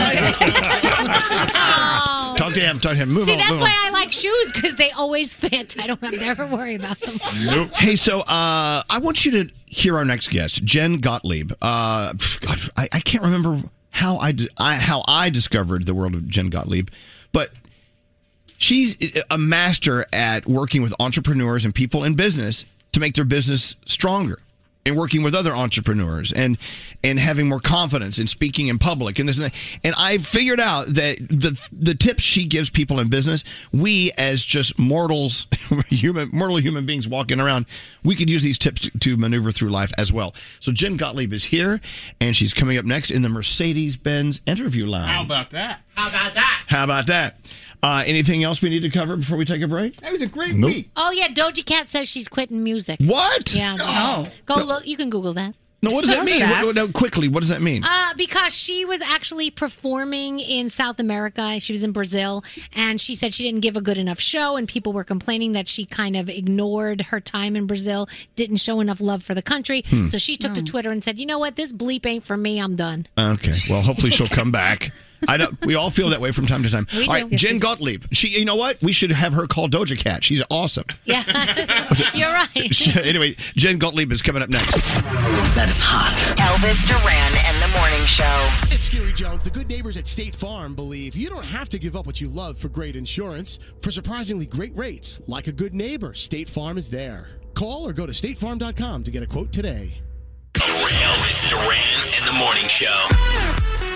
S1: Talk to him. Talk to him. Move
S9: See,
S1: on.
S9: that's
S1: move on.
S9: why I like shoes because they always fit. I don't have to ever worry about them.
S1: Hey, so uh, I want you to hear our next guest, Jen Gottlieb. Uh, pff, God, I, I can't remember how I, di- I how I discovered the world of Jen Gottlieb, but she's a master at working with entrepreneurs and people in business to make their business stronger and working with other entrepreneurs and and having more confidence in speaking in public and this and that. And I figured out that the the tips she gives people in business, we as just mortals, human mortal human beings walking around, we could use these tips to, to maneuver through life as well. So Jen Gottlieb is here and she's coming up next in the Mercedes Benz interview line.
S31: about that?
S17: How about that?
S1: How about that? Uh, anything else we need to cover before we take a break?
S31: That was a great
S1: week.
S9: Oh yeah, Doja Cat says she's quitting music.
S1: What?
S9: Yeah.
S1: No.
S31: Oh.
S9: Go
S1: No.
S9: look. You can Google that.
S1: No, what does that mean? What, no, quickly, what does that mean?
S9: Uh, because she was actually performing in South America. She was in Brazil, and she said she didn't give a good enough show, and people were complaining that she kind of ignored her time in Brazil, didn't show enough love for the country.
S1: Hmm.
S9: So she took to Twitter and said, "You know what? This bleep ain't for me. I'm done."
S1: Okay. Well, hopefully she'll come back. I know we all feel that way from time to time.
S9: We
S1: all right,
S9: do. Yes,
S1: Jen Gottlieb. She, you know what? We should have her call Doja Cat. She's awesome.
S9: Yeah, you're right.
S1: anyway, Jen Gottlieb is coming up next.
S2: That is hot. Elvis Duran and the Morning Show.
S6: It's Scary Jones. The good neighbors at State Farm believe you don't have to give up what you love for great insurance. For surprisingly great rates, like a good neighbor, State Farm is there. Call or go to statefarm.com to get a quote today.
S4: Elvis Duran and the Morning Show.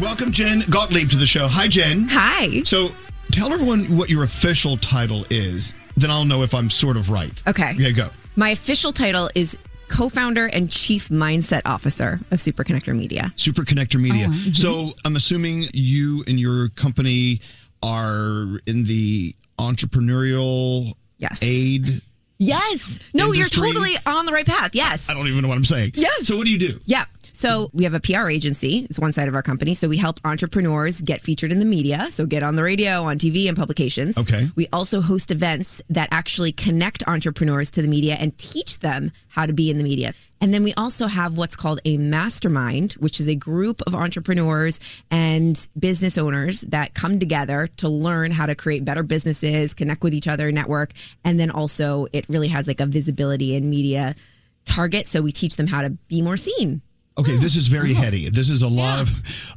S1: Welcome, Jen Gottlieb, to the show. Hi, Jen.
S20: Hi.
S1: So, tell everyone what your official title is. Then I'll know if I'm sort of right.
S20: Okay.
S1: Yeah, go.
S20: My official title is co founder and chief mindset officer of Super Connector Media.
S1: Super Connector
S20: Oh,
S1: Media. So I'm assuming you and your company are in the entrepreneurial
S20: yes.
S1: aid.
S20: Yes. No,
S1: Industry?
S20: you're totally on the right path. Yes.
S1: I don't even know what I'm saying.
S20: Yes.
S1: So what do you do?
S20: Yeah. So we have a PR agency. It's one side of our company. So we help entrepreneurs get featured in the media. So get on the radio, on TV, and publications.
S1: Okay.
S20: We also host events that actually connect entrepreneurs to the media and teach them how to be in the media. And then we also have what's called a mastermind, which is a group of entrepreneurs and business owners that come together to learn how to create better businesses, connect with each other, network. And then also it really has like a visibility and media target. So we teach them how to be more seen.
S1: Okay, this is very heady. This is a lot of,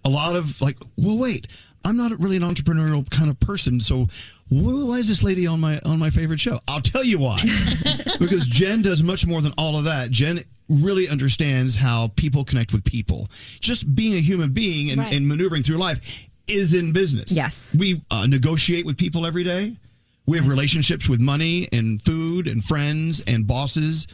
S1: a lot of like. Well, wait, I'm not really an entrepreneurial kind of person. So, wh- why is this lady on my on my favorite show? I'll tell you why. because Jen does much more than all of that. Jen really understands how people connect with people. Just being a human being and,
S20: Right.
S1: and maneuvering through life is in business. Yes, we uh, negotiate with people every day. We have relationships with money and food and friends and bosses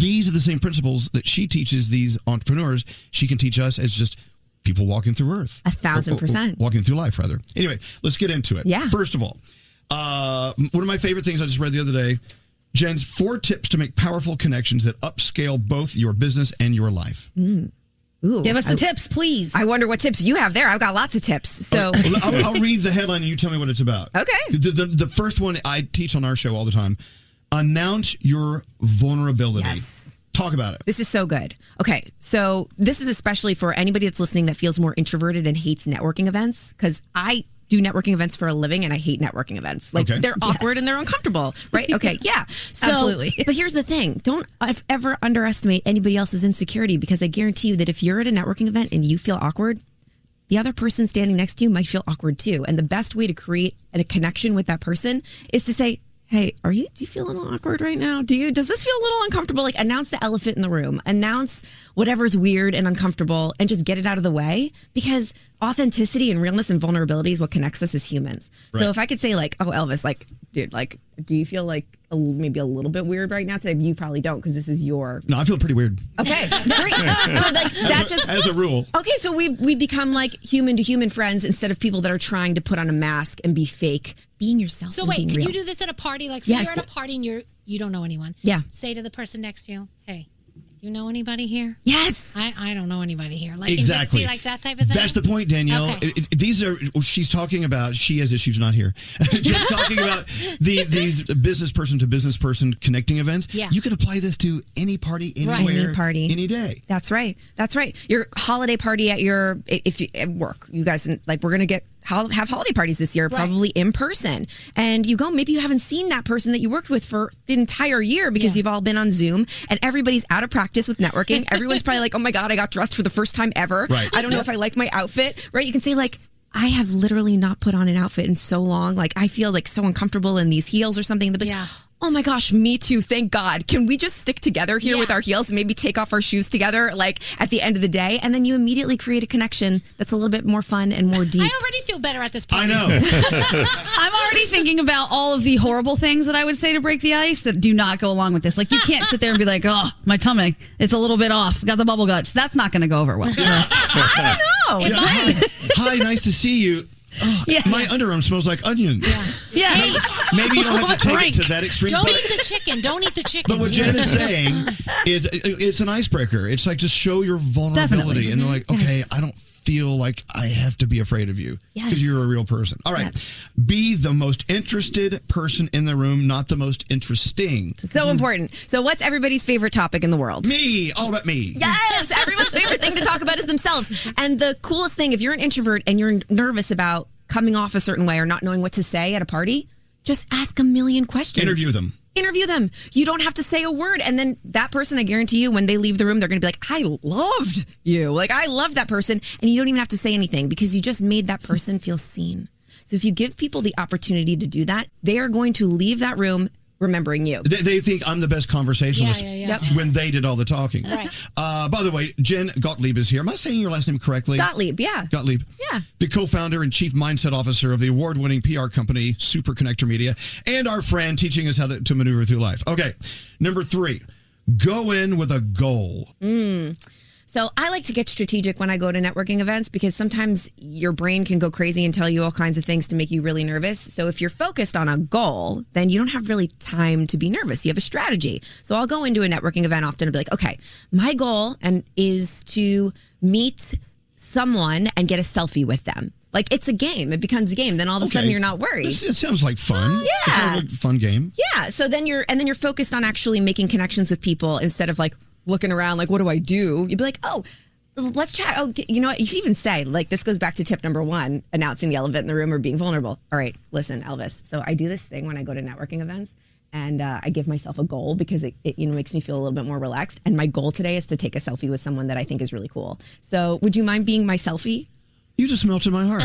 S1: these are the same principles that she teaches these entrepreneurs. She can teach us as just people walking through Earth.
S20: A thousand
S1: Or- or- or
S20: percent.
S1: Walking through life, rather. Anyway, let's get into it.
S20: Yeah.
S1: First of all, uh, one of my favorite things I just read the other day Jen's four tips to make powerful connections that upscale both your business and your life.
S20: Mm. Ooh,
S1: Give us the
S20: tips, please. I wonder what tips you have there. I've got lots of tips. So
S1: Well, I'll, I'll read the headline and you tell me what it's about.
S20: Okay.
S1: The, the, the first one I teach on our show all the time announce your vulnerability. Yes. Talk about it.
S20: This is so good. Okay, so this is especially for anybody that's listening that feels more introverted and hates networking events because I do networking events for a living and I hate networking events. Like
S22: Okay.
S20: they're awkward and they're uncomfortable, right? Okay, yeah. So,
S22: Absolutely.
S20: But here's the thing: don't ev- ever underestimate anybody else's insecurity because I guarantee you that if you're at a networking event and you feel awkward, the other person standing next to you might feel awkward too. And the best way to create a connection with that person is to say, Hey, are you do you feel a little awkward right now? Do you does this feel a little uncomfortable? Like announce the elephant in the room. Announce whatever's weird and uncomfortable and just get it out of the way because authenticity and realness and vulnerability is what connects us as humans.
S22: Right.
S20: So if I could say like, oh Elvis, like dude, like do you feel like a, l- maybe a little bit weird right now today? You probably don't because this is your
S1: No, I feel pretty weird.
S20: Okay, great. so like that just
S1: As a rule.
S20: Okay, so we we become like human to human friends instead of people that are trying to put on a mask and be fake, being yourself.
S9: So
S20: and
S9: wait,
S20: being
S9: could
S20: real.
S9: you do this at a party? Like,
S20: Yes.
S9: say you're at a party and you're you don't know anyone.
S20: Yeah.
S9: Say to the person next to you, "Hey, do you know anybody here?"
S20: Yes.
S9: I, I don't know anybody here. Like and
S1: Exactly.
S9: just see like that type of thing.
S1: That's the point, Danielle.
S9: Okay.
S1: It- it- these are she's talking about. She has issues not here. she's talking about the these business person to business person connecting events.
S20: Yeah.
S1: you can apply this to any party,
S20: Right.
S1: anywhere,
S20: Any party.
S1: any day.
S20: That's right. That's right. Your holiday party at your if you at work, you guys like we're gonna get hol- have holiday parties this year, probably in person. And you go, maybe you haven't seen that person that you worked with for the entire year because you've all been on Zoom and everybody's out of practice with networking. Everyone's probably like, oh my god, I got dressed for the first time ever.
S22: Right.
S20: I don't know if I like my outfit. Right? You can say like. I have literally not put on an outfit in so long. Like I feel like so uncomfortable in these heels or something. They'll be, Oh my gosh, me too. Thank God. Can we just stick together here with our heels and maybe take off our shoes together like at the end of the day and then you immediately create a connection that's a little bit more fun and more deep.
S9: I already feel better at this party.
S14: I'm already thinking about all of the horrible things that I would say to break the ice that do not go along with this. Like you can't sit there and be like, "Oh, my tummy, it's a little bit off. Got the bubble guts." That's not going to go over well.
S1: I
S20: don't
S14: It's
S1: hi, hi, nice to see you. Oh, My underarm smells like onions.
S14: Yeah.
S1: Maybe you don't have to take it to that extreme.
S9: Don't
S1: but-
S9: eat the chicken. Don't eat the chicken.
S1: But what Jen is saying is it- it's an icebreaker. It's like just show your vulnerability,
S9: Definitely.
S1: and they're like,
S9: Mhm.
S1: okay,
S9: Yes.
S1: I don't feel like I have to be afraid of you because
S9: Yes.
S1: you're a real person. All right, be the most interested person in the room, not the most interesting.
S20: So important. So what's everybody's favorite topic in the world?
S1: Me, all about me.
S20: Yes, everyone's favorite thing to talk about is themselves. And the coolest thing if you're an introvert and you're nervous about coming off a certain way or not knowing what to say at a party, just ask a million questions.
S1: Interview them.
S20: interview them. You don't have to say a word. And then that person, I guarantee you, when they leave the room, they're going to be like, I loved you. Like, I love that person. And you don't even have to say anything because you just made that person feel seen. So if you give people the opportunity to do that, they are going to leave that room remembering you.
S1: They, they think I'm the best conversationalist
S20: Yeah, yeah, yeah. Yep.
S1: when they did all the talking.
S20: Right.
S1: Uh, by the way, Jen Gottlieb is here. Am I saying your last name correctly?
S20: Gottlieb, yeah.
S1: Gottlieb. Yeah. The co founder and chief mindset officer of the award winning PR company, Super Connector Media, and our friend teaching us how to, to maneuver through life. Okay. Number three, Go in with a goal.
S20: Mm. So I like to get strategic when I go to networking events because sometimes your brain can go crazy and tell you all kinds of things to make you really nervous. So if you're focused on a goal, then you don't have really time to be nervous. You have a strategy. So I'll go into a networking event often and be like, okay, my goal and is to meet someone and get a selfie with them. Like it's a game. It becomes a game. Then all of a sudden
S1: Okay.
S20: you're not worried.
S1: This- It sounds like fun.
S20: yeah.
S1: It sounds like a fun game.
S20: Yeah. So then you're, and then you're focused on actually making connections with people instead of like looking around, like, what do I do? You'd be like, oh, let's chat. Oh, g- you know what? You could even say, like, this goes back to tip number one announcing the elephant in the room or being vulnerable. All right, listen, Elvis. So I do this thing when I go to networking events. And uh, I give myself a goal because it, it you know makes me feel a little bit more relaxed. And my goal today is to take a selfie with someone that I think is really cool. So would you mind being my selfie?
S1: You just melted my heart.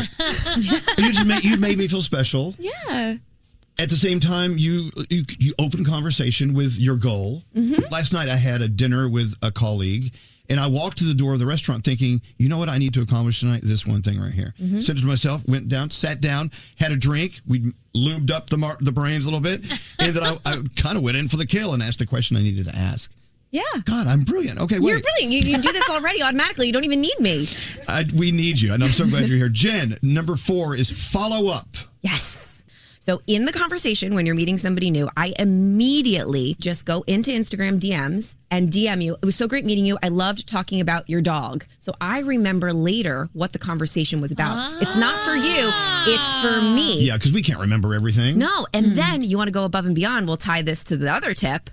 S1: you just made, you made me feel special.
S20: Yeah.
S1: At the same time, you you, you open conversation with your goal.
S20: Mm-hmm.
S1: Last night, I had a dinner with a colleague, and I walked to the door of the restaurant thinking, you know what I need to accomplish tonight? This one thing right here.
S20: Mm-hmm.
S11: Mhm.
S1: Said to myself, went down, sat down, had a drink. We lubed up the mar- the brains a little bit, and then I, I kind of went in for the kill and asked the question I needed to ask.
S20: Yeah.
S1: God, I'm brilliant. Okay, wait.
S20: You're brilliant. You, you do this already automatically. You don't even need me.
S1: I, we need you, and I'm so glad you're here. Jen, number four is follow up.
S20: Yes. So in the conversation when you're meeting somebody new, I immediately just go into Instagram DMs and DM you. It was so great meeting you. I loved talking about your dog. So I remember later what the conversation was about. It's not for you, it's for me.
S1: Yeah, Hmm. because we can't remember everything.
S20: No, and then you want to go above and beyond. We'll tie this to the other tip.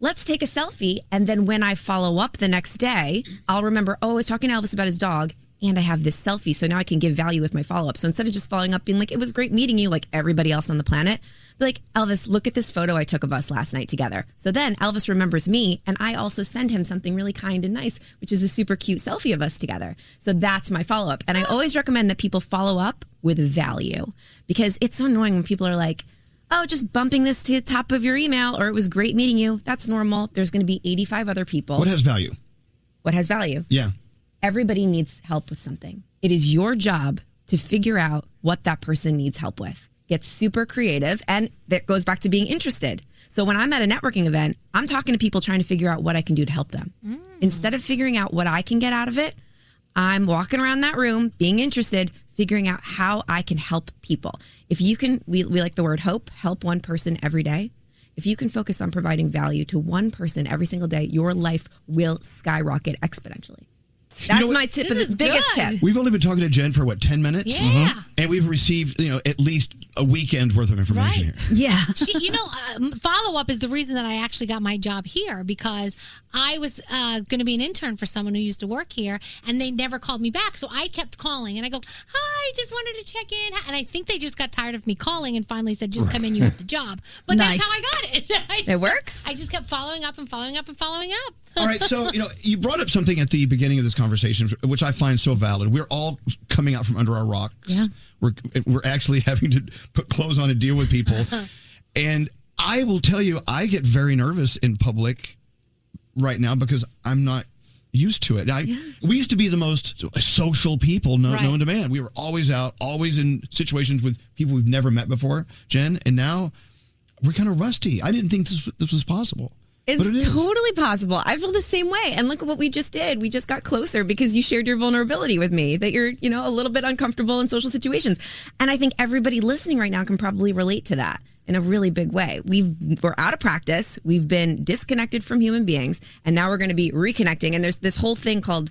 S20: Let's take a selfie. And then when I follow up the next day, I'll remember, oh, I was talking to Elvis about his dog and I have this selfie. So now I can give value with my follow up. So instead of just following up being like, it was great meeting you, like everybody else on the planet, be like, Elvis, look at this photo I took of us last night together. So then Elvis remembers me and I also send him something really kind and nice, which is a super cute selfie of us together. So that's my follow up. And I always recommend that people follow up with value because it's so annoying when people are like, oh, just bumping this to the top of your email, or it was great meeting you. That's normal. There's going to be 85 other people.
S1: What has value?
S20: What has value?
S1: Yeah.
S20: Everybody needs help with something. It is your job to figure out what that person needs help with. Get super creative, and that goes back to being interested. So when I'm at a networking event, I'm talking to people trying to figure out what I can do to help them.
S1: Hmm.
S20: Instead of figuring out what I can get out of it, I'm walking around that room being interested, figuring out how I can help people. If you can, we, we like the word hope, help one person every day. If you can focus on providing value to one person every single day, your life will skyrocket exponentially. That's
S1: know what?
S20: my tip, of the biggest tip.
S1: We've only been talking to Jen for what ten minutes, Uh-huh.
S9: Yeah. Mhm.
S1: and we've received you know at least a weekend worth of information here.
S20: Yeah.
S9: She, you know, um, follow up is the reason that I actually got my job here because I was uh, going to be an intern for someone who used to work here and they never called me back. So I kept calling and I go, Hi, just wanted to check in. And I think they just got tired of me calling and finally said, Just come in, you have the job. But
S20: Nice.
S9: that's how I got it. I just,
S20: It works.
S9: I just kept following up and following up and following up.
S1: All right, so you know you brought up something at the beginning of this conversation, which I find so valid. We're all coming out from under our rocks.
S9: Yeah.
S1: We're we're actually having to put clothes on and deal with people, and I will tell you, I get very nervous in public right now because I'm not used to it. I we used to be the most social people known,
S11: Right.
S1: known to man. We were always out, always in situations with people we've never met before, Jen, and now we're kind of rusty. I didn't think this this was possible.
S20: It's
S1: but it is.
S20: totally possible. I feel the same way. And look at what we just did. We just got closer because you shared your vulnerability with me that you're, you know, a little bit uncomfortable in social situations. And I think everybody listening right now can probably relate to that in a really big way. We've we're out of practice. We've been disconnected from human beings and now we're going to be reconnecting and there's this whole thing called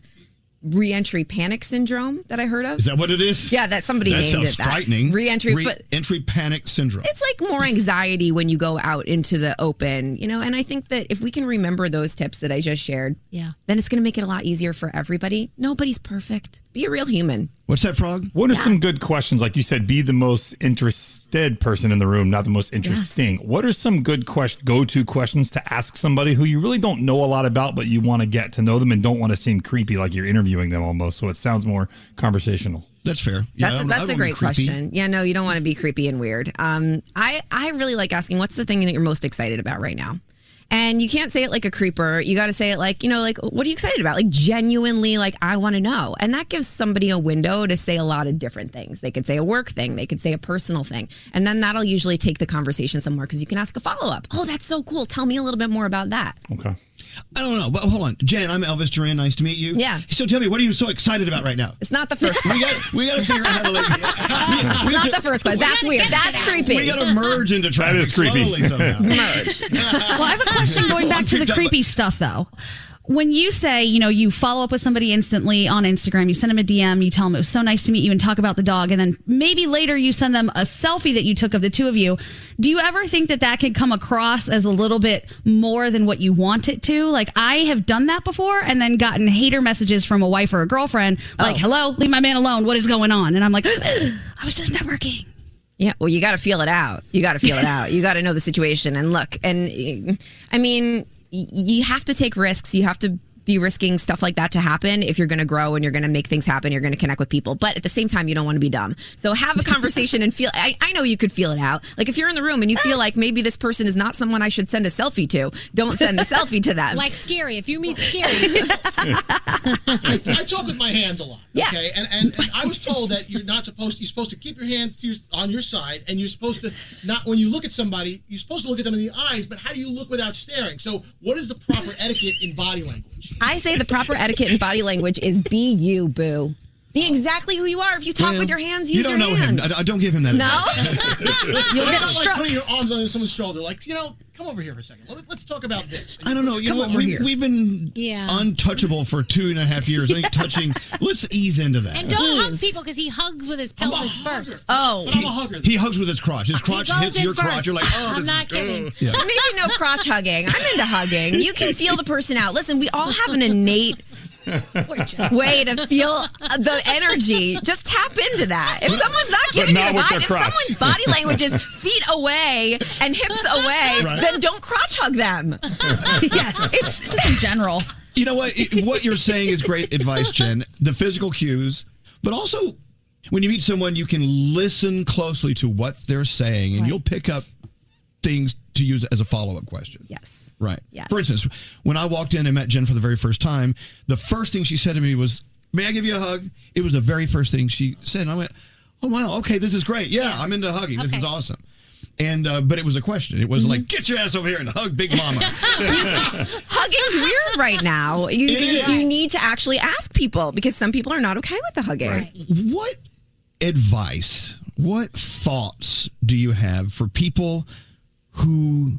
S20: reentry panic syndrome that I heard of.
S1: Is that what it is?
S20: Yeah, that somebody
S1: that
S20: named
S1: sounds
S20: it that.
S1: frightening.
S20: Reentry, but
S1: entry panic syndrome.
S20: It's like more anxiety when you go out into the open, you know. And I think that if we can remember those tips that I just shared,
S9: yeah,
S20: then it's going to make it a lot easier for everybody. Nobody's perfect. Be a real human.
S1: What's that, Frog?
S13: What are some good questions? Like you said, be the most interested person in the room, not the most interesting. What are some good quest- go to questions to ask somebody who you really don't know a lot about, but you want to get to know them and don't want to seem creepy like you're interviewing them almost? So it sounds more conversational.
S1: That's fair.
S20: That's a, that's a great question. Yeah, no, you don't want to be creepy and weird. Um, I I really like asking, what's the thing that you're most excited about right now? And you can't say it like a creeper. You got to say it like, you know, like, what are you excited about? Like, genuinely, like, I want to know. And that gives somebody a window to say a lot of different things. They could say a work thing, they could say a personal thing. And then that'll usually take the conversation somewhere because you can ask a follow up. Oh, that's so cool. Tell me a little bit more about that.
S3: Okay.
S1: I don't know, but hold on. Jen, I'm Elvis Duran. Nice to meet you.
S20: Yeah.
S1: So tell me, what are you so excited about right now?
S20: It's not the first
S1: We
S20: question.
S1: got, we got to figure out how to like.
S20: It's not the first question. That's weird. That's creepy.
S1: We got to merge into traffic
S3: is creepy.
S1: slowly somehow.
S20: Merge.
S14: well, I have a question going back to the creepy stuff though. When you say, you know, you follow up with somebody instantly on Instagram, you send them a DM, you tell them it was so nice to meet you and talk about the dog, and then maybe later you send them a selfie that you took of the two of you. Do you ever think that that could come across as a little bit more than what you want it to? Like, I have done that before and then gotten hater messages from a wife or a girlfriend, like, hello, leave my man alone. What is going on? And I'm like, I was just networking.
S20: Yeah, well, you got to feel it out. You got to feel it out. You got to know the situation and look. And eh, I mean, y- you have to take risks. You have to be risking stuff like that to happen if you're going to grow and you're going to make things happen. You're going to connect with people, but at the same time, you don't want to be dumb. So have a conversation and feel. I, I know you could feel it out. Like if you're in the room and you feel like maybe this person is not someone I should send a selfie to, don't send the selfie to them.
S9: Like scary. If you meet scary,
S6: I, I talk with my hands a lot.
S20: Yeah.
S6: Okay. And, and and I was told that you're not supposed you're supposed to keep your hands to your, on your side, and you're supposed to not when you look at somebody, you're supposed to look at them in the eyes. But how do you look without staring? So what is the proper etiquette in body language?
S20: I say the proper etiquette in body language is be you, boo. Be exactly who you are. If you talk
S1: Yeah.
S20: with your hands, use
S1: You don't
S20: your
S1: know
S20: hands.
S1: him. I, I don't give him that.
S20: No?
S1: advice.
S20: You'll
S6: What
S20: get
S6: about,
S20: struck.
S6: Like putting your arms on someone's shoulder, like you know, come over here for a second. Let, us talk about this.
S1: I don't know. You know, what? we, we've been
S9: Yeah.
S1: untouchable for two and a half years. I think touching. Let's ease into that.
S9: and don't hug people because he hugs with his pelvis first.
S20: Oh,
S1: He, he hugs with his crotch. His crotch
S9: goes
S1: hits
S9: in
S1: your crotch.
S9: first.
S1: You're like, oh,
S9: I'm
S1: this is,
S9: not kidding.
S1: Yeah.
S20: Maybe no crotch hugging. I'm into hugging. You can feel the person out. Listen, we all have an innate way to feel the energy. Just tap into that. If someone's not
S2: But
S20: giving
S2: not
S20: you the
S2: with
S20: body,
S2: their
S20: if
S2: crotch.
S20: someone's body language is feet away and hips away,
S1: Right.
S20: then don't crotch hug them. yes, it's just in general.
S1: You know what? It- what you're saying is great advice, Jen. The physical cues, but also when you meet someone, you can listen closely to what they're saying, and you'll pick up things to use as a follow up question.
S20: Yes.
S1: Right.
S20: Yes.
S1: For instance, when I walked in and met Jen for the very first time, the first thing she said to me was, "May I give you a hug?" It was the very first thing she said, and I went, "Oh wow, okay, this is great. Yeah, I'm into hugging. This is awesome." And uh, but it was a question. It wasn't like, "Get your ass over here and hug Big Mama."
S20: Hugging's weird right now. You, you, you need to actually ask people because some people are not okay with the hugging.
S1: What advice, what thoughts do you have for people who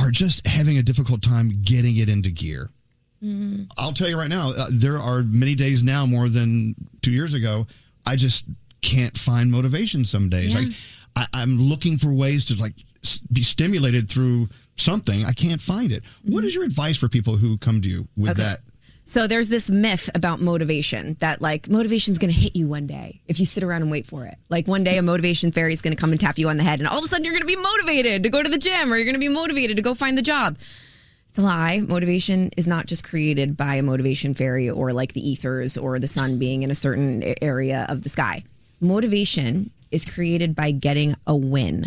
S1: are just having a difficult time getting it into gear?
S9: Mm.
S1: I'll tell you right now, uh, there are many days now more than two years ago. I just can't find motivation some days.
S2: Yeah.
S1: Like, I, I'm looking for ways to like s- be stimulated through something. I can't find it. What is your advice for people who come to you with
S20: Okay.
S1: that?
S20: So there's this myth about motivation that like motivation's going to hit you one day if you sit around and wait for it. Like one day a motivation fairy's going to come and tap you on the head and all of a sudden you're going to be motivated to go to the gym or you're going to be motivated to go find the job. It's a lie. Motivation is not just created by a motivation fairy or like the ethers or the sun being in a certain a- area of the sky. Motivation is created by getting a win,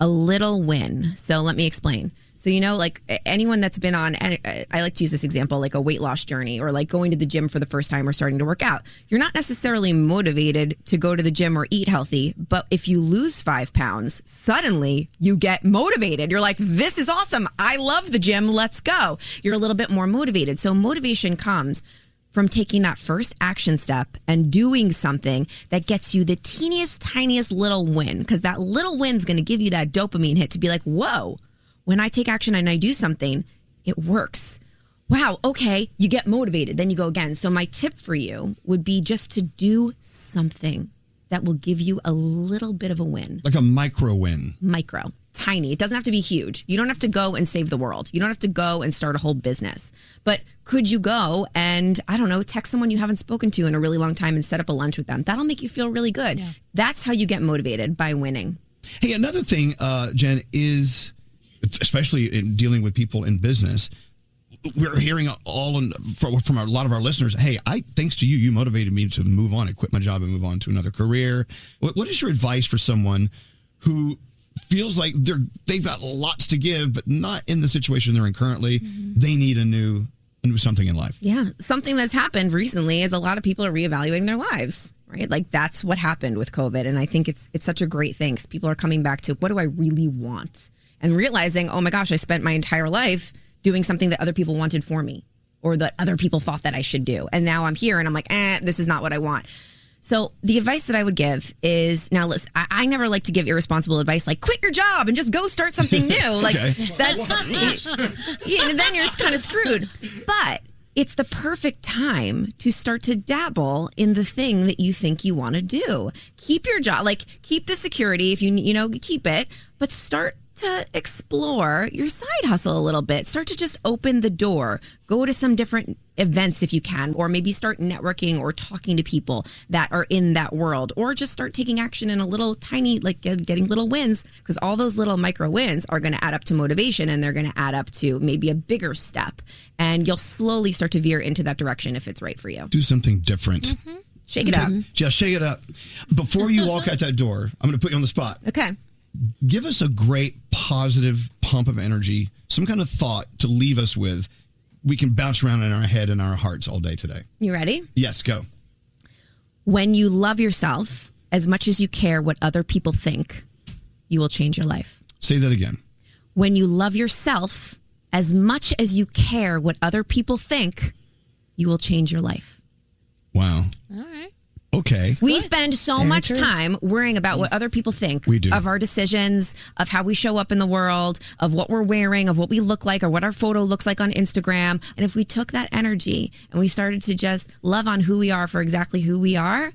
S20: a little win. So let me explain. So, you know, like a- anyone that's been on, and I I like to use this example, like a weight loss journey or like going to the gym for the first time or starting to work out. You're not necessarily motivated to go to the gym or eat healthy, but if you lose five pounds, suddenly you get motivated. You're like, this is awesome. I love the gym. Let's go. You're a little bit more motivated. So, motivation comes from taking that first action step and doing something that gets you the teeniest, tiniest little win. Because that little win's going to give you that dopamine hit to be like, whoa, when I take action and I do something, it works. Wow, okay, you get motivated, then you go again. So, my tip for you would be just to do something that will give you a little bit of a win
S1: Like a micro win.
S20: micro, tiny. It doesn't have to be huge. You don't have to go and save the world. You don't have to go and start a whole business. But could you go and, I don't know, text someone you haven't spoken to in a really long time and set up a lunch with them? That'll make you feel really good. That's how you get motivated by winning.
S1: Hey, another thing, uh, Jen, is especially in dealing with people in business, we're hearing all in, from, from a lot of our listeners. Hey, I thanks to you, you motivated me to move on and quit my job and move on to another career. What, what is your advice for someone who
S32: feels like they're they've got lots to give, but not in the situation they're in currently.
S20: Mm-hmm.
S32: They need a new a new something in life.
S20: Yeah, something that's happened recently is a lot of people are reevaluating their lives, right? Like that's what happened with COVID, and I think it's it's such a great thing. 'cause people are coming back to what do I really want, and realizing, oh my gosh, I spent my entire life doing something that other people wanted for me, or that other people thought that I should do, and now I'm here, and I'm like, eh, this is not what I want. So the advice that I would give is now listen. I, I never like to give irresponsible advice like quit your job and just go start something new. Like
S33: Okay.
S20: that's you know, then you're kind of screwed. But it's the perfect time to start to dabble in the thing that you think you want to do. Keep your job, like keep the security if you you know keep it, but start to explore your side hustle a little bit. Start to just open the door. Go to some different events if you can or maybe start networking or talking to people that are in that world or just start taking action in a little tiny like get- getting little wins because all those little micro wins are going to add up to motivation and they're going to add up to maybe a bigger step and you'll slowly start to veer into that direction if it's right for you
S32: Do something different.
S20: Mm-hmm. shake it up
S32: Just shake it up. Before you walk out that door, I'm going to put you on the spot.
S20: okay
S32: Give us a great positive pump of energy, some kind of thought to leave us with. We can bounce around in our head and our hearts all day today.
S20: you ready
S32: Yes, go.
S20: when you love yourself as much as you care what other people think you will change your life
S32: Say that again.
S20: when you love yourself as much as you care what other people think you will change your life
S32: Wow. All
S9: right.
S32: Okay.
S20: We spend so
S32: Very
S20: much
S32: true.
S20: time worrying about what other people think
S32: We do.
S20: of our decisions, of how we show up in the world, of what we're wearing, of what we look like, or what our photo looks like on Instagram. And if we took that energy and we started to just love on who we are for exactly who we are,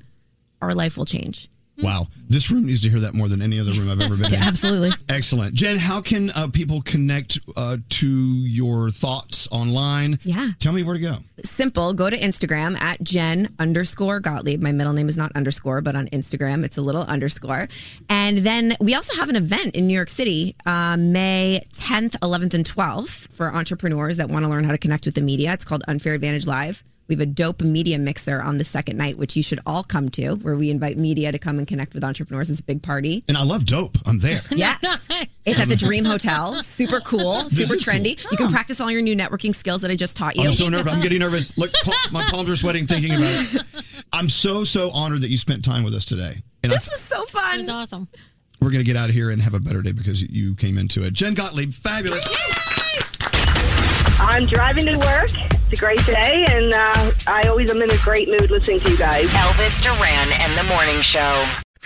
S20: our life will change.
S32: Wow. This room needs to hear that more than any other room I've ever been in.
S20: Hmm? Yeah, absolutely.
S32: Excellent. Jen, how can uh, people connect uh, to your thoughts online?
S20: Yeah.
S32: Tell me where to go.
S20: Simple. Go to Instagram at Jen underscore Gottlieb. My middle name is not underscore, but on Instagram it's a little underscore. And then we also have an event in New York City, uh, May 10th, 11th, and 12th for entrepreneurs that want to learn how to connect with the media. It's called Unfair Advantage Live. We have a dope media mixer on the second night, which you should all come to, where we invite media to come and connect with entrepreneurs. It's a big party.
S32: And I love dope. I'm there.
S20: Yes. It's at the Dream Hotel. Super cool,
S32: This
S20: super
S32: is cool.
S20: trendy. You can practice all your new networking skills that I just taught you.
S32: I'm so nervous. I'm getting nervous. Look, pa- my palms are sweating thinking about it. I'm so, so honored that you spent time with us today. And I-
S20: This was so fun. It was
S9: awesome.
S32: we're going to get out of here and have a better day because you came into it. Jen Gottlieb, fabulous.
S2: I'm driving to work. It's a great day, and uh, I always am in a great mood listening to you guys.
S34: Elvis Duran and the Morning Show.
S1: If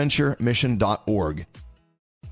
S1: stbonaventuremission.org.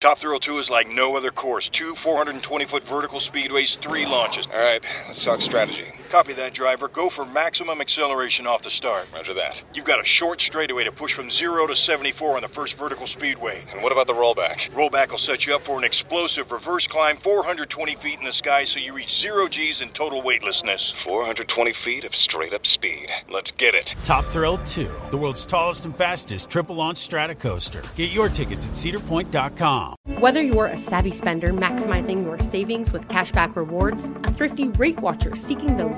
S35: Top Thrill 2 is like no other course. Two 420 foot vertical speedways, three launches. All right, let's talk strategy.
S1: Copy that, driver. Go for maximum acceleration off the start.
S17: Roger that.
S1: You've got a short straightaway to push from 0 to 74 on the first vertical speedway.
S17: And what about the rollback?
S1: Rollback will set you up for an explosive reverse climb 420 feet in the sky so you reach 0 G's in total weightlessness.
S17: 420 feet of straight up speed. Let's get it.
S36: Top Thrill 2, the world's tallest and fastest triple launch strata coaster. Get your tickets at cedarpoint.com.
S28: Whether you're a savvy spender maximizing your savings with cashback rewards, a thrifty rate watcher seeking the